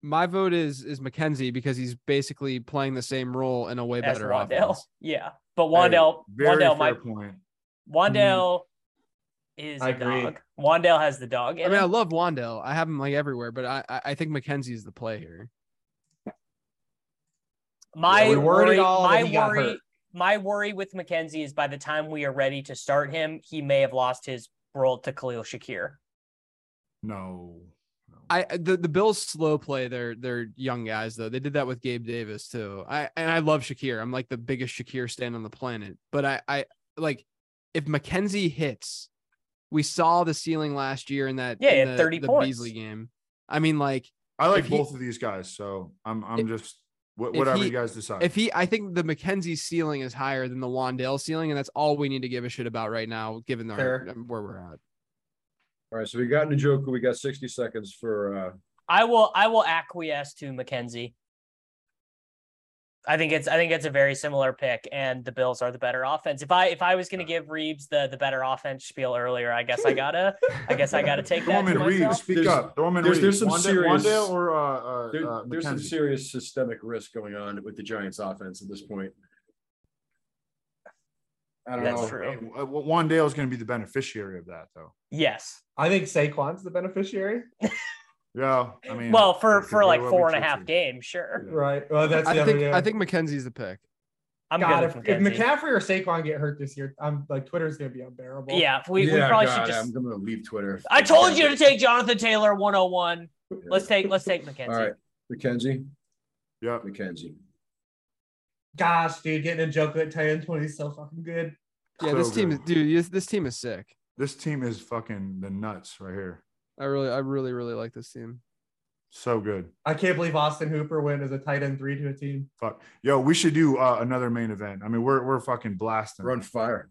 S4: My vote is is McKenzie because he's basically playing the same role in a way
S1: That's
S4: better
S1: Wandale.
S4: offense.
S1: <laughs> Yeah. But
S2: Hey,
S1: Wandale
S2: very
S1: Wandale
S2: fair
S1: might
S2: point.
S1: Wandale is
S3: I
S1: a
S3: agree.
S1: dog. Wandale has the dog.
S4: I
S1: in
S4: mean, I
S1: him.
S4: love Wandell. I have him like everywhere, but I I I think Mckenzie's the play here.
S1: my
S3: Yeah, we worried
S1: worry,
S3: it all
S1: my
S3: when he got
S1: worry,
S3: hurt.
S1: my worry with McKenzie is by the time we are ready to start him, he may have lost his role to Khalil Shakir.
S2: No. no.
S4: I the, the Bills slow play their their young guys though. They did that with Gabe Davis too. I and I love Shakir. I'm like the biggest Shakir stand on the planet. But I I like if McKenzie hits, we saw the ceiling last year in that
S1: Yeah, he
S4: in
S1: had
S4: the,
S1: 30
S4: the
S1: points.
S4: Beasley game. I mean, like
S2: I like
S4: if he-
S2: both of these guys, so I'm I'm just wh-
S4: if
S2: whatever
S4: he-
S2: you guys decide.
S4: if he I think the McKenzie ceiling is higher than the Wandale ceiling, and that's all we need to give a shit about right now, given our, um,
S3: Fair.
S4: where we're at.
S5: All right, so we got Njoku. We got 60 seconds for. uh
S1: I will I will acquiesce to McKenzie. I think it's I think it's a very similar pick, and the Bills are the better offense. If I if I was going to give Reeves the the better offense spiel earlier, I
S3: <laughs>
S1: guess I gotta I guess I gotta take
S2: Throw
S1: that
S2: him
S1: to
S2: in Reeves.
S1: myself.
S2: Speak
S5: There's-
S2: up. Throw him in
S5: there's-
S2: Reeves.
S5: there's some
S2: Wanda-
S5: serious-
S2: Wanda or uh, uh,
S5: There,
S2: uh,
S5: there's some
S2: McKenzie.
S5: serious systemic risk going on with the Giants' offense at this point. I don't
S1: That's
S5: know.
S1: true.
S2: Hey, uh, Wandale is going to be the beneficiary of that, though.
S1: Yes.
S3: I think Saquon's the beneficiary.
S2: Yeah, I mean,
S1: Well, for
S2: it could
S1: for like
S2: very well be
S1: four and a half
S2: tricky.
S1: games, sure.
S2: Yeah.
S3: Right. Well, that's the
S4: I
S3: other.
S4: think
S3: yeah.
S4: I think McKenzie's the pick.
S1: I'm
S3: God,
S1: good
S3: if,
S1: with
S3: if
S1: McKenzie.
S3: McCaffrey or Saquon get hurt this year, I'm like Twitter's gonna be unbearable.
S1: yeah, we, we
S5: Yeah,
S1: probably should
S5: God,
S1: just.
S5: I'm going to leave Twitter.
S1: I told you to take Jonathan Taylor 101. Let's take let's
S5: <laughs>
S1: take McKenzie.
S5: All right, McKenzie.
S2: Yeah,
S5: McKenzie.
S3: Gosh, dude, getting a joke at 10 and 20 is so fucking good.
S4: Yeah,
S2: So
S4: this team is
S2: good.
S4: dude. This, this team is sick.
S2: this team is fucking the nuts right here.
S4: I really I really really like this team.
S2: So good.
S3: I can't believe Austin Hooper went as a tight end three to a team. <laughs>
S2: Fuck, yo, we should do uh, another main event. I mean, we're we're fucking blasting.
S5: We're on fire.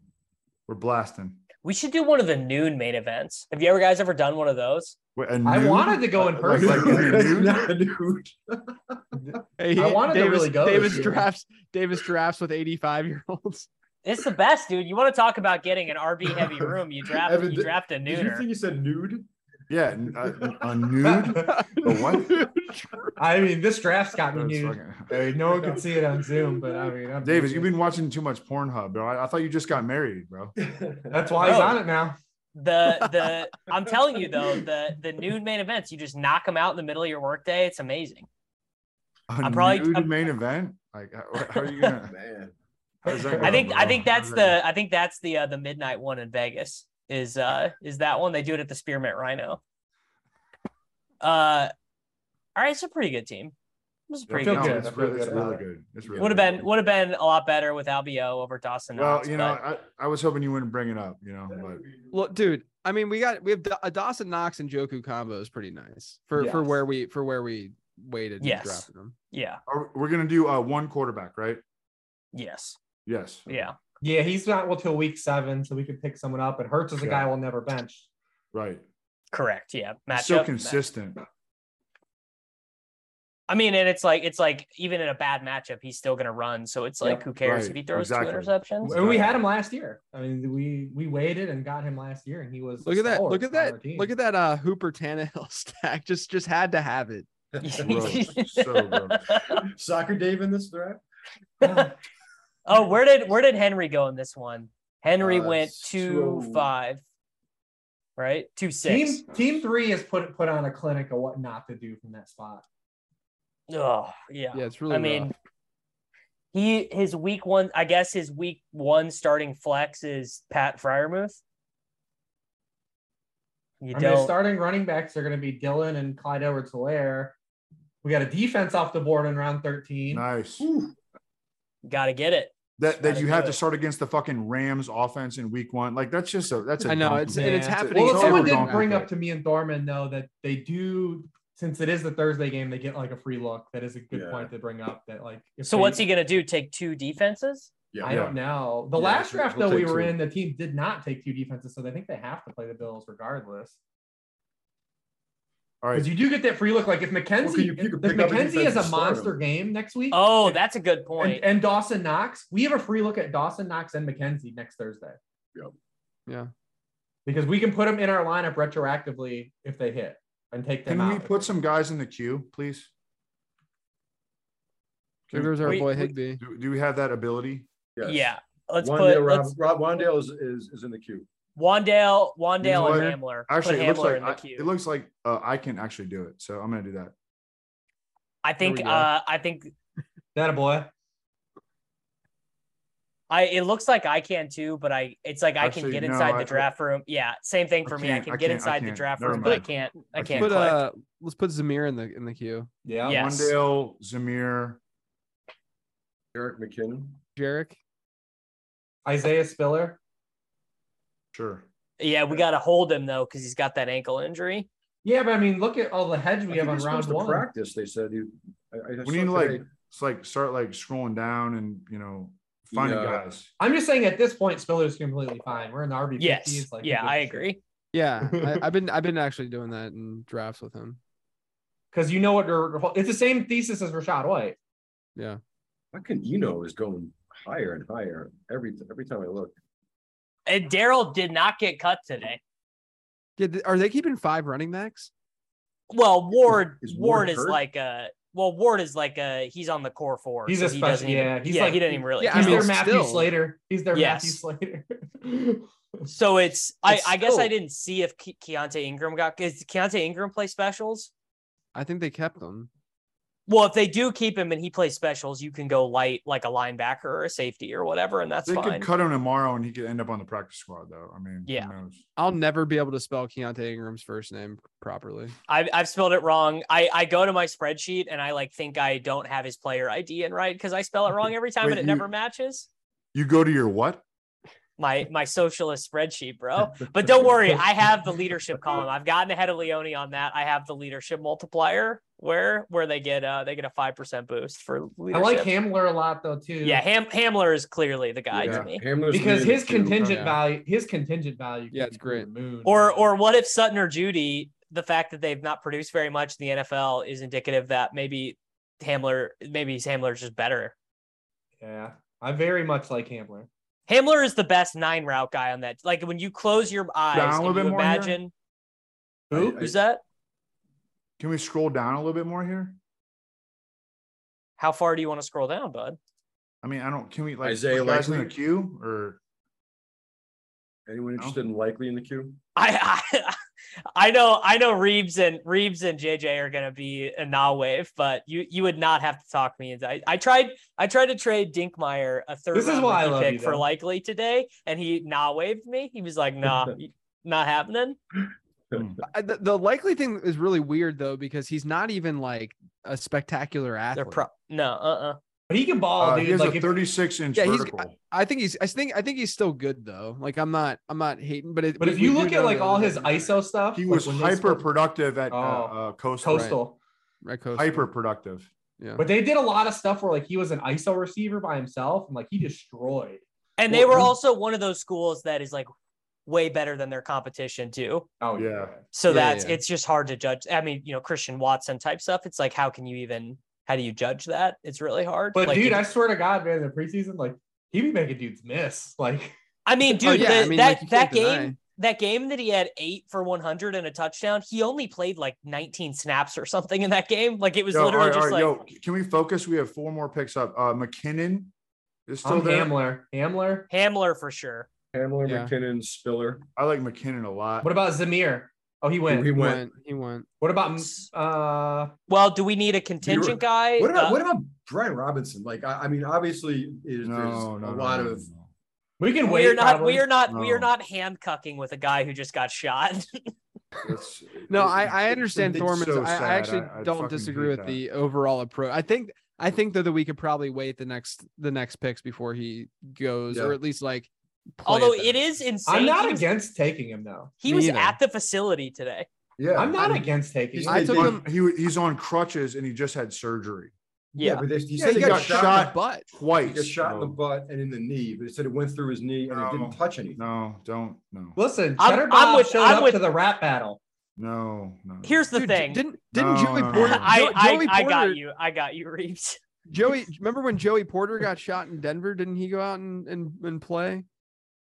S2: We're blasting.
S1: We should do one of the noon main events. Have you ever guys ever done one of those?
S2: Wait, Uh,
S3: I wanted to go in
S2: Like-
S3: person.
S2: like- like-
S5: <laughs> Dude.
S4: Hey,
S3: I wanted to
S4: Davis,
S3: really go
S4: Davis
S3: this year.
S4: drafts. Davis drafts with eighty-five year <laughs> olds.
S1: It's the best, dude. You want to talk about getting an RB
S5: <laughs>
S1: heavy room? You draft
S5: Evan,
S1: you
S5: did-
S1: draft a
S5: Did you
S1: nooner.
S5: think you said <laughs> nude?
S2: yeah, n- a, a nude.
S3: <laughs>
S2: what?
S3: I mean, this draft's got me
S2: That's
S3: nude.
S2: fucking-
S3: Dude, No one can see it on Zoom, but I mean, I'm
S2: Davis, you've been watching too much Pornhub, bro. I, I thought you just got married, bro.
S3: That's why he's
S1: No.
S3: on it now.
S5: <laughs>
S1: the the I'm telling you though, the the noon main events, you just knock them out in the middle of your workday. It's amazing.
S2: A
S1: I'm probably-
S2: nude
S1: I'm-
S2: main event. Like, how, how are you
S1: <laughs>
S2: gonna?
S5: Man.
S2: how does that
S1: I
S2: go,
S1: think I
S2: bro?
S1: think
S2: How
S1: that's
S2: does that
S5: Oh,
S1: the I think that's the uh, the midnight one in Vegas is uh is that one they do it at the Spearmint Rhino. Uh, all right, it's a pretty good team. was
S2: Yeah,
S1: pretty
S3: feel
S2: no,
S1: good.
S3: good.
S2: It's,
S3: I feel
S2: re- it's
S3: good
S2: really
S3: about it.
S2: good. It's really
S1: Would have
S2: good.
S1: been would have been a lot better without Bo over Dawson.
S2: Well,
S1: Knox,
S2: you know,
S1: but-
S2: I, I was hoping you wouldn't bring it up. You know, but
S4: Look, dude. I mean, we got we have Da- a Dawson Knox and Joku combo is pretty nice for for
S3: Yes.
S4: where we for where we waited.
S1: Yes.
S4: Yes. Drafting them.
S1: yeah,
S2: are, we're gonna do uh, one quarterback, right?
S1: yes,
S2: Yes.
S1: yeah,
S3: Yeah, he's not well till week seven, so we could pick someone up. And Hurts is a guy we'll never bench.
S2: Right.
S1: correct. Yeah, matchup.
S2: He's so
S1: ma-
S2: consistent.
S1: I mean, and it's like it's like even in a bad matchup, he's still gonna run. So it's like,
S3: Yep,
S1: who cares
S2: right,
S1: if he throws
S2: exactly.
S1: two interceptions? <laughs>
S2: <laughs>
S3: And we had him last year. I mean, we we waited and got him last year, and he was
S4: Look at that!
S3: solid
S4: Look at
S3: on our
S4: that!
S3: team.
S4: Look at that! Uh, Hooper Tannehill <laughs> stack just just had to have it.
S2: Gross. So gross.
S5: Soccer Dave in this draft.
S3: <laughs>
S1: <laughs>
S3: Yeah.
S1: oh, where did where did Henry go in this one? Henry
S5: Uh,
S1: went two
S5: so-
S1: five, right? Two six.
S3: team team three has put put on a clinic of what not to do from that spot.
S1: Oh yeah.
S4: Yeah, it's really.
S1: I mean, he his week one. I guess his week one starting flex is Pat Fryermuth. You
S3: I mean,
S1: don't.
S3: starting running backs are going to be Dylan and Clyde Edwards Hilaire. We got a defense off the board in round 13.
S2: Nice.
S1: Got to get it.
S2: That that
S1: gotta
S2: you
S1: do
S2: have to
S1: it.
S2: start against the fucking Rams offense in Week One. Like that's just a that's a.
S4: I know
S2: dumb-
S4: it's and it's
S3: Yeah.
S4: happening.
S3: Well,
S2: It's
S3: someone
S2: over
S3: did
S2: gone.
S3: bring up to me and Dorman though that they do since it is the Thursday game, they get like a free look. That is a good
S5: Yeah.
S3: point to bring up. That like if
S1: So
S3: they-
S1: what's he gonna do? Take two defenses?
S5: Yeah.
S3: I don't know. The
S5: Yeah,
S3: last
S5: he'll-
S3: draft
S5: he'll
S3: though we
S5: take
S3: were
S5: two.
S3: in, the team did not take two defenses, so they think they have to play the Bills regardless.
S2: All
S3: Because
S2: right.
S3: you do get that free look. Like if
S5: Well, could
S3: McKenzie,
S5: you- you could
S3: if
S5: pick up a
S3: McKenzie
S5: defense
S3: has
S5: and
S3: a
S5: start
S3: monster
S5: him.
S3: game next week,
S1: Oh, that's a good
S3: and,
S1: point.
S3: and Dawson Knox, we have a free look at Dawson Knox and McKenzie next Thursday.
S5: Yep.
S4: Yeah.
S3: Because we can put them in our lineup retroactively if they hit and take them
S2: Can
S3: out.
S2: we put some guys in the queue, please?
S4: there goes our
S1: Wait,
S4: boy
S1: wait.
S4: Higby.
S2: Do, do we have that ability?
S5: Yes.
S1: Yeah. Let's
S5: Wandale,
S1: put
S5: Rob,
S1: let's,
S5: Rob Wandale is, is is in the queue.
S1: Wandale, Wandale,
S2: You know what?
S1: and Hamler.
S2: Actually,
S1: put
S2: it
S1: Hamler
S2: looks like
S1: in the
S2: I,
S1: queue.
S2: it looks like uh, I can actually do it. So I'm gonna do that.
S1: I think.
S4: we go.
S1: Uh, I think.
S3: that a boy?
S1: I. It looks like I can too, but I. It's like I
S2: Actually,
S1: can get
S2: no,
S1: inside
S2: I-
S1: the draft room. Yeah, same thing
S2: I
S1: for me. I
S2: can't,
S1: can
S2: I
S1: get
S2: can't, I
S1: inside the
S2: can't.
S1: draft
S2: Never
S1: room, but I
S2: mind.
S1: can't. I,
S2: I
S1: can't.
S2: can't.
S4: Put,
S1: click.
S4: uh, let's put Zamir in the in the queue.
S3: Yeah.
S1: Yeah. Yes.
S2: Wondale, Zamir.
S5: Eric McKinnon.
S4: Jarek.
S3: Isaiah Spiller.
S2: Sure.
S1: yeah, we got to hold him though because he's got that ankle injury.
S3: Yeah, but I mean, look at all the hedge we
S5: I think
S3: have on
S5: he's
S3: round
S5: supposed to
S3: one.
S5: practice. They said you. I, I
S2: We need
S5: saw
S2: to like
S5: today-
S2: it's like start like scrolling down and you know finding
S5: Yeah.
S2: guys.
S3: I'm just saying at this point, Spiller's completely fine. We're in the RB.
S1: Yes. yeah, I agree.
S4: Yeah, <laughs> I, I've been I've been actually doing that in drafts with him.
S3: Because you know what? you're- It's the same thesis as Rashad White.
S4: Yeah,
S5: How can Eno is going higher and higher every every time I look?
S1: And Daryl did not get cut today.
S4: yeah. th- Are they keeping five running backs?
S1: Well, Ward
S5: Is
S1: Ward
S5: Ward
S1: is
S5: hurt?
S1: like a well, Ward is like a he's on the core four.
S3: He's a
S1: he
S3: special.
S1: doesn't even-
S3: yeah, he's
S1: yeah,
S3: like
S1: he didn't even really.
S4: Yeah,
S3: He's
S4: I mean,
S3: their Matthew
S4: still-
S3: Slater. He's their
S1: Yes.
S3: Matthew Slater. <laughs>
S1: So it's I,
S4: It's
S1: I guess I
S4: still-
S1: didn't see if Ke- Keontae Ingram got because Keontae Ingram play specials.
S4: I think they kept them.
S1: Well, if they do keep him and he plays specials, you can go light like a linebacker or a safety or whatever, and that's
S2: they
S1: fine.
S2: could cut him tomorrow and he could end up on the practice squad though. I mean,
S1: Yeah.
S2: who knows?
S4: I'll never be able to spell Keontae Ingram's first name properly.
S1: I, I've spelled it wrong. I, I go to my spreadsheet and I like think I don't have his player ID in right because I spell it wrong every time
S2: Wait,
S1: and it
S2: you-
S1: never matches.
S2: You go to your what?
S1: my my socialist spreadsheet,
S2: <laughs>
S1: bro. But don't worry, I have the leadership column. I've gotten ahead of Leone on that. I have the leadership multiplier where where they get uh they get a five percent boost for
S3: I
S1: leadership.
S3: like Hamler a lot though too.
S1: Yeah, Ham Hamler is clearly the guy
S5: Yeah,
S1: to me.
S5: Hamler's
S3: because
S5: in the
S3: his
S5: queue.
S3: contingent
S4: Yeah.
S3: value, his contingent value.
S4: Yeah,
S3: could
S4: it's
S3: be through
S4: great.
S3: the moon.
S1: Or or what if Sutton or Judy, the fact that they've not produced very much in the NFL is indicative that maybe Hamler maybe Hamler's just better.
S3: yeah, I very much like Hamler.
S1: Hamler is the best nine route guy on that. Like when you close your eyes,
S2: Down a little
S1: and you
S2: bit more here?
S1: imagine
S5: Who?
S1: who's that?
S2: Can we scroll down a little bit more here?
S1: How far do you want to scroll down, bud?
S2: I mean, I don't. Can we like
S5: Isaiah
S2: put guys in the
S5: Likely?
S2: queue or Oh.
S5: Anyone interested in likely in the queue?
S1: I, I <laughs> I know I know Reeves and Reeves and JJ are gonna be a now wave, but you you would not have to talk me into. I, I tried I tried to trade Dinkmeyer a third
S3: This is
S1: round
S3: why I
S1: rookie
S3: love
S1: pick
S3: you,
S1: for
S3: though.
S1: likely today, and he now waved me. He was like, "Nah,
S3: <laughs>
S1: not happening."
S2: Hmm.
S4: I- the, the likely thing is really weird though because he's not even like a spectacular
S1: They're
S4: athlete.
S1: pro. No, uh, uh
S3: But he can ball,
S2: Uh,
S3: Oh, dude.
S2: he has
S3: like
S2: a
S3: if-
S2: 36 inch
S4: Yeah, he's-
S2: vertical.
S4: I think he's. I think. I think he's still good though. Like I'm not. I'm not hating. But it,
S3: but
S4: we-
S3: if you
S4: we do
S3: look
S4: know
S3: at like
S4: that
S3: all
S4: it
S3: his
S4: doesn't matter.
S3: ISO stuff,
S2: he
S3: like,
S2: was
S3: when they
S2: hyper
S3: split
S2: productive at uh,
S3: Oh.
S2: uh, Coastal.
S3: coastal.
S4: Right, Coastal.
S2: Hyper productive.
S4: Yeah.
S3: But they did a lot of stuff where like he was an ISO receiver by himself and like he destroyed.
S1: and they
S3: Well,
S1: were
S3: you-
S1: also one of those schools that is like way better than their competition too.
S3: Oh
S2: Yeah.
S1: So
S4: Yeah,
S1: that's
S4: yeah.
S1: it's just hard to judge. I mean, you know, Christian Watson type stuff. It's like how can you even how do you judge that? It's really hard.
S3: But
S1: like,
S3: dude,
S1: you-
S3: I swear to God, man, in the preseason, like he be making dudes miss. Like
S1: I mean, dude,
S4: Oh, yeah,
S1: the-
S4: I mean,
S1: that
S4: like, you
S1: that
S4: can't
S1: game
S4: deny.
S1: that game that he had eight for 100 and a touchdown, he only played like 19 snaps or something in that game. Like it was
S2: Yo,
S1: literally
S2: all
S1: just
S2: right,
S1: like,
S2: all right, yo, can we focus? We have four more picks up. Uh, McKinnon is still
S3: I'm
S2: there.
S3: Hamler. Hamler.
S1: Hamler for sure.
S5: <laughs> Hamler,
S4: Yeah.
S5: McKinnon, Spiller.
S2: I like McKinnon a lot.
S3: What about Zamir? Oh, he went.
S5: He
S4: He
S5: went.
S4: went. He went.
S3: What about uh
S1: Well, do we need a contingent guy?
S5: What about
S1: Uh,
S5: what about Brian Robinson? Like, I, I mean, obviously, is, there's
S2: no, no,
S5: a
S2: no,
S5: lot
S2: no,
S5: of
S2: no.
S3: we can wait?
S1: we are not
S3: probably.
S1: we are not we are
S2: No.
S1: not handcucking with a guy who just got shot.
S2: That's-
S4: No,
S2: it-
S4: I, I
S2: it's
S4: understand
S2: so
S4: Thorman's. I,
S2: sad.
S4: I actually
S2: I
S4: don't
S2: fucking
S4: disagree
S2: hate
S4: with
S2: that.
S4: the overall approach. I think I think though that we could probably wait the next the next picks before he goes,
S5: Yeah.
S4: or at least like. play
S1: <laughs> Although
S4: at
S1: it
S4: them.
S1: is insane.
S3: I'm
S1: he
S3: not
S1: was,
S3: against taking him though.
S1: he
S4: Me
S1: was
S4: either.
S1: at the facility today.
S5: yeah.
S3: I'm not
S5: I mean,
S3: against taking
S5: he's-
S3: him.
S4: I took
S5: They-
S4: him.
S2: He, wa- he's on crutches and he just had surgery
S5: yeah,
S1: Yeah.
S5: but they, you
S4: Yeah,
S5: said
S4: he got, shot, in the
S2: shot.
S4: butt.
S2: twice.
S5: He got shot in the
S2: bro.
S5: butt and in the knee, but it said it went through his knee and it didn't
S2: No.
S5: touch anything.
S2: No, don't. No,
S3: Listen,
S1: I'm-
S3: Cheddar
S1: I'm
S3: Bob
S1: with-
S3: showed
S1: I'm
S3: up
S1: with-
S3: to the rap battle.
S2: no, no.
S1: Here's the
S4: Dude, j-
S1: thing.
S4: Didn't didn't
S2: No,
S4: Joey
S2: no, no,
S4: Porter?
S2: no.
S1: Uh, <laughs> I,
S4: Jo-
S1: I,
S4: Joey
S1: I
S4: Porter-
S1: got you. I got you, <laughs> Reeves.
S4: Joey, remember when Joey Porter got shot in Denver? Didn't he go out and and, and play?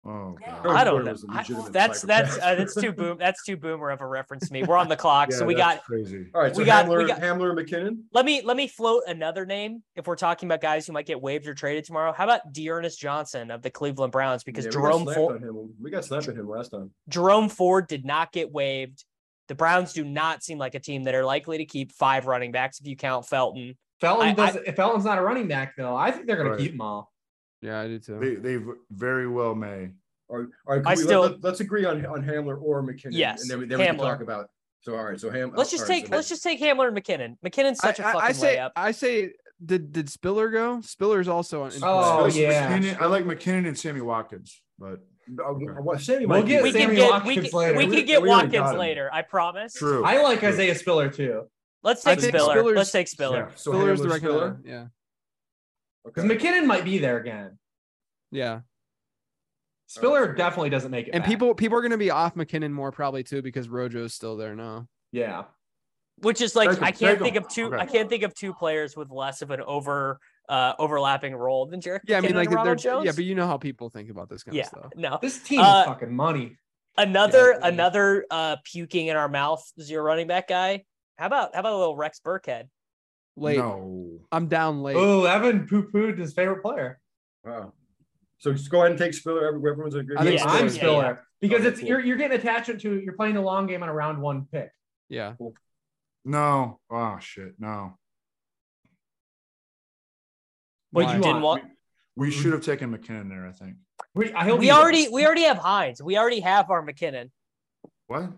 S2: Oh, God.
S5: Joey
S1: I don't
S5: Porter
S1: know.
S5: was a
S1: I-
S5: legitimate
S1: that's that's
S5: psychopath.
S1: uh, that's too boom. That's too boomer of a reference to me. We're on
S5: <laughs>
S1: the clock, so
S2: Yeah,
S1: we
S2: that's
S1: got.
S2: crazy.
S5: All right, so
S1: We got-
S5: Hamler,
S1: we got-
S5: Hamler, and McKinnon.
S1: Let me let me float another name if we're talking about guys who might get waived or traded tomorrow. How about Dearness Johnson of the Cleveland Browns? Because
S5: Yeah, we got
S1: Jerome
S5: slapped
S1: Ford,
S5: on him. We got slapped at him last time.
S1: Jerome Ford did not get waived. The Browns do not seem like a team that are likely to keep five running backs if you count Felton. I-
S3: Felton
S1: I-
S3: doesn't. if Felton's not a running back though, I think they're going
S2: Right.
S3: to keep him all.
S4: Yeah, I do too.
S2: They, they v- very well may.
S5: All right, all right
S1: I
S5: can we,
S1: still-
S5: let, us agree on on Hamler or McKinnon.
S1: Yes,
S5: and then, we- then we can
S1: Hamler.
S5: talk about. So all right, so Ham.
S1: Let's just
S5: all right,
S1: take
S5: so-
S1: let's just take Hamler and McKinnon. Mckinnon's such a
S4: I- I-
S1: fucking
S4: I say.
S1: layup.
S4: I say. Did did Spiller go? Spiller's also on. in
S3: Oh,
S4: play.
S2: Especially
S3: yeah.
S2: McKinnon- I like McKinnon and Sammy Watkins, but
S5: Uh, what- Sammy
S3: We'll
S5: might
S3: get
S1: we
S5: be-
S1: can
S3: Sammy
S1: get we
S3: Watkins
S1: can,
S3: later.
S1: we
S5: We-
S1: can get
S5: we already got
S1: Watkins
S5: him.
S1: later. I promise.
S2: true.
S3: I like
S2: True.
S3: Isaiah Spiller too.
S1: Let's
S4: I
S1: take
S4: think
S1: Spiller.
S4: Spiller's-
S1: Let's take Spiller.
S5: Yeah, so
S4: Spiller's the
S5: Hamler,
S4: right kind
S5: Spiller.
S4: of- Yeah.
S5: Okay.
S3: Because McKinnon might be there again.
S4: Yeah.
S3: Spiller
S5: Alright.
S3: definitely doesn't make it.
S4: And
S3: back.
S4: people people are going to be off McKinnon more probably too because Rojo's still there now.
S3: yeah.
S1: which is like
S2: Take 'em,
S1: I can't
S2: take
S1: think
S2: 'em.
S1: of two.
S2: Okay.
S1: I can't think of two players with less of an over uh overlapping role than Jared.
S4: Yeah, I mean
S1: McKinnon
S4: like
S1: and
S4: they're
S1: Ronald Jones.
S4: yeah, but you know how people think about this kind
S1: Yeah.
S4: of stuff.
S1: no.
S3: This team
S1: Uh,
S3: is fucking money.
S1: Another
S4: Yeah.
S1: another uh puking in our mouth is your running back guy. How about how about a little Rex Burkhead?
S4: Late,
S2: No.
S4: I'm down late.
S3: Oh, Evan poo pooed his favorite player.
S5: Wow. So just go ahead and take Spiller. Every- Everyone's in agreement.
S4: I think Yeah,
S3: I'm
S4: yeah,
S3: Spiller because
S5: Okay,
S3: it's
S5: cool.
S3: you're, you're getting attachment to you're playing the long game on a round one pick.
S4: Yeah.
S2: No. Oh shit. No.
S1: What
S4: Why?
S1: you didn't want?
S2: We
S3: Mm-hmm.
S2: should have taken McKinnon there, I think.
S3: We, I hope
S1: We
S3: he's
S1: already
S3: there.
S1: we already have Hines. We already have our McKinnon.
S2: What?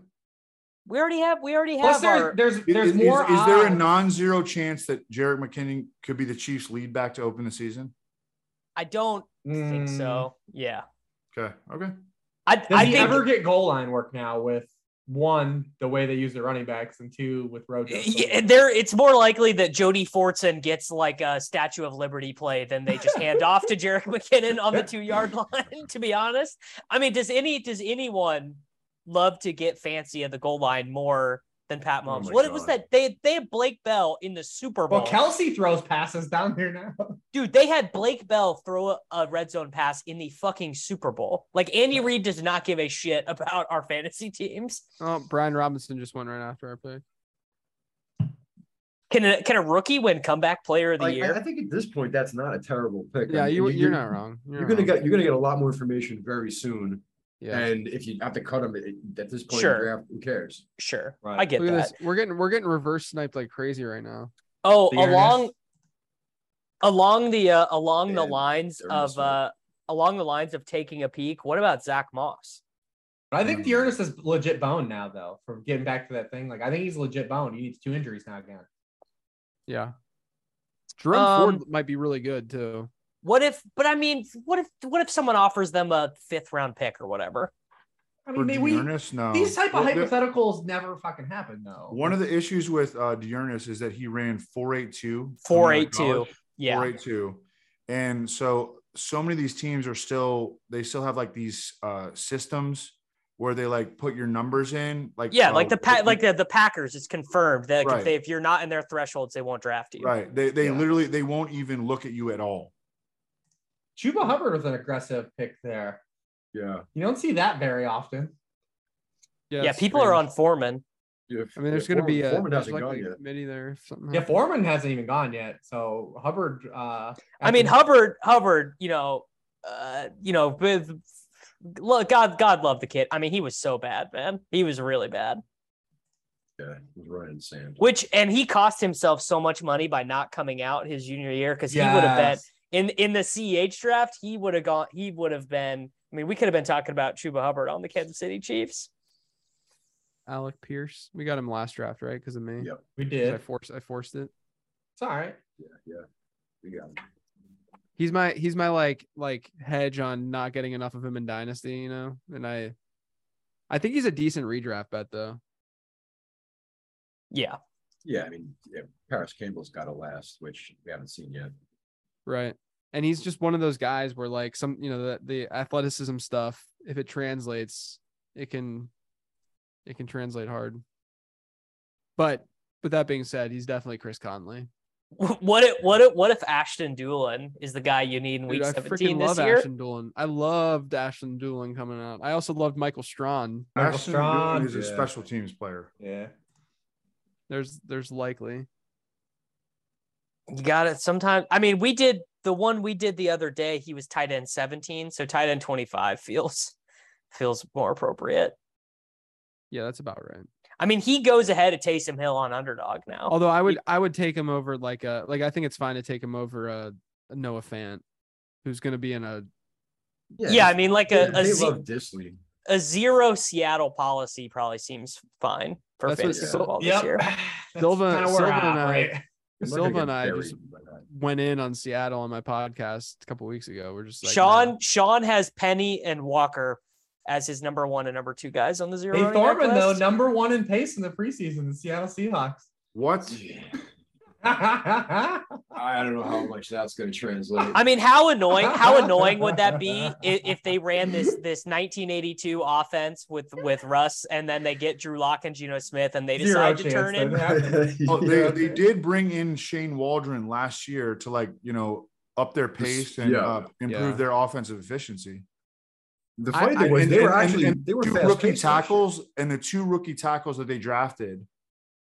S1: We already have we already have
S3: Plus, there's
S1: our.
S3: there's
S2: I-
S3: there's
S2: is,
S3: more.
S2: Is, there a
S3: odds.
S2: non-zero chance that Jared McKinnon could be the Chiefs' lead back to open the season?
S1: I don't think
S3: Mm.
S1: so. Yeah,
S2: Okay. Okay.
S1: I
S3: Does
S1: I
S3: he
S1: think
S3: ever get goal line work now with one, the way they use their running backs, and two, with Rojo?
S1: Yeah, there it's more likely that Jody Fortson gets like a Statue of Liberty play than they just hand off to Jarek McKinnon on the two yard <laughs> line, to be honest. I mean, does any does anyone love to get fancy at the goal line more than Pat
S5: Oh
S1: Mahomes?
S5: my
S1: what was
S5: God.
S1: that? They they had Blake Bell in the Super Bowl.
S3: Well, Kelsey throws passes down there now.
S1: Dude, they had Blake Bell throw a, a red zone pass in the fucking Super Bowl. Like Andy Reid does not give a shit about our fantasy teams.
S4: Oh, Brian Robinson just went right after our pick.
S1: Can a, can a rookie win comeback player of the
S5: Like, I,
S1: year?
S5: I think at this point, that's not a terrible pick. I
S4: Yeah,
S5: mean,
S4: you you're not wrong. You're,
S5: You're gonna
S4: wrong.
S5: get you're gonna get a lot more information very soon,
S4: Yeah.
S5: and if you have to cut him at- at this point, in
S1: Sure.
S5: the draft, who cares?
S1: sure,
S3: Right.
S1: I get
S4: Look at
S1: that.
S4: this. We're getting we're getting reverse sniped like crazy right now.
S1: Oh,
S3: The internet?
S1: along along the uh, along the
S5: And
S1: lines
S5: they're gonna
S1: of
S5: sell it.
S1: uh, along the lines of taking a peek. What about Zach Moss?
S3: I think the Ernest is legit boned now, though, from getting back to that thing. Like, I think he's legit boned. He needs two injuries now again.
S4: Yeah. Jerome
S1: Um,
S4: Ford might be really good too.
S1: What if? But I mean, what if? What if someone offers them a fifth round pick or whatever?
S3: I
S2: For
S3: mean, they, we
S2: Dearness, no.
S3: these type of
S2: Well, the-
S3: hypotheticals never fucking happen though.
S2: One of the issues with uh, Dearness is that he ran 482.
S1: Four
S2: coming out
S1: eight
S2: of
S1: two.
S2: college,
S1: Yeah.
S2: 482. And so, so many of these teams are still, they still have like these uh, systems where they like put your numbers in. Like,
S1: Yeah,
S2: uh,
S1: like the pa- like the, the Packers, it's confirmed that if,
S2: Right.
S1: they, if you're not in their thresholds, they won't draft you.
S2: right. They, they
S3: Yeah.
S2: literally, they won't even look at you at all.
S3: Chuba Hubbard was an aggressive pick there.
S5: Yeah.
S3: You don't see that very often.
S1: Yeah,
S4: it's
S1: people are
S4: strange.
S1: on Foreman.
S5: If-
S4: I mean,
S5: if
S4: there's going to
S5: Foreman-
S4: be a
S5: Foreman
S4: there's
S5: hasn't gone
S4: likely a
S5: yet.
S4: committee there. If something
S3: Yeah,
S4: happens.
S3: Foreman hasn't even gone yet. So Hubbard. Uh,
S1: I mean, Hubbard, Hubbard, you know, uh, you know, with look, God, God love the kid. I mean, he was so bad, man. He was really bad.
S5: Yeah, it was uh, Ryan Sand.
S1: Which and he cost himself so much money by not coming out his junior year because he would have been in in the CEH draft. He would have gone. He would have been. I mean, we could have been talking about Chuba Hubbard on the Kansas City Chiefs.
S4: Alec Pierce, we got him last draft, right? Because of me.
S5: Yep.
S3: We
S4: 'Cause
S3: did.
S4: I forced I forced it.
S3: It's all right.
S5: We got him.
S4: He's my he's my like like hedge on not getting enough of him in dynasty, you know. And I, I think he's a decent redraft bet though.
S1: Yeah, <laughs>
S5: Yeah, I mean, yeah, Paris Campbell's got to last, which we haven't seen yet.
S4: Right. And he's just one of those guys where like some, you know, the, the athleticism stuff, if it translates, it can it can translate hard. But with that being said, he's definitely Chris Conley.
S1: what if what if what if Ashton Doolin is the guy you need in
S4: Dude,
S1: week
S4: I
S1: seventeen
S4: freaking
S1: this
S4: love
S1: year?
S4: Ashton Doolin. I loved Ashton Doolin coming out. I also loved Michael Strawn.
S3: Michael
S2: Ashton
S3: Strawn,
S2: Doolin is a
S3: yeah.
S2: special teams player.
S3: Yeah.
S4: There's there's likely.
S1: You got it. Sometimes I mean, we did the one we did the other day. He was tight end seventeen, so tight end twenty five feels feels more appropriate.
S4: Yeah, that's about right.
S1: I mean, he goes ahead of Taysom Hill on underdog now.
S4: Although I would I would take him over like a like I think it's fine to take him over a, a Noah Fant, who's gonna be in a
S1: yeah, I mean, like a a,
S5: they
S1: ze-
S5: love Disley.
S1: a zero Seattle policy probably seems fine for
S4: That's what
S1: fantasy
S5: Sil-
S1: football this
S3: Yep. <laughs>
S1: year.
S3: <sighs> That's
S4: Silva-
S3: kinda
S4: Silva
S3: where I
S4: and I-
S3: operate.
S5: They're not
S4: Silva
S5: gonna
S4: and I
S5: get uh,
S4: just-
S5: buried by that.
S4: went in on Seattle on my podcast a couple weeks ago. We're just like
S1: Sean
S4: no.
S1: Sean has Penny and Walker as his number one and number two guys on the zero.
S3: Dave
S1: running back
S3: Thorman, though,
S1: list.
S3: number one in pace in the preseason, the Seattle Seahawks. <laughs>
S5: <laughs>
S2: What?
S5: I don't know how much that's going to translate.
S1: I mean, how annoying!
S3: <laughs>
S1: How annoying would that be if, if they ran this this 1982 offense with with Russ, and then they get Drew Lock and Geno Smith, and they
S3: Zero
S1: decide to
S3: chance
S1: turn
S3: that
S1: in?
S5: <laughs>
S3: happens.
S5: Oh,
S2: Well, Oh, they, they did bring in Shane Waldron last year to like, you know, up their pace and
S5: Yeah.
S2: uh, improve
S4: Yeah.
S2: their offensive efficiency.
S5: the
S4: I-
S5: funny
S4: I-
S5: thing was,
S2: and-
S5: they were
S2: and-
S5: actually
S2: and
S5: they were
S2: two
S5: fast
S2: rookie
S5: paced last year.
S2: tackles and the two rookie tackles that they drafted.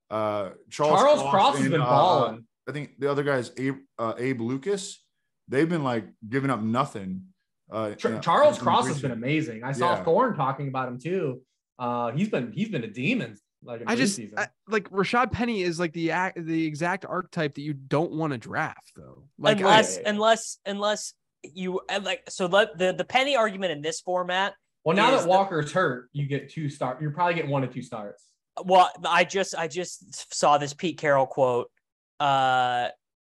S2: Uh, Charles,
S3: Charles Cross has
S2: and,
S3: been
S2: uh,
S3: balling.
S2: I think the other guys, Abe, uh, Abe Lucas, they've been like giving up nothing. Uh,
S3: Tr-
S2: yeah,
S3: Charles
S2: in
S3: Cross has
S2: preseason.
S3: been amazing. I saw
S2: Yeah.
S3: Thorne talking about him too. Uh, he's been he's been a demon. Like in
S4: I just
S3: preseason.
S4: I, like Rashad Penny is like the act, the exact archetype that you don't want to draft though. Like I-
S1: unless
S3: yeah, yeah.
S1: unless unless you and like so let the the penny argument in this format.
S3: well, now
S1: is
S3: that
S1: the-
S3: Walker's hurt, you get two start. You're probably getting one of two starts.
S1: Well, I just I just saw this Pete Carroll quote. Uh,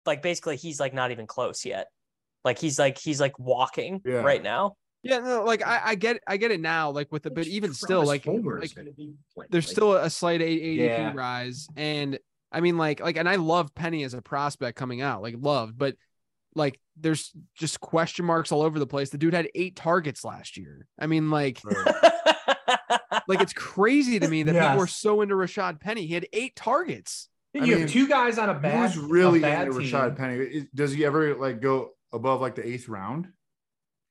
S1: like basically he's like not even close yet. Like he's like he's like walking
S2: Yeah.
S1: right now. <laughs>
S4: yeah, no, like I, I get I get it now. Like with the but even
S5: Travis
S4: still like
S5: Homer is
S4: like,
S5: gonna be playing,
S4: there's
S5: like,
S4: still a slight eight eighty
S3: Yeah.
S4: rise and. I mean, like, like, and I love Penny as a prospect coming out, like, loved, but like, there's just question marks all over the place. The dude had eight targets last year. I mean, like,
S2: Right.
S4: like it's crazy to me that people were
S3: Yes.
S4: so into Rashad Penny. He had eight targets.
S2: I
S3: you
S2: mean,
S3: have two guys on a bad.
S2: Who's really
S3: a bad
S2: into
S3: team.
S2: Rashad Penny? Is- Does he ever like go above like the eighth round?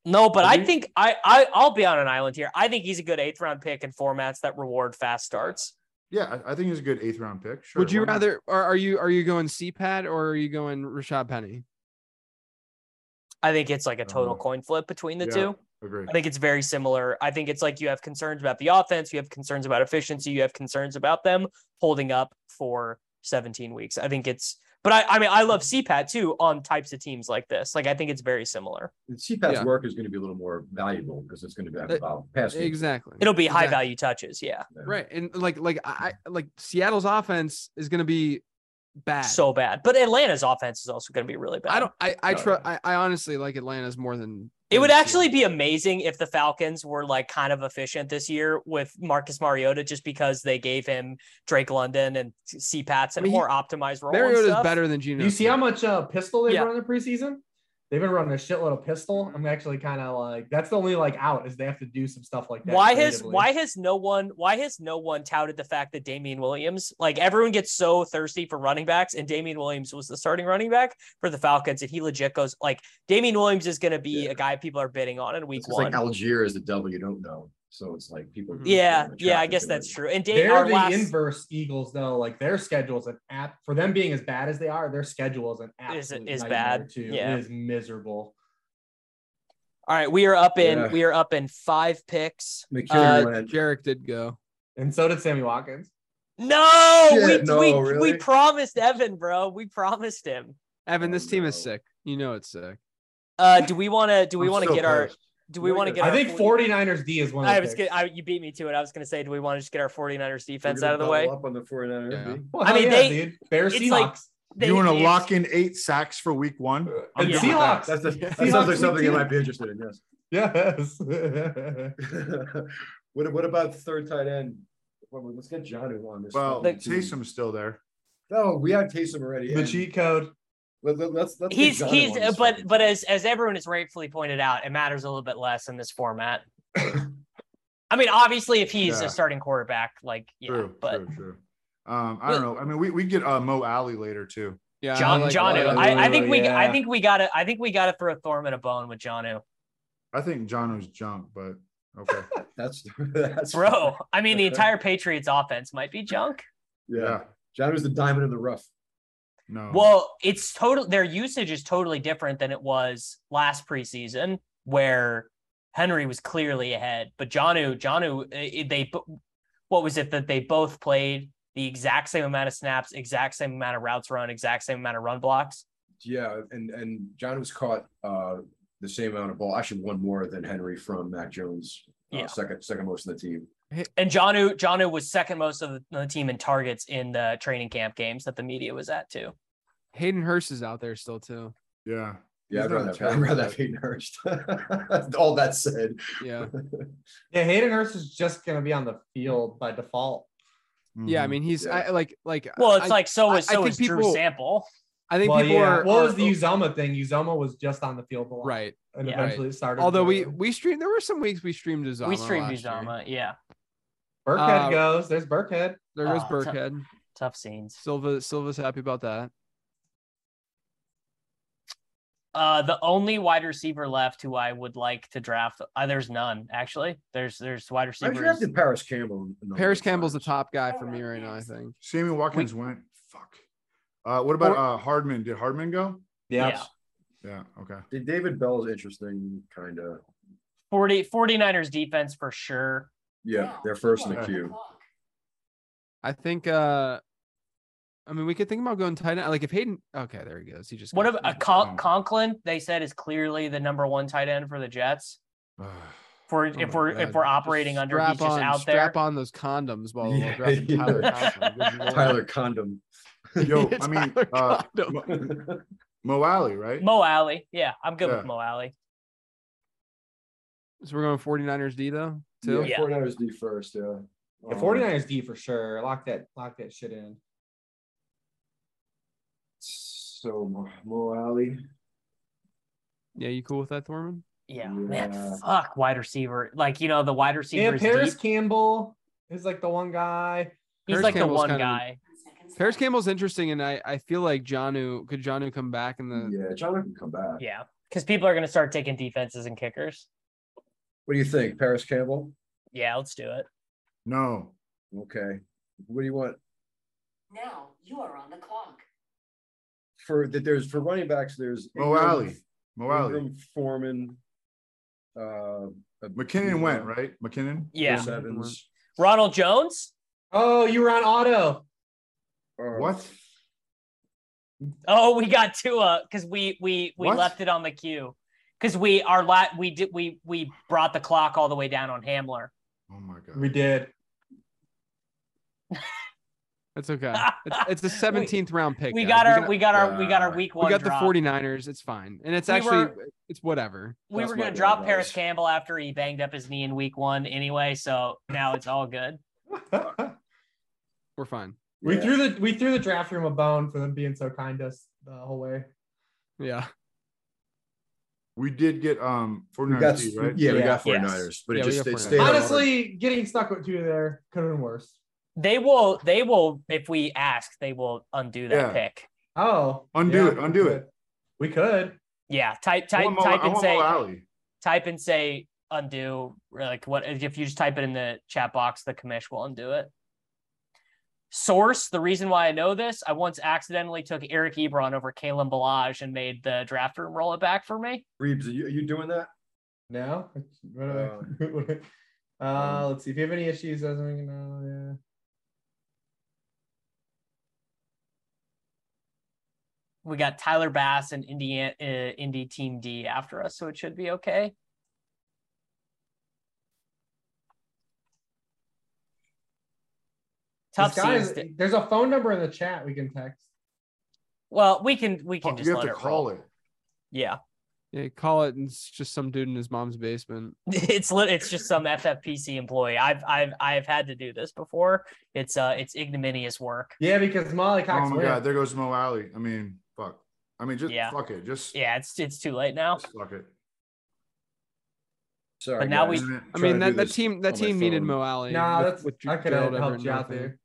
S1: No, but I
S2: Mhm.
S1: think I, I I'll be on an island here. I think he's a good eighth round pick in formats that reward fast starts.
S2: Yeah, I, I think he's a good eighth round pick. Sure.
S4: Would you
S2: why not?
S4: rather or are you are you going CPAD or are you going Rashad Penny?
S1: I think it's like a total
S2: Uh,
S1: coin flip between the
S2: yeah.
S1: two.
S2: Agree.
S1: I think it's very similar. I think it's like you have concerns about the offense, you have concerns about efficiency, you have concerns about them holding up for 17 weeks. I think it's, but I, I mean, I love CPAT too on types of teams like this. Like I think it's very similar.
S5: And CPAP's
S4: Yeah.
S5: work is going to be a little more valuable because it's going to be
S4: Uh,
S5: about passing.
S4: Exactly.
S1: It'll be high
S4: Exactly.
S1: value touches. Yeah.
S4: Right. And like like I I- like Seattle's offense is going to be bad.
S1: so bad. But Atlanta's offense is also going to be really bad.
S4: I don't. I I try. I, I honestly like Atlanta's more than.
S1: It would
S4: than-
S1: actually be amazing if the Falcons were like kind of efficient this year with Marcus Mariota, just because they gave him Drake London and C Pats and
S4: I mean, he-
S1: more optimized role. and
S4: Mariota's
S1: stuff.
S4: better than Geno.
S3: You see
S4: Smith.
S3: how much uh, pistol they've
S1: Yeah.
S3: run in the preseason? They've been running a shitload of pistol. I'm actually kind of like that's the only like out is they have to do some stuff like that.
S1: why has
S3: creatively.
S1: why has no one why has no one touted the fact that Damian Williams like everyone gets so thirsty for running backs and Damian Williams was the starting running back for the Falcons and he legit goes like Damian Williams is going to be
S5: Yeah.
S1: a guy people are bidding on in week
S5: It's
S1: one.
S5: like Algier is the devil you don't know. So it's like people.
S1: yeah,
S5: attracted
S1: yeah, I
S5: to
S1: guess
S5: it.
S1: that's true. And Dave,
S3: they're
S1: our
S3: the
S1: last
S3: inverse Eagles though. Like their schedule is an app for them being as bad as they are. Their schedule is an absolute
S1: is
S3: nightmare,
S1: bad.
S3: Too.
S1: Yeah.
S3: It is miserable.
S1: all right, we are up in
S5: Yeah.
S1: we are up in five picks.
S5: McCarron
S1: Uh,
S5: went-
S4: Jarek did go.
S3: And so did Sammy Watkins.
S1: No,
S5: Shit,
S1: we
S5: no,
S1: we, we
S5: really?
S1: promised Evan, bro. We promised him.
S4: Evan,
S5: Oh,
S4: this team is
S5: no.
S4: sick. You know it's sick.
S1: Uh, do we want to do we
S2: I'm
S1: want to
S2: so
S1: get our
S2: pissed.
S1: do we
S5: Really
S1: want to
S5: good.
S1: get
S3: I
S1: our
S3: think 49ers D is one of the
S1: I was
S3: picks.
S1: gonna, I, you beat me to it. I was gonna say, do we want to just get our 49ers
S5: We're
S1: defense
S5: gonna
S1: out of the way?
S5: double Up on the 49ers.
S4: Yeah.
S5: B.
S3: Well,
S1: I
S3: hell
S1: mean,
S3: yeah,
S1: they-
S3: dude. Bear
S1: it's
S3: Seahawks.
S1: like-
S2: you want to
S1: it's-
S2: lock in eight sacks for week one?
S4: Uh,
S3: and
S1: Yeah.
S3: Seahawks.
S5: That's the, <laughs> that
S3: Seahawks
S5: sounds like
S3: week
S5: something you
S3: two.
S5: might be interested in. Yes.
S3: Yes.
S5: what what about third tight end? Well, let's get Johnu on this.
S2: Well,
S5: fucking team.
S2: Taysom's still there.
S5: No, we have Taysom already.
S3: the
S5: and
S3: cheat code.
S5: Let, let, let's let's. get
S1: he's
S5: Jonnu
S1: he's
S5: on this
S1: but
S5: fucking
S1: but uh,
S5: team.
S1: as as everyone has rightfully pointed out, it matters a little bit less in this format.
S2: <coughs>
S1: I mean, obviously, if he's
S2: Yeah.
S1: a starting quarterback, like yeah,
S2: True,
S1: but
S2: true, true. Um, I don't know. I mean, we, we get uh, Mo Alley later too.
S4: Yeah, I
S1: John
S4: like-
S1: Johnu,
S3: Waddle,
S1: I, I think we I
S3: yeah.
S1: think we gotta I think we gotta throw Thorman a bone with Johnu,
S2: I think John was junk, but
S5: <laughs>
S2: okay.
S5: that's that's
S1: bro. I mean,
S4: <laughs>
S1: the entire Patriots offense might be junk.
S5: Yeah,
S2: yeah.
S5: Johnu's the diamond in the rough.
S2: No.
S4: Oh.
S1: Well, it's total. Their usage is totally different than it was last preseason, where Henry was clearly ahead. But Janu, Janu, eh, they bo- what was it that they both played the exact same amount of snaps, exact same amount of routes run, exact same amount of run blocks.
S5: Yeah, and and John was caught uh the same amount of ball, actually one more than Henry from Mac Jones, uh,
S1: Yeah.
S5: second second most of the team.
S1: And Janu, Janu was second most of the team in targets in the training camp games that the media was at too.
S4: Hayden Hurst is out there still too.
S2: yeah.
S5: Yeah,
S2: He's
S5: I'd
S2: not
S5: rather, I'd
S2: terrible,
S5: rather
S2: but-
S5: have Hayden Hurst. <laughs> All that said,
S4: Yeah,
S3: Yeah, Hayden Hurst is just gonna be on the field by default.
S4: yeah. I
S2: Mhm.
S4: mean, he's
S5: Yeah.
S4: I, like like.
S1: Well, it's
S4: I,
S1: like so
S4: I-
S1: is
S4: I
S1: so
S4: think
S1: is Drew
S4: people-
S1: Sample.
S4: I think
S3: Well,
S4: people
S3: yeah.
S4: are,
S3: what
S4: are-
S3: was the Uzoma thing? Uzoma was just on the field a lot,
S4: right.
S3: And
S1: Yeah.
S3: eventually it started.
S4: Although we
S3: to-
S4: we streamed, there were some weeks we streamed Uzama.
S1: We streamed
S4: last year.
S1: Uzama. Yeah,
S3: Burkhead
S4: uh,
S3: goes. There's Burkhead.
S4: There goes
S1: Oh, it's not-
S4: Burkhead.
S1: tough scenes.
S4: Silva Silva's happy about that.
S1: Uh, the only wide receiver left who I would like to draft, uh, there's none actually. There's there's wide
S5: I
S1: receivers.
S5: drafted Paris Campbell. a number
S4: Paris
S5: of
S4: Campbell's the
S5: times.
S4: top guy for me right now. I think.
S2: Sammy Watkins went. Fuck. Uh, what about uh, Hardman? Did Hardman go?
S1: Yeah.
S2: Yeah. Okay.
S1: <laughs>
S2: <sighs>
S5: David Bell's interesting, kind of.
S1: 40 49ers defense for sure.
S5: Yeah, they're first in
S6: <laughs>
S5: the queue.
S4: I think. uh I mean, we could think about going tight end. Like if Hayden. Okay, there he goes. He just.
S1: What
S4: got-
S1: about a Con- Conklin? They said is clearly the number one tight end for the Jets. If we're
S4: Oh
S1: if
S4: my
S1: we're
S4: God.
S1: if we're operating
S4: Just
S1: under,
S4: strap
S1: he's just
S4: on,
S1: out there.
S4: Strap on those condoms while
S5: Yeah,
S1: <laughs>
S4: we're drafting Tyler
S5: yeah.
S4: Conklin. Good lord.
S5: Tyler Condom. <laughs>
S2: Yo,
S4: <laughs>
S2: I mean,
S4: Tyler
S2: uh,
S4: Condom.
S2: Mo Alley, right?
S1: Mo Alley, yeah, I'm good
S2: Yeah.
S1: with Mo Alley.
S4: So we're going 49ers D though.
S5: Yeah,
S4: Too.
S1: Yeah.
S5: 49ers D first. Yeah.
S4: Oh.
S5: Um,
S3: The 49ers D for sure. Lock that lock that shit in.
S5: So Mo- Mo Alley.
S4: Yeah, you cool with that, Thorman?
S1: Yeah,
S5: Yeah.
S1: man, fuck wide receiver. Like you know the wide receiver
S3: Yeah,
S1: is
S3: Paris
S1: deep.
S3: Campbell is like the one guy.
S1: He's
S4: Paris
S1: like
S4: Campbell's
S1: the one
S4: kinda-
S1: guy.
S4: Paris Campbell's interesting, and I, I feel like Janu could Janu come back in the
S5: Yeah, John Luke can come back.
S1: Yeah, because people are gonna start taking defenses and kickers.
S5: What do you think, Paris Campbell?
S1: Yeah, let's do it.
S2: No.
S5: Okay. What do you want
S6: Now you are on the clock.
S5: for that? There's for running backs. There's
S2: Mo
S5: Ingram,
S2: Alley. Mo Alley.
S5: Ingram, Foreman. Uh,
S2: McKinnon went right. McKinnon.
S1: Yeah,
S5: Chris Evans.
S1: Ronald Jones.
S3: Oh, you were on auto.
S5: Uh,
S2: What?
S1: Oh, we got Tua because we we we
S2: What?
S1: left it on the queue because we our la- we did we we brought the clock all the way down on Hamler.
S2: Oh my god.
S3: We did.
S4: That's okay. It's, it's the 17th round pick.
S1: We
S4: guys.
S1: got our we got our we got our week one.
S4: we got the
S1: drop.
S4: 49ers. It's fine. And it's
S1: We
S4: actually
S1: were-
S4: it's whatever.
S1: We
S5: That's
S1: were
S5: what
S1: gonna
S5: it
S1: drop
S5: was.
S1: Paris Campbell after he banged up his knee in week one anyway, so now it's all good.
S4: We're fine.
S3: We
S5: Uh, Yeah.
S3: threw the we threw the draft room a bone for them being so kind to us the whole way.
S4: Yeah.
S2: We did get um
S5: We
S2: 49ers,
S5: got,
S2: too, right?
S5: yeah, we
S1: Yeah.
S5: got 49ers, but
S4: Yeah,
S5: it
S4: we
S5: just
S4: got
S5: it
S4: 49ers.
S5: stayed on-
S3: Honestly, getting stuck with two there could have been worse.
S1: They will they will if we ask, they will undo that
S2: Yeah.
S1: pick.
S3: Oh,
S2: Undo
S3: yeah,
S2: it, undo
S3: we
S2: it.
S3: could. We could.
S1: Yeah. Type
S2: I
S1: type
S2: want Mo-
S1: type
S2: I
S1: and
S2: want
S1: say
S2: Mo Alley.
S1: type and say undo or like what if you just type it in the chat box the commish will undo it source the reason why i know this i once accidentally took eric ebron over Kalen Balaj and made the draft room roll it back for me
S5: Reeves, are you, are you doing that?
S3: No. <laughs> What
S4: Uh,
S3: do I- uh,
S4: um,
S3: let's see if you have any issues. Doesn't know.
S1: we got tyler bass and indiana uh, indy team d after us so it should be okay
S3: Yeah.
S1: tough
S3: This guy
S1: scenes
S3: is,
S1: to-
S3: there's a phone number in the chat we can text.
S1: well we can we can just
S2: You have
S1: let
S2: to
S1: it
S2: call
S1: roll.
S2: it.
S1: yeah
S4: Yeah, call it and it's just some dude in his mom's basement.
S1: it's lit it's just some ffpc employee i've i've i've had to do this before it's uh it's ignominious work
S3: Yeah, because Molly
S2: Oh
S3: Cox.
S2: my
S3: went.
S2: god, there goes Mo Alley. I mean, fuck. I mean, just
S1: Yeah.
S2: fuck it. Just,
S1: yeah it's it's too late now
S2: just fuck it.
S5: Sorry,
S1: But now we-
S5: guys.
S4: I
S5: Trying to
S4: mean
S5: do
S4: that, that
S5: this
S4: team that
S5: on my
S4: team needed
S5: phone.
S4: Mo Alley.
S3: Nah,
S4: with-
S3: that's
S4: with
S3: I could have
S4: Gerald Everett
S3: helped
S4: and
S3: you out
S4: everything.
S3: there.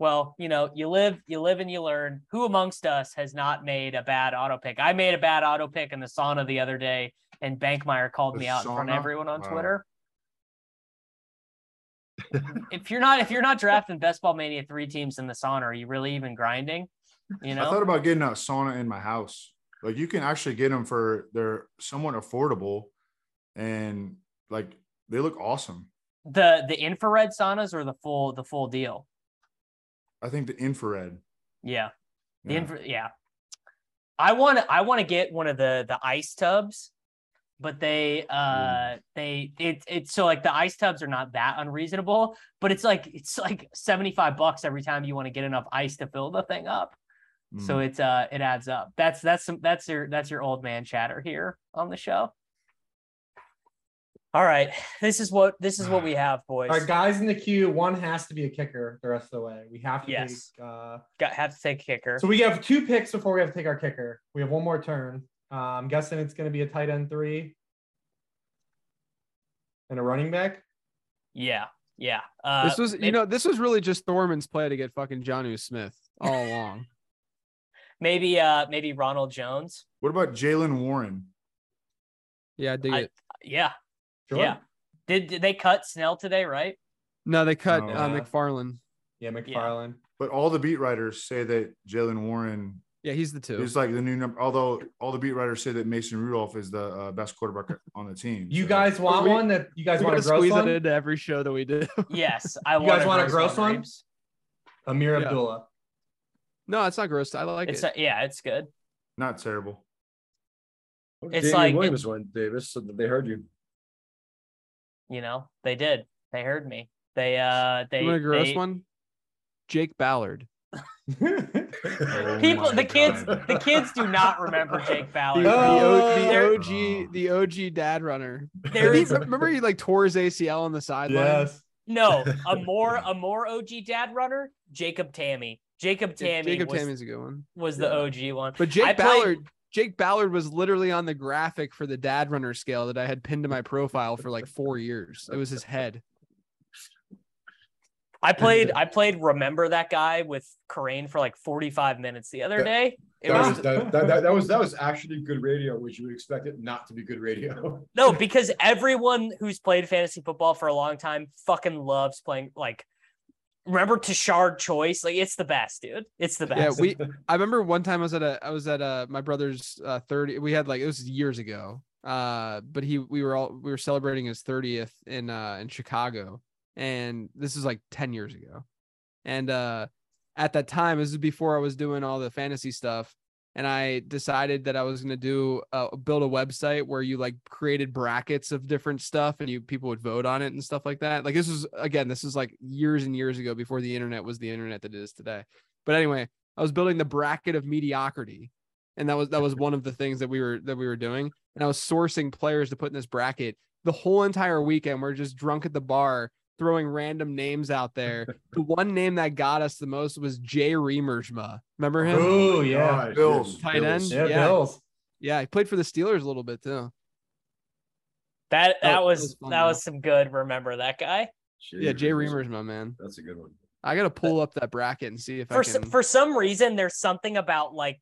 S1: well you know you live you live and you learn who amongst us has not made a bad auto pick i made a bad auto pick in the sauna the other day and bankmeyer called
S2: The
S1: me out in front of
S2: sauna?
S1: everyone on
S2: Wow. <laughs>
S1: twitter if you're not if you're not drafting best ball mania three teams in the sauna are you really even grinding you
S2: I thought
S1: know
S2: about getting a sauna in my house. Like you can actually get them for they're somewhat affordable, and like they look awesome.
S1: the the infrared saunas or the full the full deal
S2: I think the infrared.
S1: yeah The
S2: yeah.
S1: infra- yeah. I want to I want to get one of the the ice tubs, but they uh they it it's so like the ice tubs are not that unreasonable, but it's like it's like 75 bucks every time you want to get enough ice to fill the thing up. So
S2: Mm.
S1: it's uh it adds up. That's that's some that's your that's your old man chatter here on the show. All right. This is what this is what we have, boys.
S3: All right, guys in the queue. One has to be a kicker the rest of the way. We have to
S1: Yes.
S3: take, uh,
S1: Got have to take a kicker.
S3: So we have two picks before we have to take our kicker. We have one more turn. Uh, I'm guessing it's going to be a tight end three and a running back.
S1: yeah. Yeah. Uh
S4: this was you
S1: maybe-
S4: know this was really just Thorman's play to get fucking Johnu Smith all along.
S1: maybe uh maybe Ronald Jones.
S2: What about Jalen Warren?
S4: yeah, I dig
S1: I-
S4: it.
S1: Yeah.
S3: Sure.
S1: Yeah. Did, did they cut Snell today, right?
S4: No, they cut
S2: No.
S4: uh, McFarland.
S3: Yeah, McFarland.
S2: But all the beat writers say that Jalen Warren
S4: Yeah, he's the two.
S2: is like the new number. Although all the beat writers say that Mason Rudolph is the uh, best quarterback <laughs> on the team.
S3: You
S2: so-
S3: guys want
S4: We-
S3: one that you guys
S4: we
S3: want
S4: gotta
S3: a gross
S4: squeeze
S3: one?
S4: it into every show that we do.
S1: Yes. I
S3: You guys want a gross one?
S1: Reeves.
S3: Amir
S4: Yeah.
S3: Abdullah.
S4: no, it's not gross. I like
S1: It's
S4: it.
S1: a, yeah, it's good.
S2: not terrible.
S5: It's
S1: It's
S5: Damian
S1: like-
S5: Williams went, Davis, so that they heard you.
S1: You know, they did. They heard me. They uh they
S4: you want a gross
S1: they-
S4: one? Jake Ballard.
S2: Oh
S1: <laughs> People
S2: my
S5: <laughs>
S1: the kids
S2: God.
S1: the kids do not remember Jake
S4: The,
S1: Ballard.
S4: the O- the
S2: There-
S1: Oh.
S4: OG, the OG dad runner.
S1: there
S4: He-
S1: is
S4: remember he like tore his ACL on the sideline.
S3: yes.
S1: no
S4: <laughs>
S1: a more a more OG dad runner, Jacob Tammy. Jacob
S4: Yeah,
S1: Tammy
S4: Jacob
S1: was,
S4: Tammy's a good one.
S1: was the OG one.
S4: But Jake
S1: I played-
S4: Ballard, Jake Ballard was literally on the graphic for the dad runner scale that I had pinned to my profile for like four years. It was his head.
S1: I
S4: <laughs>
S1: played I played Remember That Guy with Corain for like 45 minutes the other
S5: That-
S1: day. It
S5: That
S1: was
S5: was, that, that, that, that was that was actually good radio, which you would expect it not to be good
S4: <laughs>
S5: radio.
S1: No, because everyone who's played fantasy football for a long time fucking loves playing. Like, remember Tashard Choice? Like, it's the best, dude. It's the
S4: Yeah,
S1: best.
S4: we. I remember one time I was at a I was at a my brother's uh, thirty. We had like it was years ago. Uh, but he we were all we were celebrating his thirtieth in uh in Chicago, and this is like ten years ago, and uh, at that time this is before I was doing all the fantasy stuff, and I decided that I was going to do uh, build a website where you like created brackets of different stuff and you people would vote on it and stuff like that. Like this was again, this is like years and years ago before the internet was the internet that it is today. But anyway, I was building the bracket of mediocrity, and that was that was one of the things that we were that we were doing. And I was sourcing players to put in this bracket. The whole entire weekend, we're just drunk at the bar throwing random names out there.
S3: <laughs>
S4: the one name that got us the most was Jay Remersma. Remember him?
S3: Oh yeah,
S4: God, Bills tight end.
S3: Yeah, yeah, Bills.
S4: Yeah, he played for the Steelers a little bit too.
S1: That that oh, was that man. was, some good. Remember that guy?
S4: Jay yeah, Jay Remersma, man.
S5: That's a good one.
S4: I gotta pull up that bracket and see if
S1: for
S4: I can.
S1: Some, for some reason, there's something about like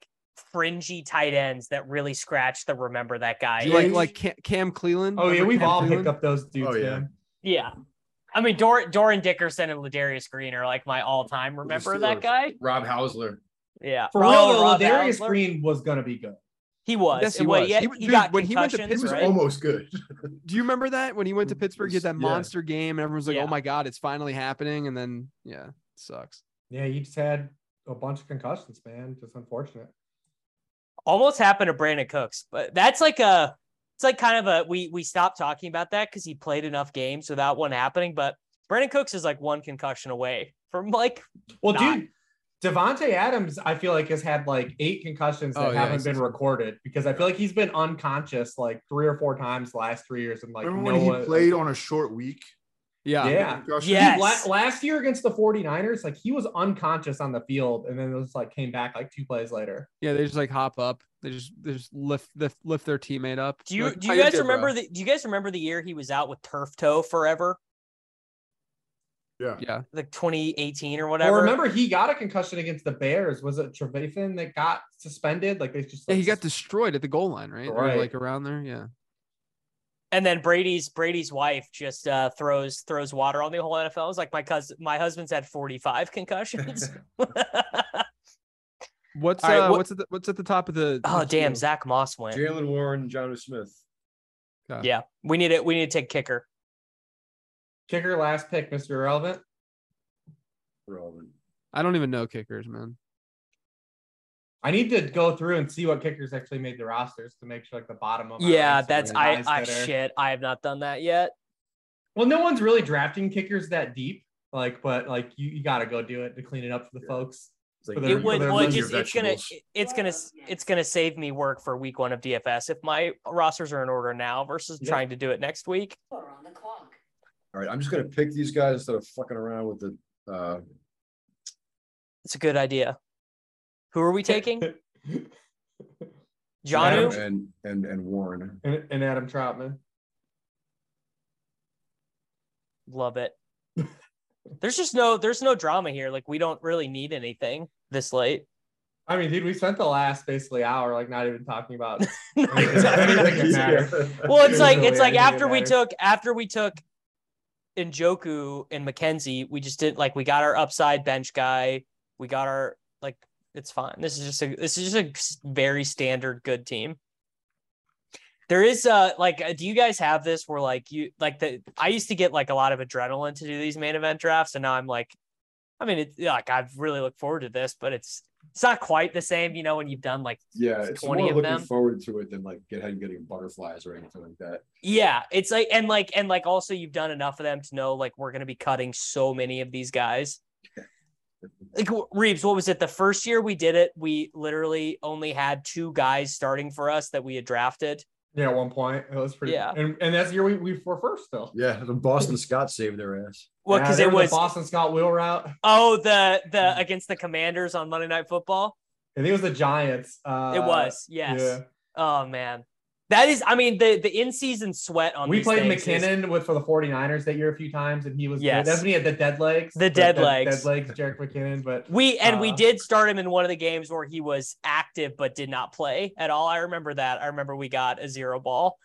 S1: fringy tight ends that really scratch the remember that guy.
S4: Like like Cam, Cam Cleland.
S3: Oh yeah,
S4: remember
S3: we've
S4: Cam
S3: all
S4: Cleland?
S3: picked up those dudes. Oh, yeah. Man.
S1: Yeah. I mean, Dor- Doran Dickerson and Ladarius Green are like my all-time. Remember that guy?
S5: Rob Hausler.
S1: Yeah.
S3: For real, oh, Ladarius Hausler. Green was gonna be good.
S1: He was.
S4: Yes, he was.
S1: He, had, he, he got
S4: when he went to Pittsburgh. He
S5: was
S1: right?
S5: almost good.
S4: Do you remember that when he went to Pittsburgh, he had that monster Mm, yeah. game, and everyone's like, yeah. "Oh my god, it's finally happening!" And then, yeah, sucks.
S3: Yeah, you just had a bunch of concussions, man. Just unfortunate.
S1: Almost happened to Brandon Cooks, but that's like a it's like kind of a we we stopped talking about that because he played enough games without one happening. But Brandon Cooks is like one concussion away from like
S3: well, not. dude. Devonte Adams, I feel like has had like eight concussions that oh, yeah, haven't been recorded because I feel like he's been unconscious like three or four times last three years. And like,
S2: remember no when one... he played on a short week?
S4: Yeah,
S3: yeah, yes. Dude, la- last year against the 49ers, like he was unconscious on the field, and then it was like came back like two plays later.
S4: Yeah, they just like hop up, they just they just lift lift, lift their teammate up.
S1: Do you
S4: like,
S1: do you guys did, remember bro? the Do you guys remember the year he was out with turf toe forever?
S2: Yeah,
S4: yeah,
S1: like 2018 or whatever.
S3: Well, remember he got a concussion against the Bears. Was it Trevathan that got suspended? Like they just
S4: like, yeah, he got destroyed at the goal line, right? right. Or like around there, yeah
S1: and then Brady's Brady's wife just uh, throws throws water on the whole NFL. It's like my cousin, my husband's had forty five <laughs> concussions. Oh,
S4: what's right, uh, what, what's at the, what's at the top of the?
S1: Oh
S4: the
S1: damn, field? Zach Moss went.
S5: Jalen Warren, John Smith.
S1: Yeah. yeah, we need it. We need to take kicker.
S3: Kicker last pick, Mister Relevant.
S5: Relevant.
S4: I don't even know kickers, man.
S3: I need to go through and see what kickers actually made the rosters to make sure like the bottom of
S1: yeah. That's I I shit. I have not done that yet.
S3: Well, no one's really drafting kickers that deep, like, but like you, you got to go do it to clean it up for the folks.
S1: It's like, their, it would well, just, it's gonna it's gonna it's gonna save me work for week one of DFS if my rosters are in order now versus yeah. trying to do it next week.
S6: We're on the clock.
S5: All right, I'm just gonna pick these guys instead of fucking around with the. uh
S1: It's a good idea. Who are we
S3: <laughs>
S1: taking? John
S5: and and
S1: <laughs>
S5: and Warren
S3: and, and, Adam Troutman.
S1: Love it. there's just no there's no drama here. Like we don't really need anything this late. <laughs>
S3: I mean, dude, we spent the last basically hour like not even talking about
S1: <laughs>
S5: <laughs>
S3: anything
S1: that <laughs> Well, it's like it's like after we took after we took Njoku and McKenzie, we just did like we got our upside bench guy, we got our like it's fine. This is just a this is just a very standard good team. There is uh like do you guys have this where like you like the I used to get like a lot of adrenaline to do these main event drafts and now I'm like I mean it's like I've really looked forward to this but it's it's not quite the same you know when you've done like
S5: yeah it's more looking them. forward to it than like get ahead getting butterflies or anything like that
S1: yeah it's like and like and like also you've done enough of them to know like we're gonna be cutting so many of these
S3: <laughs>
S1: guys like Reeves, what was it? The first year we did it, we literally only had two guys starting for us that we had drafted.
S3: Yeah, at one point. That was pretty
S1: yeah.
S3: And, and that's the year we, we were first though.
S5: Yeah, the Boston Scott saved their ass.
S1: Well, because yeah, it was
S3: Boston Scott wheel route.
S1: Oh, the the against the commanders on Monday night football.
S3: I think it was the Giants. Uh,
S1: it was, yes. Yeah. Oh man. That is, I mean, the the in season sweat on
S3: we played
S1: McKinnon
S3: is... with for the 49ers that year a few times, and he was yes. Good. That's when he had the dead legs,
S1: the dead
S3: dead,
S1: legs,
S3: dead legs, Jarek McKinnon.
S1: <laughs>
S3: But
S1: we and uh, we did start him in one of the games where he was active but did not play at all. I remember that. I remember we got a zero ball,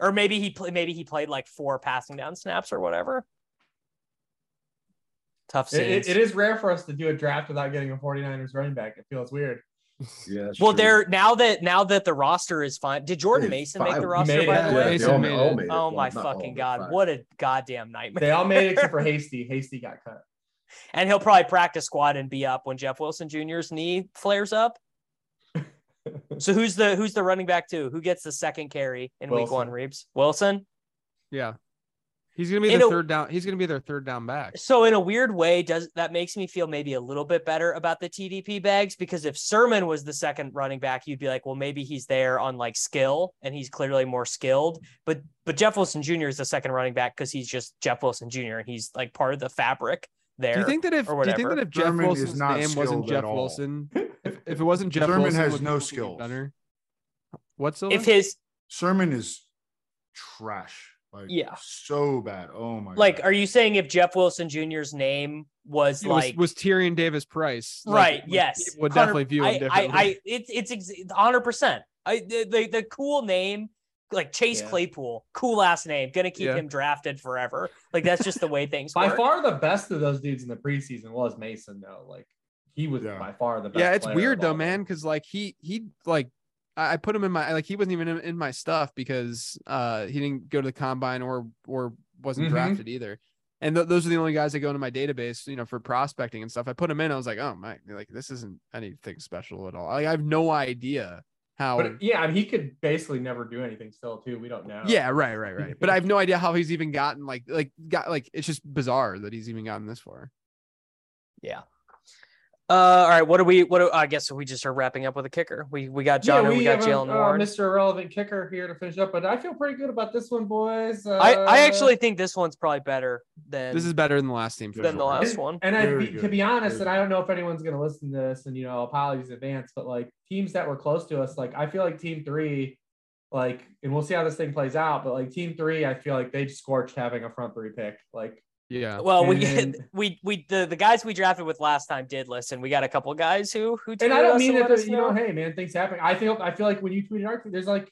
S1: or maybe he played. Maybe he played like four passing down snaps or whatever. Tough scenes.
S3: It, it, it is rare for us to do a draft without getting a 49ers running back. It feels weird.
S1: <laughs>
S5: Yeah,
S1: well,
S5: true.
S1: they're now that now that the roster is fine. Did Jordan Mason make the roster? Made by the way,
S5: yeah, all, made all made
S1: oh my well, fucking god! Fine. What a goddamn nightmare.
S3: They all made
S1: <laughs>
S3: it except for Hasty. Hasty got cut,
S1: and he'll probably practice squad and be up when Jeff Wilson Jr.'s knee flares up. So who's the who's the running back to? Who gets the second carry in week
S3: Wilson.
S1: one? Reeves Wilson.
S4: Yeah. He's gonna be the
S1: In a-
S4: third down. He's gonna be their third down back.
S1: So in a weird way, does that makes me feel maybe a little bit better about the TDP bags because if Sermon was the second running back, you'd be like, well, maybe he's there on like skill and he's clearly more skilled. But but Jeff Wilson Jr. is the second running back because he's just Jeff Wilson Jr. and he's like part of the fabric there.
S4: Do you think that if do
S1: or
S4: you think that
S1: whatever.
S4: if Jeff
S2: Thurman is
S4: Wilson's
S2: not
S4: name wasn't
S2: skilled
S4: Jeff
S2: at all.
S4: Wilson, if, if it wasn't Jeff
S2: Thurman
S4: Wilson,
S2: has
S4: would
S2: no
S4: people be
S2: skills.
S4: Better? What Silva?
S1: if his
S2: Sermon is trash. Like
S1: Yeah.
S2: so bad. Oh my
S1: like,
S2: God.
S1: are you saying if Jeff Wilson Jr.'s name was
S4: It was,
S1: like
S4: was Tyrion Davis Price? like,
S1: right
S4: would-
S1: yes
S4: people would
S1: 100
S4: definitely view him
S1: I,
S4: differently.
S1: I, I it's it's ex- 100% i the, the, the cool name like chase
S3: Yeah.
S1: claypool cool ass name gonna keep
S4: Yeah.
S1: him drafted forever like that's just the way things
S3: By
S1: work.
S3: far the best of those dudes in the preseason was Mason, though. Like he was
S2: Yeah.
S3: by far the best.
S4: yeah, it's
S3: player
S4: weird
S3: of
S4: though,
S3: all of them.
S4: man, because like he he like I I put him in my like he wasn't even in, in my stuff because uh he didn't go to the combine or or wasn't
S3: Mhm.
S4: drafted either. And th- those are the only guys that go into my database, you know, for prospecting and stuff. I put him in. I was like, oh my, like this isn't anything special at all. Like I have no idea how.
S3: But yeah, I mean, he could basically never do anything still, too. We don't know.
S4: yeah, right, right, right. But I have no idea how he's even gotten like like got like it's just bizarre that he's even gotten this far.
S1: uh all right what are we what are, i guess we just are wrapping up with a kicker we we got john
S3: yeah,
S1: we,
S3: we,
S1: got
S3: have a,
S1: jalen
S3: uh,
S1: warren
S3: Mr. Irrelevant kicker here to finish up, but I feel pretty good about this one, boys. Uh,
S1: i i actually think this one's probably better than
S4: This is better than the last team. For
S1: than the
S4: sure.
S1: last one
S3: And I,
S2: Very
S3: be- to
S2: good.
S3: be honest,
S2: Very
S3: and I don't know if anyone's going to listen to this, and you know, apologies in advance, but like teams that were close to us, like I feel like Team Three, like, and we'll see how this thing plays out, but like Team Three, I feel like they scorched having a front three pick. Like,
S4: Yeah.
S1: well we
S3: And-
S1: <laughs> we we the, the guys we drafted with last time did listen we got a couple guys who who
S3: and I
S1: tweeted
S3: don't
S1: us
S3: mean
S1: let
S3: that
S1: us
S3: you know, hey man, things happen. I feel I feel like when you tweeted our tweet, there's like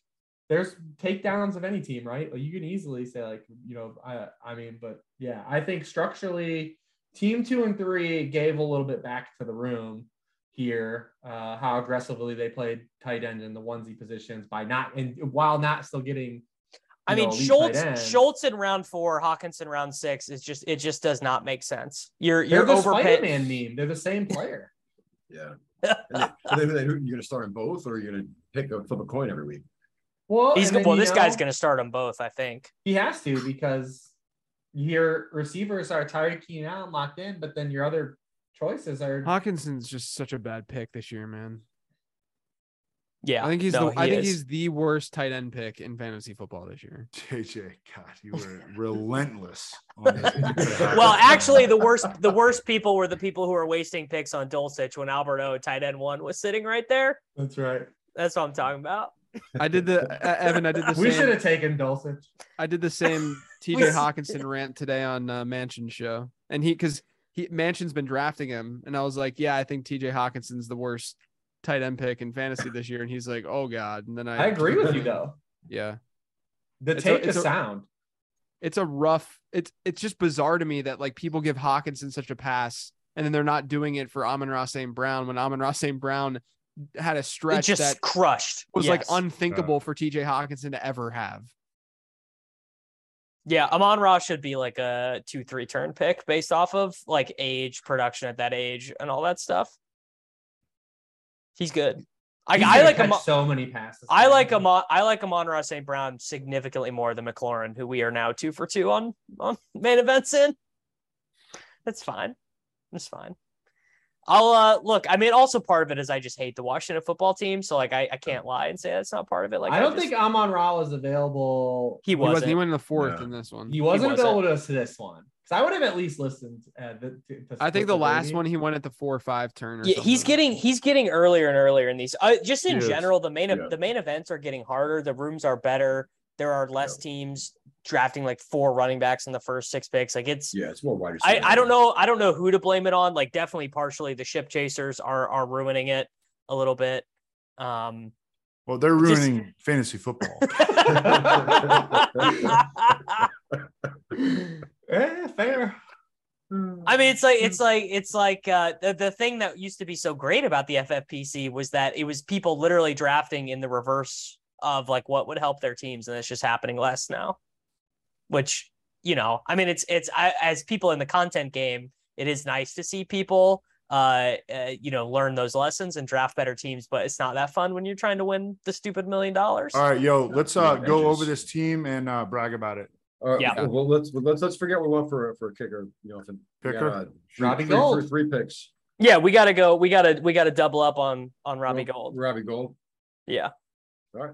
S3: there's takedowns of any team, right? Like you can easily say like you know I I mean, but yeah, I think structurally, team two and three gave a little bit back to the room here, uh, how aggressively they played tight end in the onesie positions by not and while not still getting.
S1: I mean,
S3: you know, elite tight
S1: Schultz
S3: ends.
S1: Schultz in round four, Hawkins in round six is just it just does not make sense. You're
S3: They're
S1: you're
S3: the
S1: overpaying.
S3: Spider-Man meme. They're the same player.
S5: Yeah. And then- and then, and then who- you're gonna start in both, or you're gonna pick a flip a coin every week.
S3: Well,
S1: He's
S3: and
S1: gonna
S3: then,
S1: well,
S3: you
S1: this guy's
S3: know-
S1: gonna start them both, I think.
S3: He has to because your receivers are Tyreek Keen Allen locked in, but then your other choices are
S4: Hawkinson's just such a bad pick this year, man.
S1: Yeah,
S4: I think he's
S1: no,
S4: the I
S1: he
S4: think
S1: is.
S4: he's the worst tight end pick in fantasy football this year.
S2: JJ, God, you were relentless. On
S1: <laughs>
S2: this.
S1: well, actually, the worst
S3: <laughs>
S1: the worst people were the people who were wasting picks on Dulcich when Albert O, tight end one, was sitting right there.
S3: That's right.
S1: That's what I'm talking about.
S4: I
S3: <laughs>
S4: did the uh, Evan. I did the
S3: We should
S4: same.
S3: have taken Dulcich.
S4: I did
S3: <laughs>
S4: the same
S1: We
S4: TJ
S1: s-
S4: Hawkinson rant today on uh, Mansion show, and he because he Mansion's been drafting him, and I was like, yeah, I think TJ Hawkinson's the worst tight end pick in fantasy this year, and he's like, oh god, and then I
S3: I agree with you though.
S4: Yeah,
S3: The
S4: It's a-
S3: tape, the
S4: it's a-
S3: sound.
S4: it's a rough. It's it's just bizarre to me that like people give Hawkinson such a pass, and then they're not doing it for Amon Ross St. Brown when Amon Ross St. Brown had a
S1: It
S4: stretch
S1: just
S4: that
S1: crushed.
S4: was like
S1: Yes.
S4: unthinkable
S5: Uh.
S4: for TJ Hawkinson to ever have.
S1: Yeah, Amon Ross should be like a two three turn pick based off of like age, production at that age, and all that stuff. He's good. I,
S3: He's
S1: I
S3: gonna
S1: like
S3: catch
S1: Amon.
S3: so many passes.
S1: I like Amon. I like Amon Ross St. Brown significantly more than McLaurin, who we are now two for two on on <laughs> main events in. That's fine. That's fine. I'll uh, look. I mean, also part of it is I just hate the Washington football team, so like I, I can't lie and say that's not part of it. Like
S3: I don't
S1: just-
S3: think Amon Ra was available.
S1: he
S4: He wasn't.
S1: wasn't.
S4: He went in the fourth
S5: No.
S4: in this one.
S3: He wasn't,
S1: wasn't.
S3: available to us to this one because I would have at least listened. Uh, the, to, to
S4: I think the
S3: Split
S4: last
S3: Baby.
S4: one he went at the four or five turn. Or
S1: Yeah, he's
S4: something.
S1: getting he's getting earlier and earlier in these. Uh, just in
S2: Yes.
S1: general, the main
S5: Yeah.
S1: the main events are getting harder. The rooms are better. There are less
S5: Yeah.
S1: teams drafting like four running backs in the first six picks. Like it's
S5: Yeah, it's more wide.
S1: I,
S5: receiver.
S1: I don't know I don't know who to blame it on. Like definitely partially the ship chasers are are ruining it a little bit. Um <laughs>
S2: well, they're
S1: Just-
S2: ruining fantasy football.
S1: I
S3: <laughs> Eh, fair.
S1: mean it's like it's like it's like uh the, the thing that used to be so great about the FFPC was that it was people literally drafting in the reverse of like what would help their teams and it's just happening less now. Which, you know, I mean it's it's I, as people in the content game, it is nice to see people uh, uh, you know, learn those lessons and draft better teams. But it's not that fun when you're trying to win the stupid million dollars.
S2: All
S1: <laughs>
S2: right, yo, let's uh, go over this team and uh, brag about it.
S5: All right,
S1: Yeah.
S5: Well, well, let's well, let's let's forget what we want for for a kicker. You know, if we got,
S2: Kicker?
S5: uh,
S3: Robbie
S5: three-
S3: Gold.
S5: three- three picks.
S1: Yeah, we gotta go. We gotta we gotta double up on on Robbie
S5: Ro-
S1: Gold.
S5: Robbie Gold.
S1: Yeah.
S5: All right.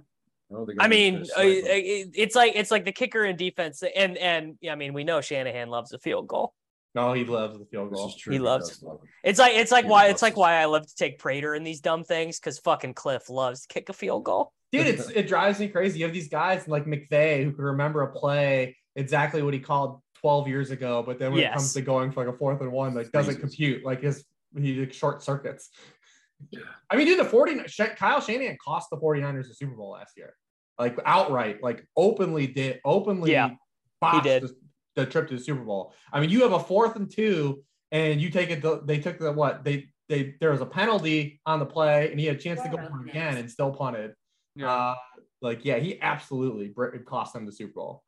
S5: I, don't think
S1: I
S5: I'm gonna
S1: mean,
S5: say
S1: uh,
S5: it, but-
S1: it- it's like it's like the kicker and defense, and and yeah, I mean, we know Shanahan loves a field goal.
S3: No, he loves the field
S5: This
S3: goal.
S5: is true.
S1: He loves-
S5: does love it.
S1: It's like it's like
S5: He
S1: why
S5: loves
S1: it's like
S5: it.
S1: why I love to take Prater in these dumb things because fucking Cliff loves to kick a field goal.
S3: Dude, it's it drives me crazy. You have these guys like McVay who can remember a play exactly what he called 12 years ago, but then when
S1: Yes.
S3: it comes to going for like a fourth and one, like doesn't
S5: Jesus.
S3: compute. Like his he like, short circuits. I mean, dude, the 40 Sh- Kyle Shanahan cost the 49ers the Super Bowl last year. Like outright, like openly did openly
S1: Yeah,
S3: botched
S1: did.
S3: The, the trip to the Super Bowl. I mean, you have a fourth and two, and you take it. The, they took the what they they there was a penalty on the play, and he had a chance to go for it again and still punted.
S4: Yeah.
S3: Uh, like, yeah, he absolutely br- it cost them the Super Bowl.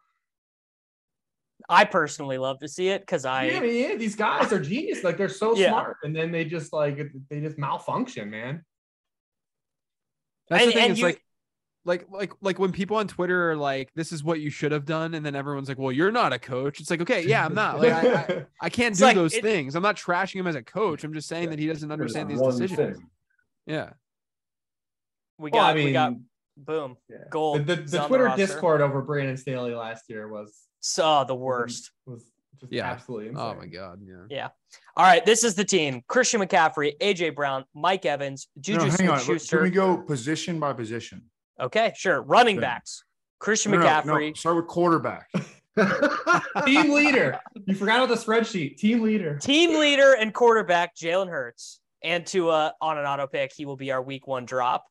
S1: I personally love to see it because I
S3: yeah, I mean, yeah, these guys are genius. Like, they're so
S1: Yeah.
S3: smart, and then they just like they just malfunction, man.
S4: That's
S1: And-
S4: the thing.
S1: and
S4: It's
S1: you-
S4: like, like, like, like when people on Twitter are like, "This is what you should have done," and then everyone's like, "Well, you're not a coach." It's like, okay, yeah, I'm not.
S3: <laughs>
S4: Like, I, I, I can't
S1: It's
S4: do
S1: like,
S4: those
S1: it-
S4: things. I'm not trashing him as a coach. I'm just saying
S5: Yeah.
S4: that he doesn't
S5: There's
S4: understand these
S5: one
S4: decisions.
S5: thing.
S4: Yeah,
S1: we got
S3: Well, I mean,
S1: we got boom
S3: yeah.
S1: gold.
S3: the, the,
S1: is
S3: the
S1: on
S3: Twitter
S1: roster.
S3: Discord over Brandon Staley last year was
S1: saw the worst.
S3: was just
S4: Yeah.
S3: absolutely insane.
S4: Oh my god. Yeah.
S1: All right, this is the team: Christian McCaffrey, AJ Brown, Mike Evans,
S2: No,
S1: Juju
S2: hang on. Let- Can we
S1: Smith-Schuster.
S2: go position by position?
S1: Okay, sure. Running
S2: Okay.
S1: backs: Christian
S2: No, no, no,
S1: McCaffrey.
S2: Start with quarterback.
S1: <laughs>
S3: <laughs> Team leader. You forgot about the spreadsheet. Team leader.
S1: team leader and quarterback Jalen Hurts, and to uh, on an auto pick, he will be our week one drop.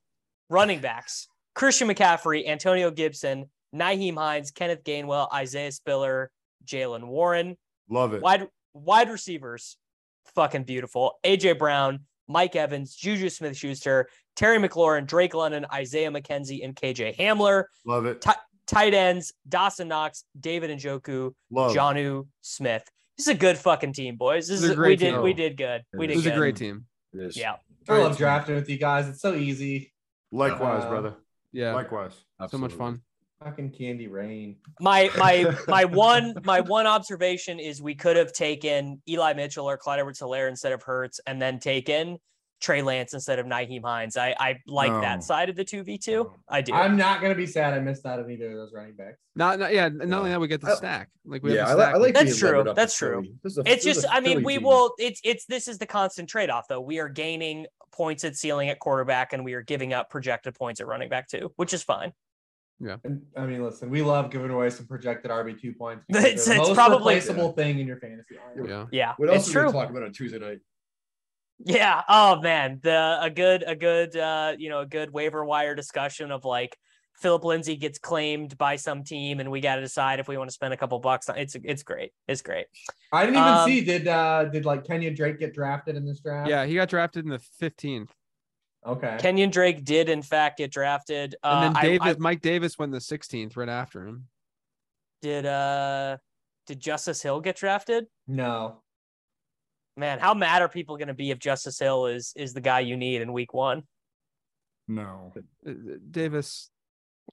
S1: Running backs: Christian McCaffrey, Antonio Gibson, Naheem Hines, Kenneth Gainwell, Isaiah Spiller, Jalen Warren.
S2: Love it.
S1: Wide wide receivers, fucking beautiful. AJ Brown, Mike Evans, Juju Smith-Schuster, Terry McLaurin, Drake London, Isaiah McKenzie, and KJ Hamler.
S2: Love it.
S1: Tight ends: Dawson Knox, David and Joku,
S2: Love. it.
S1: Jonu Smith. This is a good fucking team, boys. This
S4: This is
S1: is
S4: a
S1: we
S4: great
S1: did
S4: team.
S1: we did good. We
S5: It
S4: This
S1: did
S4: is a
S1: good.
S4: great team.
S5: It is.
S1: Yeah.
S3: I love drafting with you guys. It's so easy.
S2: Likewise,
S3: Uh,
S2: brother.
S4: Yeah.
S2: Likewise.
S4: so much
S5: Absolutely.
S4: fun.
S3: Fucking Candy Rain.
S1: My my my one my one observation is we could have taken Eli Mitchell or Clyde Edwards Hilaire instead of Hertz and then taken Trey Lance instead of Naheem Hines. I I like
S2: No.
S1: that side of the 2v2. I do.
S3: I'm not gonna be sad I missed out on either of those running backs.
S4: Not, not yeah. Not
S5: Yeah.
S4: only that, we get the
S5: I-
S4: stack. Like we
S5: Yeah,
S4: have
S5: I,
S4: the
S5: li-
S4: stack.
S5: I like.
S1: That's
S5: being
S1: true.
S5: levered up
S1: That's
S5: with
S1: true.
S5: Philly. This is a-
S1: it's
S5: this is
S1: just
S5: a
S1: I mean
S5: Philly
S1: we
S5: team.
S1: will it's it's this is the constant trade-off though. We are gaining points at ceiling at quarterback and we are giving up projected points at running back too, which is fine.
S3: And, I mean, listen, we love giving away some projected RB two points. because
S1: <laughs> It's-
S3: they're the
S1: it's
S3: most
S1: probably-
S3: replaceable thing in your fantasy. lineup.
S4: <laughs> Yeah.
S1: Yeah.
S5: What
S1: it's
S5: else are
S1: true.
S5: we talking about on Tuesday night?
S1: Yeah. Oh man, the a good a good uh you know a good waiver wire discussion of like Philip Lindsay gets claimed by some team and we got to decide if we want to spend a couple bucks. On, it's it's great. It's great.
S3: I didn't even
S1: Um,
S3: see did uh did like Kenya Drake get drafted in this draft?
S4: Yeah. He got drafted in the 15th,
S3: Okay.
S1: Kenyon Drake did in fact get drafted. Uh,
S4: and then
S1: I-
S4: Davis,
S1: I,
S4: Mike Davis went the 16th right after him.
S1: did uh did Justice Hill get drafted?
S3: no.
S1: Man, how mad are people going to be if Justice Hill is is the guy you need in week one? <laughs>
S2: No.
S4: Uh, Davis.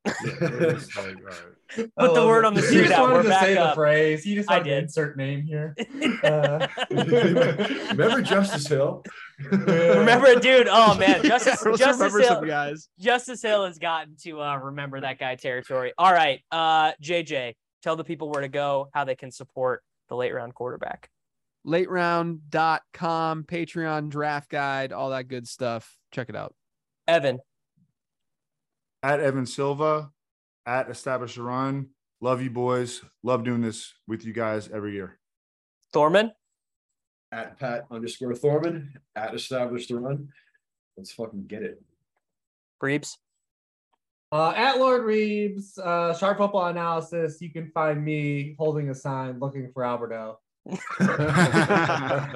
S2: It's like, all right.
S3: I
S1: the
S3: love
S1: word
S3: it.
S1: on the
S3: Oh, You
S1: shootout,
S3: just
S1: we're
S3: wanted to
S1: back
S3: say
S1: up.
S3: the phrase. You just
S1: I
S3: wanted to
S1: did.
S3: insert
S1: <laughs>
S3: name here.
S4: <laughs>
S3: Uh,
S5: <laughs> Remember Justice Hill?
S1: Remember, dude. Oh
S4: <laughs>
S1: man, Justice,
S4: Yeah, let's
S1: Justice
S4: remember
S1: Hill.
S4: some guys.
S1: Justice Hill has gotten to uh, remember that guy territory. All right, uh, JJ, tell the people where to go, how they can support the late round quarterback.
S4: lateround.com, Patreon draft guide, all that good stuff. Check it out.
S1: Evan,
S2: At Evan Silva, at Establish a Run. Love you, boys. Love doing this with you guys every year. <laughs>
S1: Thorman,
S5: At Pat underscore Thorman at established the run. Let's fucking get it.
S1: Breebs,
S3: Uh, at Lord Reeves, uh, Sharp Football Analysis. You can find me holding a sign looking for Alberto.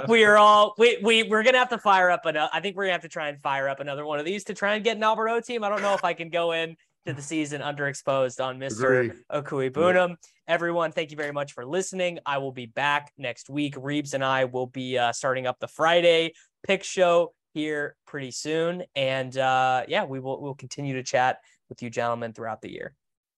S1: we are all we we we're gonna have to fire up another. I think we're gonna have to try and fire up another one of these to try and get an Alberto team. I don't know if I can go in to the season underexposed on Mr.
S2: Agree.
S1: Okui Bunum. Everyone, thank you very much for listening. I will be back next week. Reeves and I will be uh, starting up the Friday pick show here pretty soon. And uh, yeah, we will we'll continue to chat with you gentlemen throughout the year.